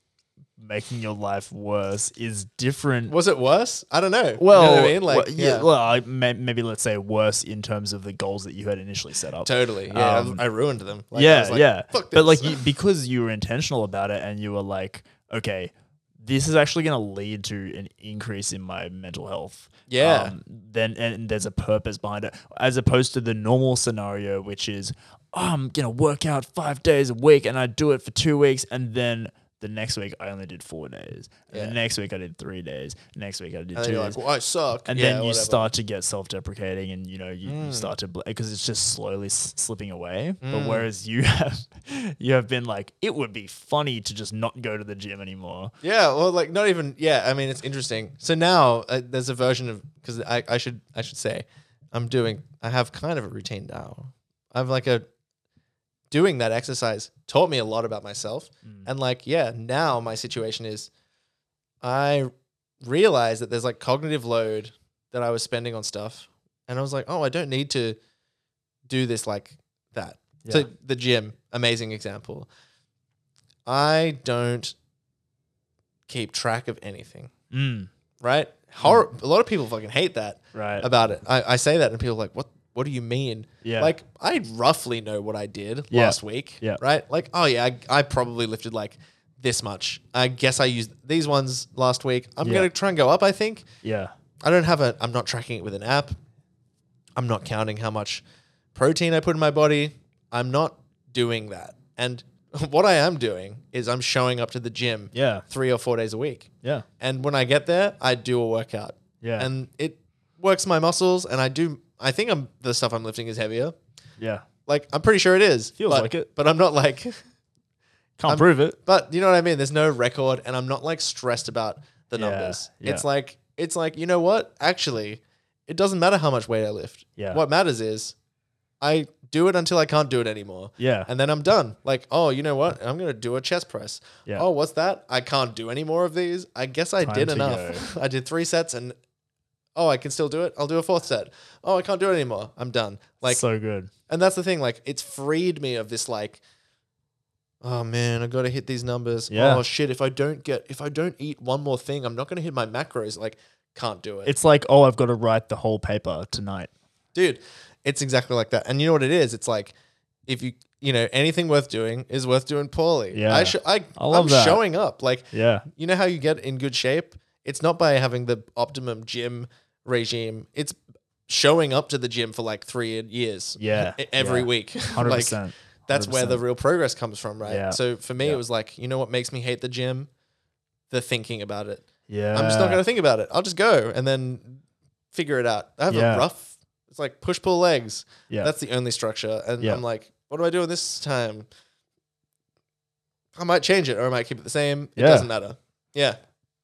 [SPEAKER 1] making your life worse is different.
[SPEAKER 2] Was it worse? I don't know. You know what
[SPEAKER 1] well,
[SPEAKER 2] I mean, like
[SPEAKER 1] well,
[SPEAKER 2] yeah,
[SPEAKER 1] Well, I, may, maybe let's say worse in terms of the goals that you had initially set up.
[SPEAKER 2] totally. Yeah,
[SPEAKER 1] Um,
[SPEAKER 2] I, I ruined them. Like, I
[SPEAKER 1] yeah,
[SPEAKER 2] was like,
[SPEAKER 1] yeah.
[SPEAKER 2] Fuck
[SPEAKER 1] But like
[SPEAKER 2] this.
[SPEAKER 1] you, because you were intentional about it and you were like, okay, this is actually going to lead to an increase in my mental health. Um,
[SPEAKER 2] Yeah.
[SPEAKER 1] then and there's a purpose behind it, as opposed to the normal scenario, which is "Oh, I'm gonna work out five days a week and I do it for two weeks and then. The next week I only did four days. And
[SPEAKER 2] Yeah.
[SPEAKER 1] The next week I did three days. Next week I did
[SPEAKER 2] and
[SPEAKER 1] two.
[SPEAKER 2] then you're
[SPEAKER 1] days
[SPEAKER 2] like, well, I suck.
[SPEAKER 1] and
[SPEAKER 2] Yeah,
[SPEAKER 1] then you
[SPEAKER 2] whatever. Mm.
[SPEAKER 1] start to get self-deprecating and you know you, you start to because it's just slowly s- slipping away but whereas you have you have been like it would be funny to just not go to the gym anymore
[SPEAKER 2] Yeah, well, like not even. Yeah, I mean, it's interesting. So now uh, there's a version of because I, I should I should say I'm doing I have kind of a routine now. I've like a doing that exercise taught me a lot about myself,
[SPEAKER 1] Mm-hmm.
[SPEAKER 2] and like yeah, now my situation is I realized that there's like cognitive load that I was spending on stuff, and I was like, oh, I don't need to do this like that.
[SPEAKER 1] Yeah.
[SPEAKER 2] So the gym, amazing example. I don't keep track of anything,
[SPEAKER 1] mm,
[SPEAKER 2] right? Hor- A lot of people fucking hate that
[SPEAKER 1] right
[SPEAKER 2] about it. I, I say that, and people are like, "What? What do you mean?"
[SPEAKER 1] Yeah.
[SPEAKER 2] Like, I roughly know what I did
[SPEAKER 1] Yeah.
[SPEAKER 2] last week.
[SPEAKER 1] Yeah.
[SPEAKER 2] Right. Like, oh yeah, I, I probably lifted like this much. I guess I used these ones last week. I'm
[SPEAKER 1] Yeah.
[SPEAKER 2] gonna try and go up. I think.
[SPEAKER 1] yeah
[SPEAKER 2] I don't have a. I'm not tracking it with an app. I'm not counting how much protein I put in my body. I'm not doing that. And what I am doing is I'm showing up to the gym
[SPEAKER 1] yeah
[SPEAKER 2] three or four days a week.
[SPEAKER 1] yeah
[SPEAKER 2] And when I get there, I do a workout.
[SPEAKER 1] Yeah.
[SPEAKER 2] And it works my muscles. And I do, I think I'm, the stuff I'm lifting is heavier.
[SPEAKER 1] yeah
[SPEAKER 2] Like, I'm pretty sure it is.
[SPEAKER 1] Feels
[SPEAKER 2] but,
[SPEAKER 1] like it.
[SPEAKER 2] But I'm not like,
[SPEAKER 1] can't prove it
[SPEAKER 2] but you know what I mean? There's no record. And I'm not like stressed about the
[SPEAKER 1] Yeah,
[SPEAKER 2] numbers.
[SPEAKER 1] yeah.
[SPEAKER 2] It's like, it's like, you know what? Actually, it doesn't matter how much weight I lift.
[SPEAKER 1] Yeah.
[SPEAKER 2] What matters is I do it until I can't do it anymore.
[SPEAKER 1] yeah
[SPEAKER 2] And then I'm done. Like, oh, you know what? I'm gonna do a chest press.
[SPEAKER 1] Yeah.
[SPEAKER 2] Oh, what's that? I can't do any more of these. I guess I
[SPEAKER 1] Time
[SPEAKER 2] did
[SPEAKER 1] to
[SPEAKER 2] enough. I did three sets, and oh, I can still do it. I'll do a fourth set. Oh, I can't do it anymore. I'm done. Like,
[SPEAKER 1] so good
[SPEAKER 2] and that's the thing. Like, it's freed me of this like. Oh man, I gotta hit these numbers.
[SPEAKER 1] Yeah.
[SPEAKER 2] Oh shit, if I don't get, if I don't eat one more thing, I'm not gonna hit my macros. Like, can't do it.
[SPEAKER 1] it's like oh i've got to write the whole paper tonight
[SPEAKER 2] dude it's exactly like that and you know what it is it's like if you you know anything worth doing is worth doing poorly
[SPEAKER 1] Yeah.
[SPEAKER 2] i sh- I,
[SPEAKER 1] I love
[SPEAKER 2] i'm
[SPEAKER 1] that.
[SPEAKER 2] showing up like
[SPEAKER 1] yeah
[SPEAKER 2] you know how you get in good shape it's not by having the optimum gym regime it's showing up to the gym for like three years
[SPEAKER 1] Yeah.
[SPEAKER 2] e- every
[SPEAKER 1] yeah.
[SPEAKER 2] week.
[SPEAKER 1] Hundred
[SPEAKER 2] like
[SPEAKER 1] percent.
[SPEAKER 2] that's where the
[SPEAKER 1] 100%.
[SPEAKER 2] real progress comes from, right?
[SPEAKER 1] Yeah.
[SPEAKER 2] So for me,
[SPEAKER 1] Yeah.
[SPEAKER 2] it was like, you know what makes me hate the gym? The thinking about it.
[SPEAKER 1] Yeah.
[SPEAKER 2] I'm just not going to think about it. I'll just go and then figure it out. I have
[SPEAKER 1] Yeah.
[SPEAKER 2] a rough. It's like push pull legs.
[SPEAKER 1] Yeah.
[SPEAKER 2] That's the only structure. And
[SPEAKER 1] Yeah.
[SPEAKER 2] I'm like, what do I do this time? I might change it or I might keep it the same. It
[SPEAKER 1] Yeah.
[SPEAKER 2] doesn't matter. Yeah.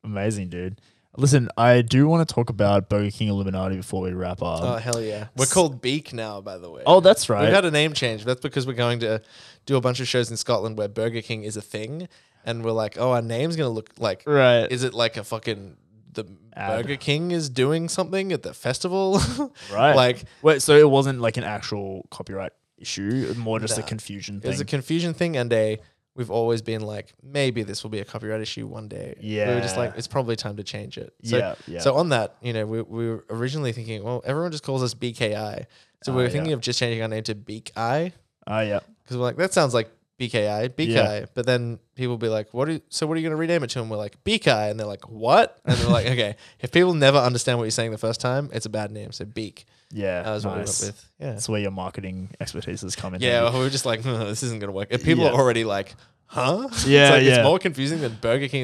[SPEAKER 1] Amazing, dude. Listen, I do want to talk about Burger King Illuminati before we wrap up.
[SPEAKER 2] oh hell yeah.
[SPEAKER 1] Um,
[SPEAKER 2] We're
[SPEAKER 1] s-
[SPEAKER 2] called Beak now, by the way.
[SPEAKER 1] oh, that's right.
[SPEAKER 2] We've had a name change. That's because we're going to do a bunch of shows in Scotland where Burger King is a thing, and we're like, oh, our name's gonna look like.
[SPEAKER 1] right.
[SPEAKER 2] Is it like a fucking the
[SPEAKER 1] Ad.
[SPEAKER 2] Burger King is doing something at the festival?
[SPEAKER 1] right.
[SPEAKER 2] like,
[SPEAKER 1] Wait, so it wasn't like an actual copyright issue, more just a
[SPEAKER 2] Nah.
[SPEAKER 1] confusion
[SPEAKER 2] it
[SPEAKER 1] thing.
[SPEAKER 2] was a confusion thing, and a we've always been like, maybe this will be a copyright issue one day. we were just
[SPEAKER 1] Yeah.
[SPEAKER 2] like, it's probably time to change it. So,
[SPEAKER 1] yeah, yeah.
[SPEAKER 2] So on that, you know, we, we were originally thinking, well, everyone just calls us BKI, so
[SPEAKER 1] Ah,
[SPEAKER 2] we were
[SPEAKER 1] yeah.
[SPEAKER 2] thinking of just changing our name to Beak Eye.
[SPEAKER 1] Ah, yeah.
[SPEAKER 2] because we're like that sounds like BKI, BKI. But then people be like, "What? Are you, so what are you going to rename it to?" And we're like, BKI, and they're like, "What?" And they're like, "Okay, if people never understand what you're saying the first time, it's a bad name." So Beak,
[SPEAKER 1] Yeah.
[SPEAKER 2] that was what we went
[SPEAKER 1] nice.
[SPEAKER 2] with. Yeah,
[SPEAKER 1] That's where your marketing expertise has come in.
[SPEAKER 2] yeah.
[SPEAKER 1] handy.
[SPEAKER 2] well, we were just like, no, "This isn't going to work." If people
[SPEAKER 1] Yeah.
[SPEAKER 2] are already like, "Huh?"
[SPEAKER 1] Yeah,
[SPEAKER 2] it's, like,
[SPEAKER 1] yeah.
[SPEAKER 2] it's more confusing than Burger King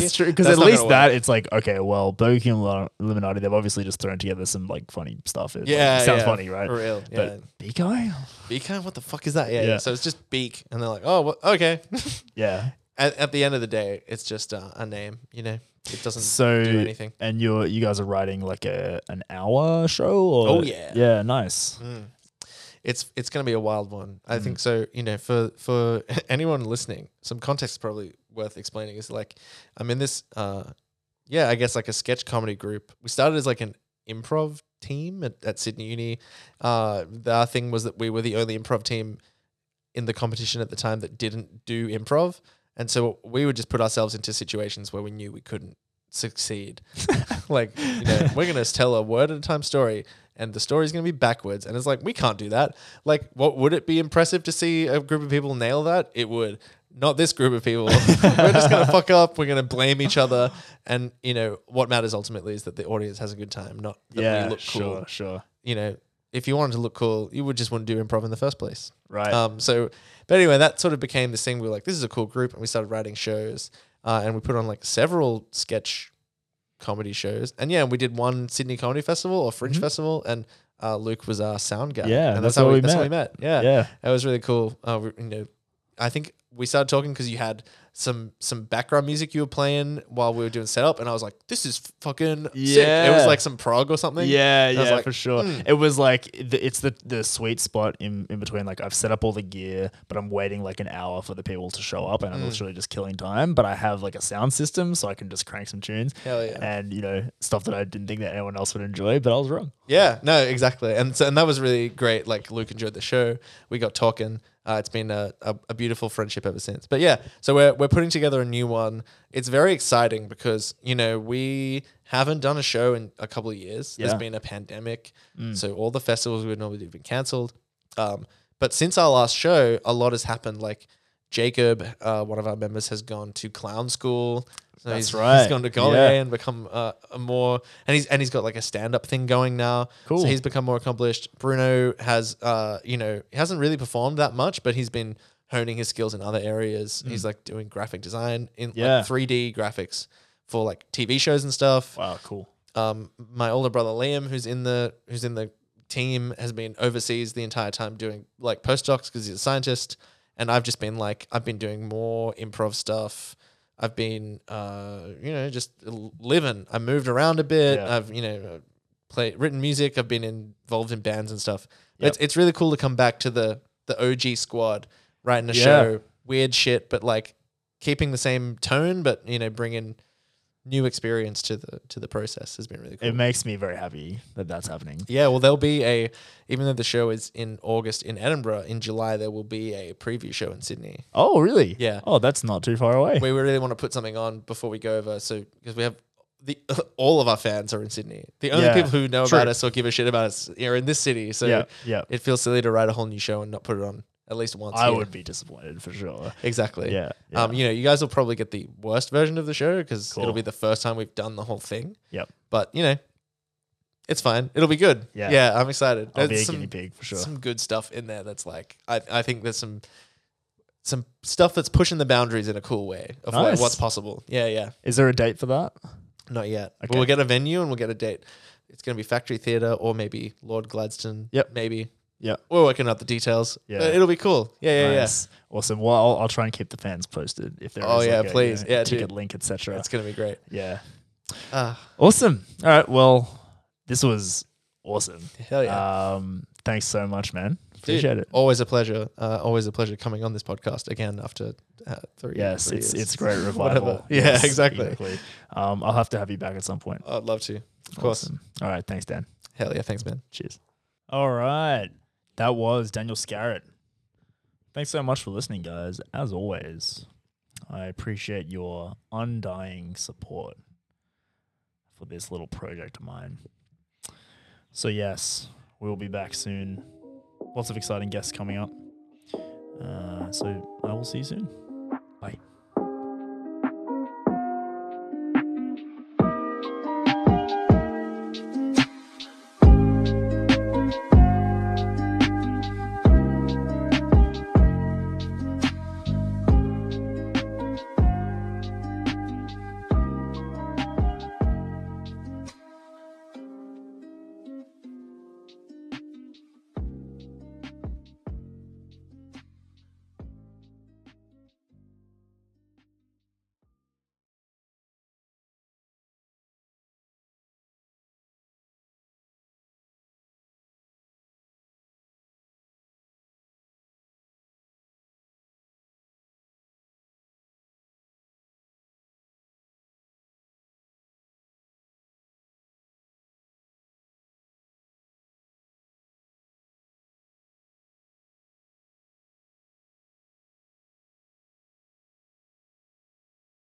[SPEAKER 1] That's true. Because
[SPEAKER 2] That's
[SPEAKER 1] at
[SPEAKER 2] not gonna
[SPEAKER 1] least
[SPEAKER 2] work.
[SPEAKER 1] that it's like okay, well, Burger King Illu- Illuminati, they've obviously just thrown together some like funny stuff. It, like,
[SPEAKER 2] Yeah,
[SPEAKER 1] sounds
[SPEAKER 2] yeah,
[SPEAKER 1] funny, right?
[SPEAKER 2] for real. Yeah.
[SPEAKER 1] But big guy,
[SPEAKER 2] BKI, what the fuck is that? Yeah,
[SPEAKER 1] Yeah.
[SPEAKER 2] yeah. So it's just Beak, and they're like, "Oh, well, okay."
[SPEAKER 1] yeah.
[SPEAKER 2] at, at the end of the day, it's just uh, a name. You know, it doesn't
[SPEAKER 1] So
[SPEAKER 2] do anything.
[SPEAKER 1] and you're you guys are writing like a an hour show or
[SPEAKER 2] Oh, yeah.
[SPEAKER 1] yeah nice
[SPEAKER 2] Mm. It's it's going to be a wild one. I think so. You know, for for anyone listening, some context is probably worth explaining. Is like I'm in this, uh, yeah, I guess like a sketch comedy group. We started as like an improv team at, at Sydney Uni. Uh, the our thing was that we were the only improv team in the competition at the time that didn't do improv, and so we would just put ourselves into situations where we knew we couldn't succeed. like you know, we're gonna tell a word at a time story, and the story's gonna be backwards. And it's like we can't do that. Like, what would it be impressive to see a group of people nail that? It would. Not this group of people. we're just gonna fuck up. We're gonna blame each other. And you know what matters ultimately is that the audience has a good time, not that
[SPEAKER 1] yeah
[SPEAKER 2] we look cool.
[SPEAKER 1] sure sure
[SPEAKER 2] You know, if you wanted to look cool, you would just want to do improv in the first place.
[SPEAKER 1] right
[SPEAKER 2] Um, so, but anyway, that sort of became this thing. We were like, this is a cool group, and we started writing shows, uh, and we put on like several sketch comedy shows. And yeah, we did one Sydney Comedy Festival or Fringe
[SPEAKER 1] Mhm.
[SPEAKER 2] Festival, and uh, Luke was our sound guy.
[SPEAKER 1] Yeah,
[SPEAKER 2] and
[SPEAKER 1] that's how we
[SPEAKER 2] that's how we
[SPEAKER 1] met.
[SPEAKER 2] met. Yeah,
[SPEAKER 1] yeah
[SPEAKER 2] that was really cool. Uh, we, you know, I think we started talking because you had some some background music you were playing while we were doing setup, and I was like, this is fucking sick. It was
[SPEAKER 1] Yeah.
[SPEAKER 2] like some prog or something.
[SPEAKER 1] Yeah,
[SPEAKER 2] And I was
[SPEAKER 1] yeah,
[SPEAKER 2] like,
[SPEAKER 1] for sure.
[SPEAKER 2] "Mm."
[SPEAKER 1] It was like the, it's the the sweet spot in, in between. Like I've set up all the gear, but I'm waiting like an hour for the people to show up, and I'm
[SPEAKER 2] Mm.
[SPEAKER 1] literally just killing time. But I have like a sound system, so I can just crank some tunes
[SPEAKER 2] Hell yeah.
[SPEAKER 1] and you know stuff that I didn't think that anyone else would enjoy, but I was wrong.
[SPEAKER 2] Yeah, no, exactly, and so, and that was really great. Like Luke enjoyed the show. We got talking. Uh, it's been a, a, a beautiful friendship ever since. But yeah, so we're we're putting together a new one. It's very exciting because you know we haven't done a show in a couple of years.
[SPEAKER 1] Yeah. Mm.
[SPEAKER 2] There's been a pandemic, so all the festivals we would normally do have been cancelled. Um, but since our last show, a lot has happened. Like Jacob, uh, one of our members, has gone to clown school. So
[SPEAKER 1] That's
[SPEAKER 2] he's,
[SPEAKER 1] right.
[SPEAKER 2] He's gone to Galway
[SPEAKER 1] Yeah.
[SPEAKER 2] and become uh, a more and he's and he's got like a stand up thing going now.
[SPEAKER 1] Cool.
[SPEAKER 2] So he's become more accomplished. Bruno has uh you know he hasn't really performed that much, but he's been honing his skills in other areas. He's like doing graphic design in
[SPEAKER 1] Mm. Yeah.
[SPEAKER 2] like 3D graphics for like TV shows and stuff.
[SPEAKER 1] Wow, cool.
[SPEAKER 2] Um, my older brother Liam, who's in the who's in the team, has been overseas the entire time doing like postdocs because he's a scientist, and I've just been like I've been doing more improv stuff. I've been, uh, you know, just l- living. I moved around a bit.
[SPEAKER 1] Yeah.
[SPEAKER 2] I've, you know, played written music. I've been involved in bands and stuff. But
[SPEAKER 1] Yep.
[SPEAKER 2] It's it's really cool to come back to the the OG squad, writing a
[SPEAKER 1] Yeah.
[SPEAKER 2] show, weird shit, but like keeping the same tone, but you know, bringing new experience to the to the process has been really cool.
[SPEAKER 1] It makes me very happy that that's happening.
[SPEAKER 2] yeah, well, there'll be a even though the show is in August in Edinburgh, in July there will be a preview show in Sydney.
[SPEAKER 1] Oh, really?
[SPEAKER 2] Yeah.
[SPEAKER 1] Oh, that's not too far away.
[SPEAKER 2] We really want to put something on before we go over, so because we have the all of our fans are in Sydney. The only
[SPEAKER 1] Yeah,
[SPEAKER 2] people who know
[SPEAKER 1] true.
[SPEAKER 2] about us or give a shit about us are in this city, so
[SPEAKER 1] yeah, yeah.
[SPEAKER 2] it feels silly to write a whole new show and not put it on at least once.
[SPEAKER 1] I
[SPEAKER 2] here.
[SPEAKER 1] would be disappointed for sure.
[SPEAKER 2] exactly.
[SPEAKER 1] Yeah. yeah.
[SPEAKER 2] Um, you know, you guys will probably get the worst version of the show because
[SPEAKER 1] Cool.
[SPEAKER 2] it'll be the first time we've done the whole thing.
[SPEAKER 1] Yep.
[SPEAKER 2] But you know, It's fine. It'll be good.
[SPEAKER 1] Yeah.
[SPEAKER 2] Yeah, I'm excited.
[SPEAKER 1] I'll be
[SPEAKER 2] There's
[SPEAKER 1] a
[SPEAKER 2] some,
[SPEAKER 1] guinea pig for sure.
[SPEAKER 2] some good stuff in there that's like I, I think there's some some stuff that's pushing the boundaries in a cool way of like
[SPEAKER 1] Nice.
[SPEAKER 2] what's possible. Yeah, yeah.
[SPEAKER 1] Is there a date for that?
[SPEAKER 2] Not yet. But
[SPEAKER 1] Okay.
[SPEAKER 2] we'll get a venue and we'll get a date. It's going to be Factory Theatre or maybe Lord Gladstone.
[SPEAKER 1] Yep.
[SPEAKER 2] Maybe.
[SPEAKER 1] Yep.
[SPEAKER 2] We're working out the details.
[SPEAKER 1] Yeah.
[SPEAKER 2] But it'll be cool. Yeah, yeah,
[SPEAKER 1] Nice. Awesome. Well, I'll, I'll try and keep the fans posted if there is
[SPEAKER 2] Oh, yeah,
[SPEAKER 1] like a, you
[SPEAKER 2] please.
[SPEAKER 1] know,
[SPEAKER 2] Yeah,
[SPEAKER 1] ticket
[SPEAKER 2] dude.
[SPEAKER 1] link,
[SPEAKER 2] yeah.
[SPEAKER 1] etc.
[SPEAKER 2] It's going to be great.
[SPEAKER 1] Yeah.
[SPEAKER 2] Ah,
[SPEAKER 1] Awesome. All right. Well, this was awesome.
[SPEAKER 2] hell Oh, yeah.
[SPEAKER 1] Um, thanks so much, man.
[SPEAKER 2] Dude,
[SPEAKER 1] Appreciate it.
[SPEAKER 2] Always a pleasure. Uh, always a pleasure coming on this podcast again after uh, three
[SPEAKER 1] Yes,
[SPEAKER 2] three
[SPEAKER 1] it's
[SPEAKER 2] years.
[SPEAKER 1] it's great revival.
[SPEAKER 2] Whatever. Yeah,
[SPEAKER 1] Yes,
[SPEAKER 2] exactly.
[SPEAKER 1] Um, I'll have to have you back at some point.
[SPEAKER 2] I'd love to. Of course.
[SPEAKER 1] Awesome. All right. Thanks, Dan.
[SPEAKER 2] Hell yeah. Thanks, man.
[SPEAKER 1] Cheers. All right. That was Daniel Scarrett. Thanks so much for listening, guys. As always, I appreciate your undying support for this little project of mine. So, yes, we will be back soon. Lots of exciting guests coming up. Uh, so, I will see you soon.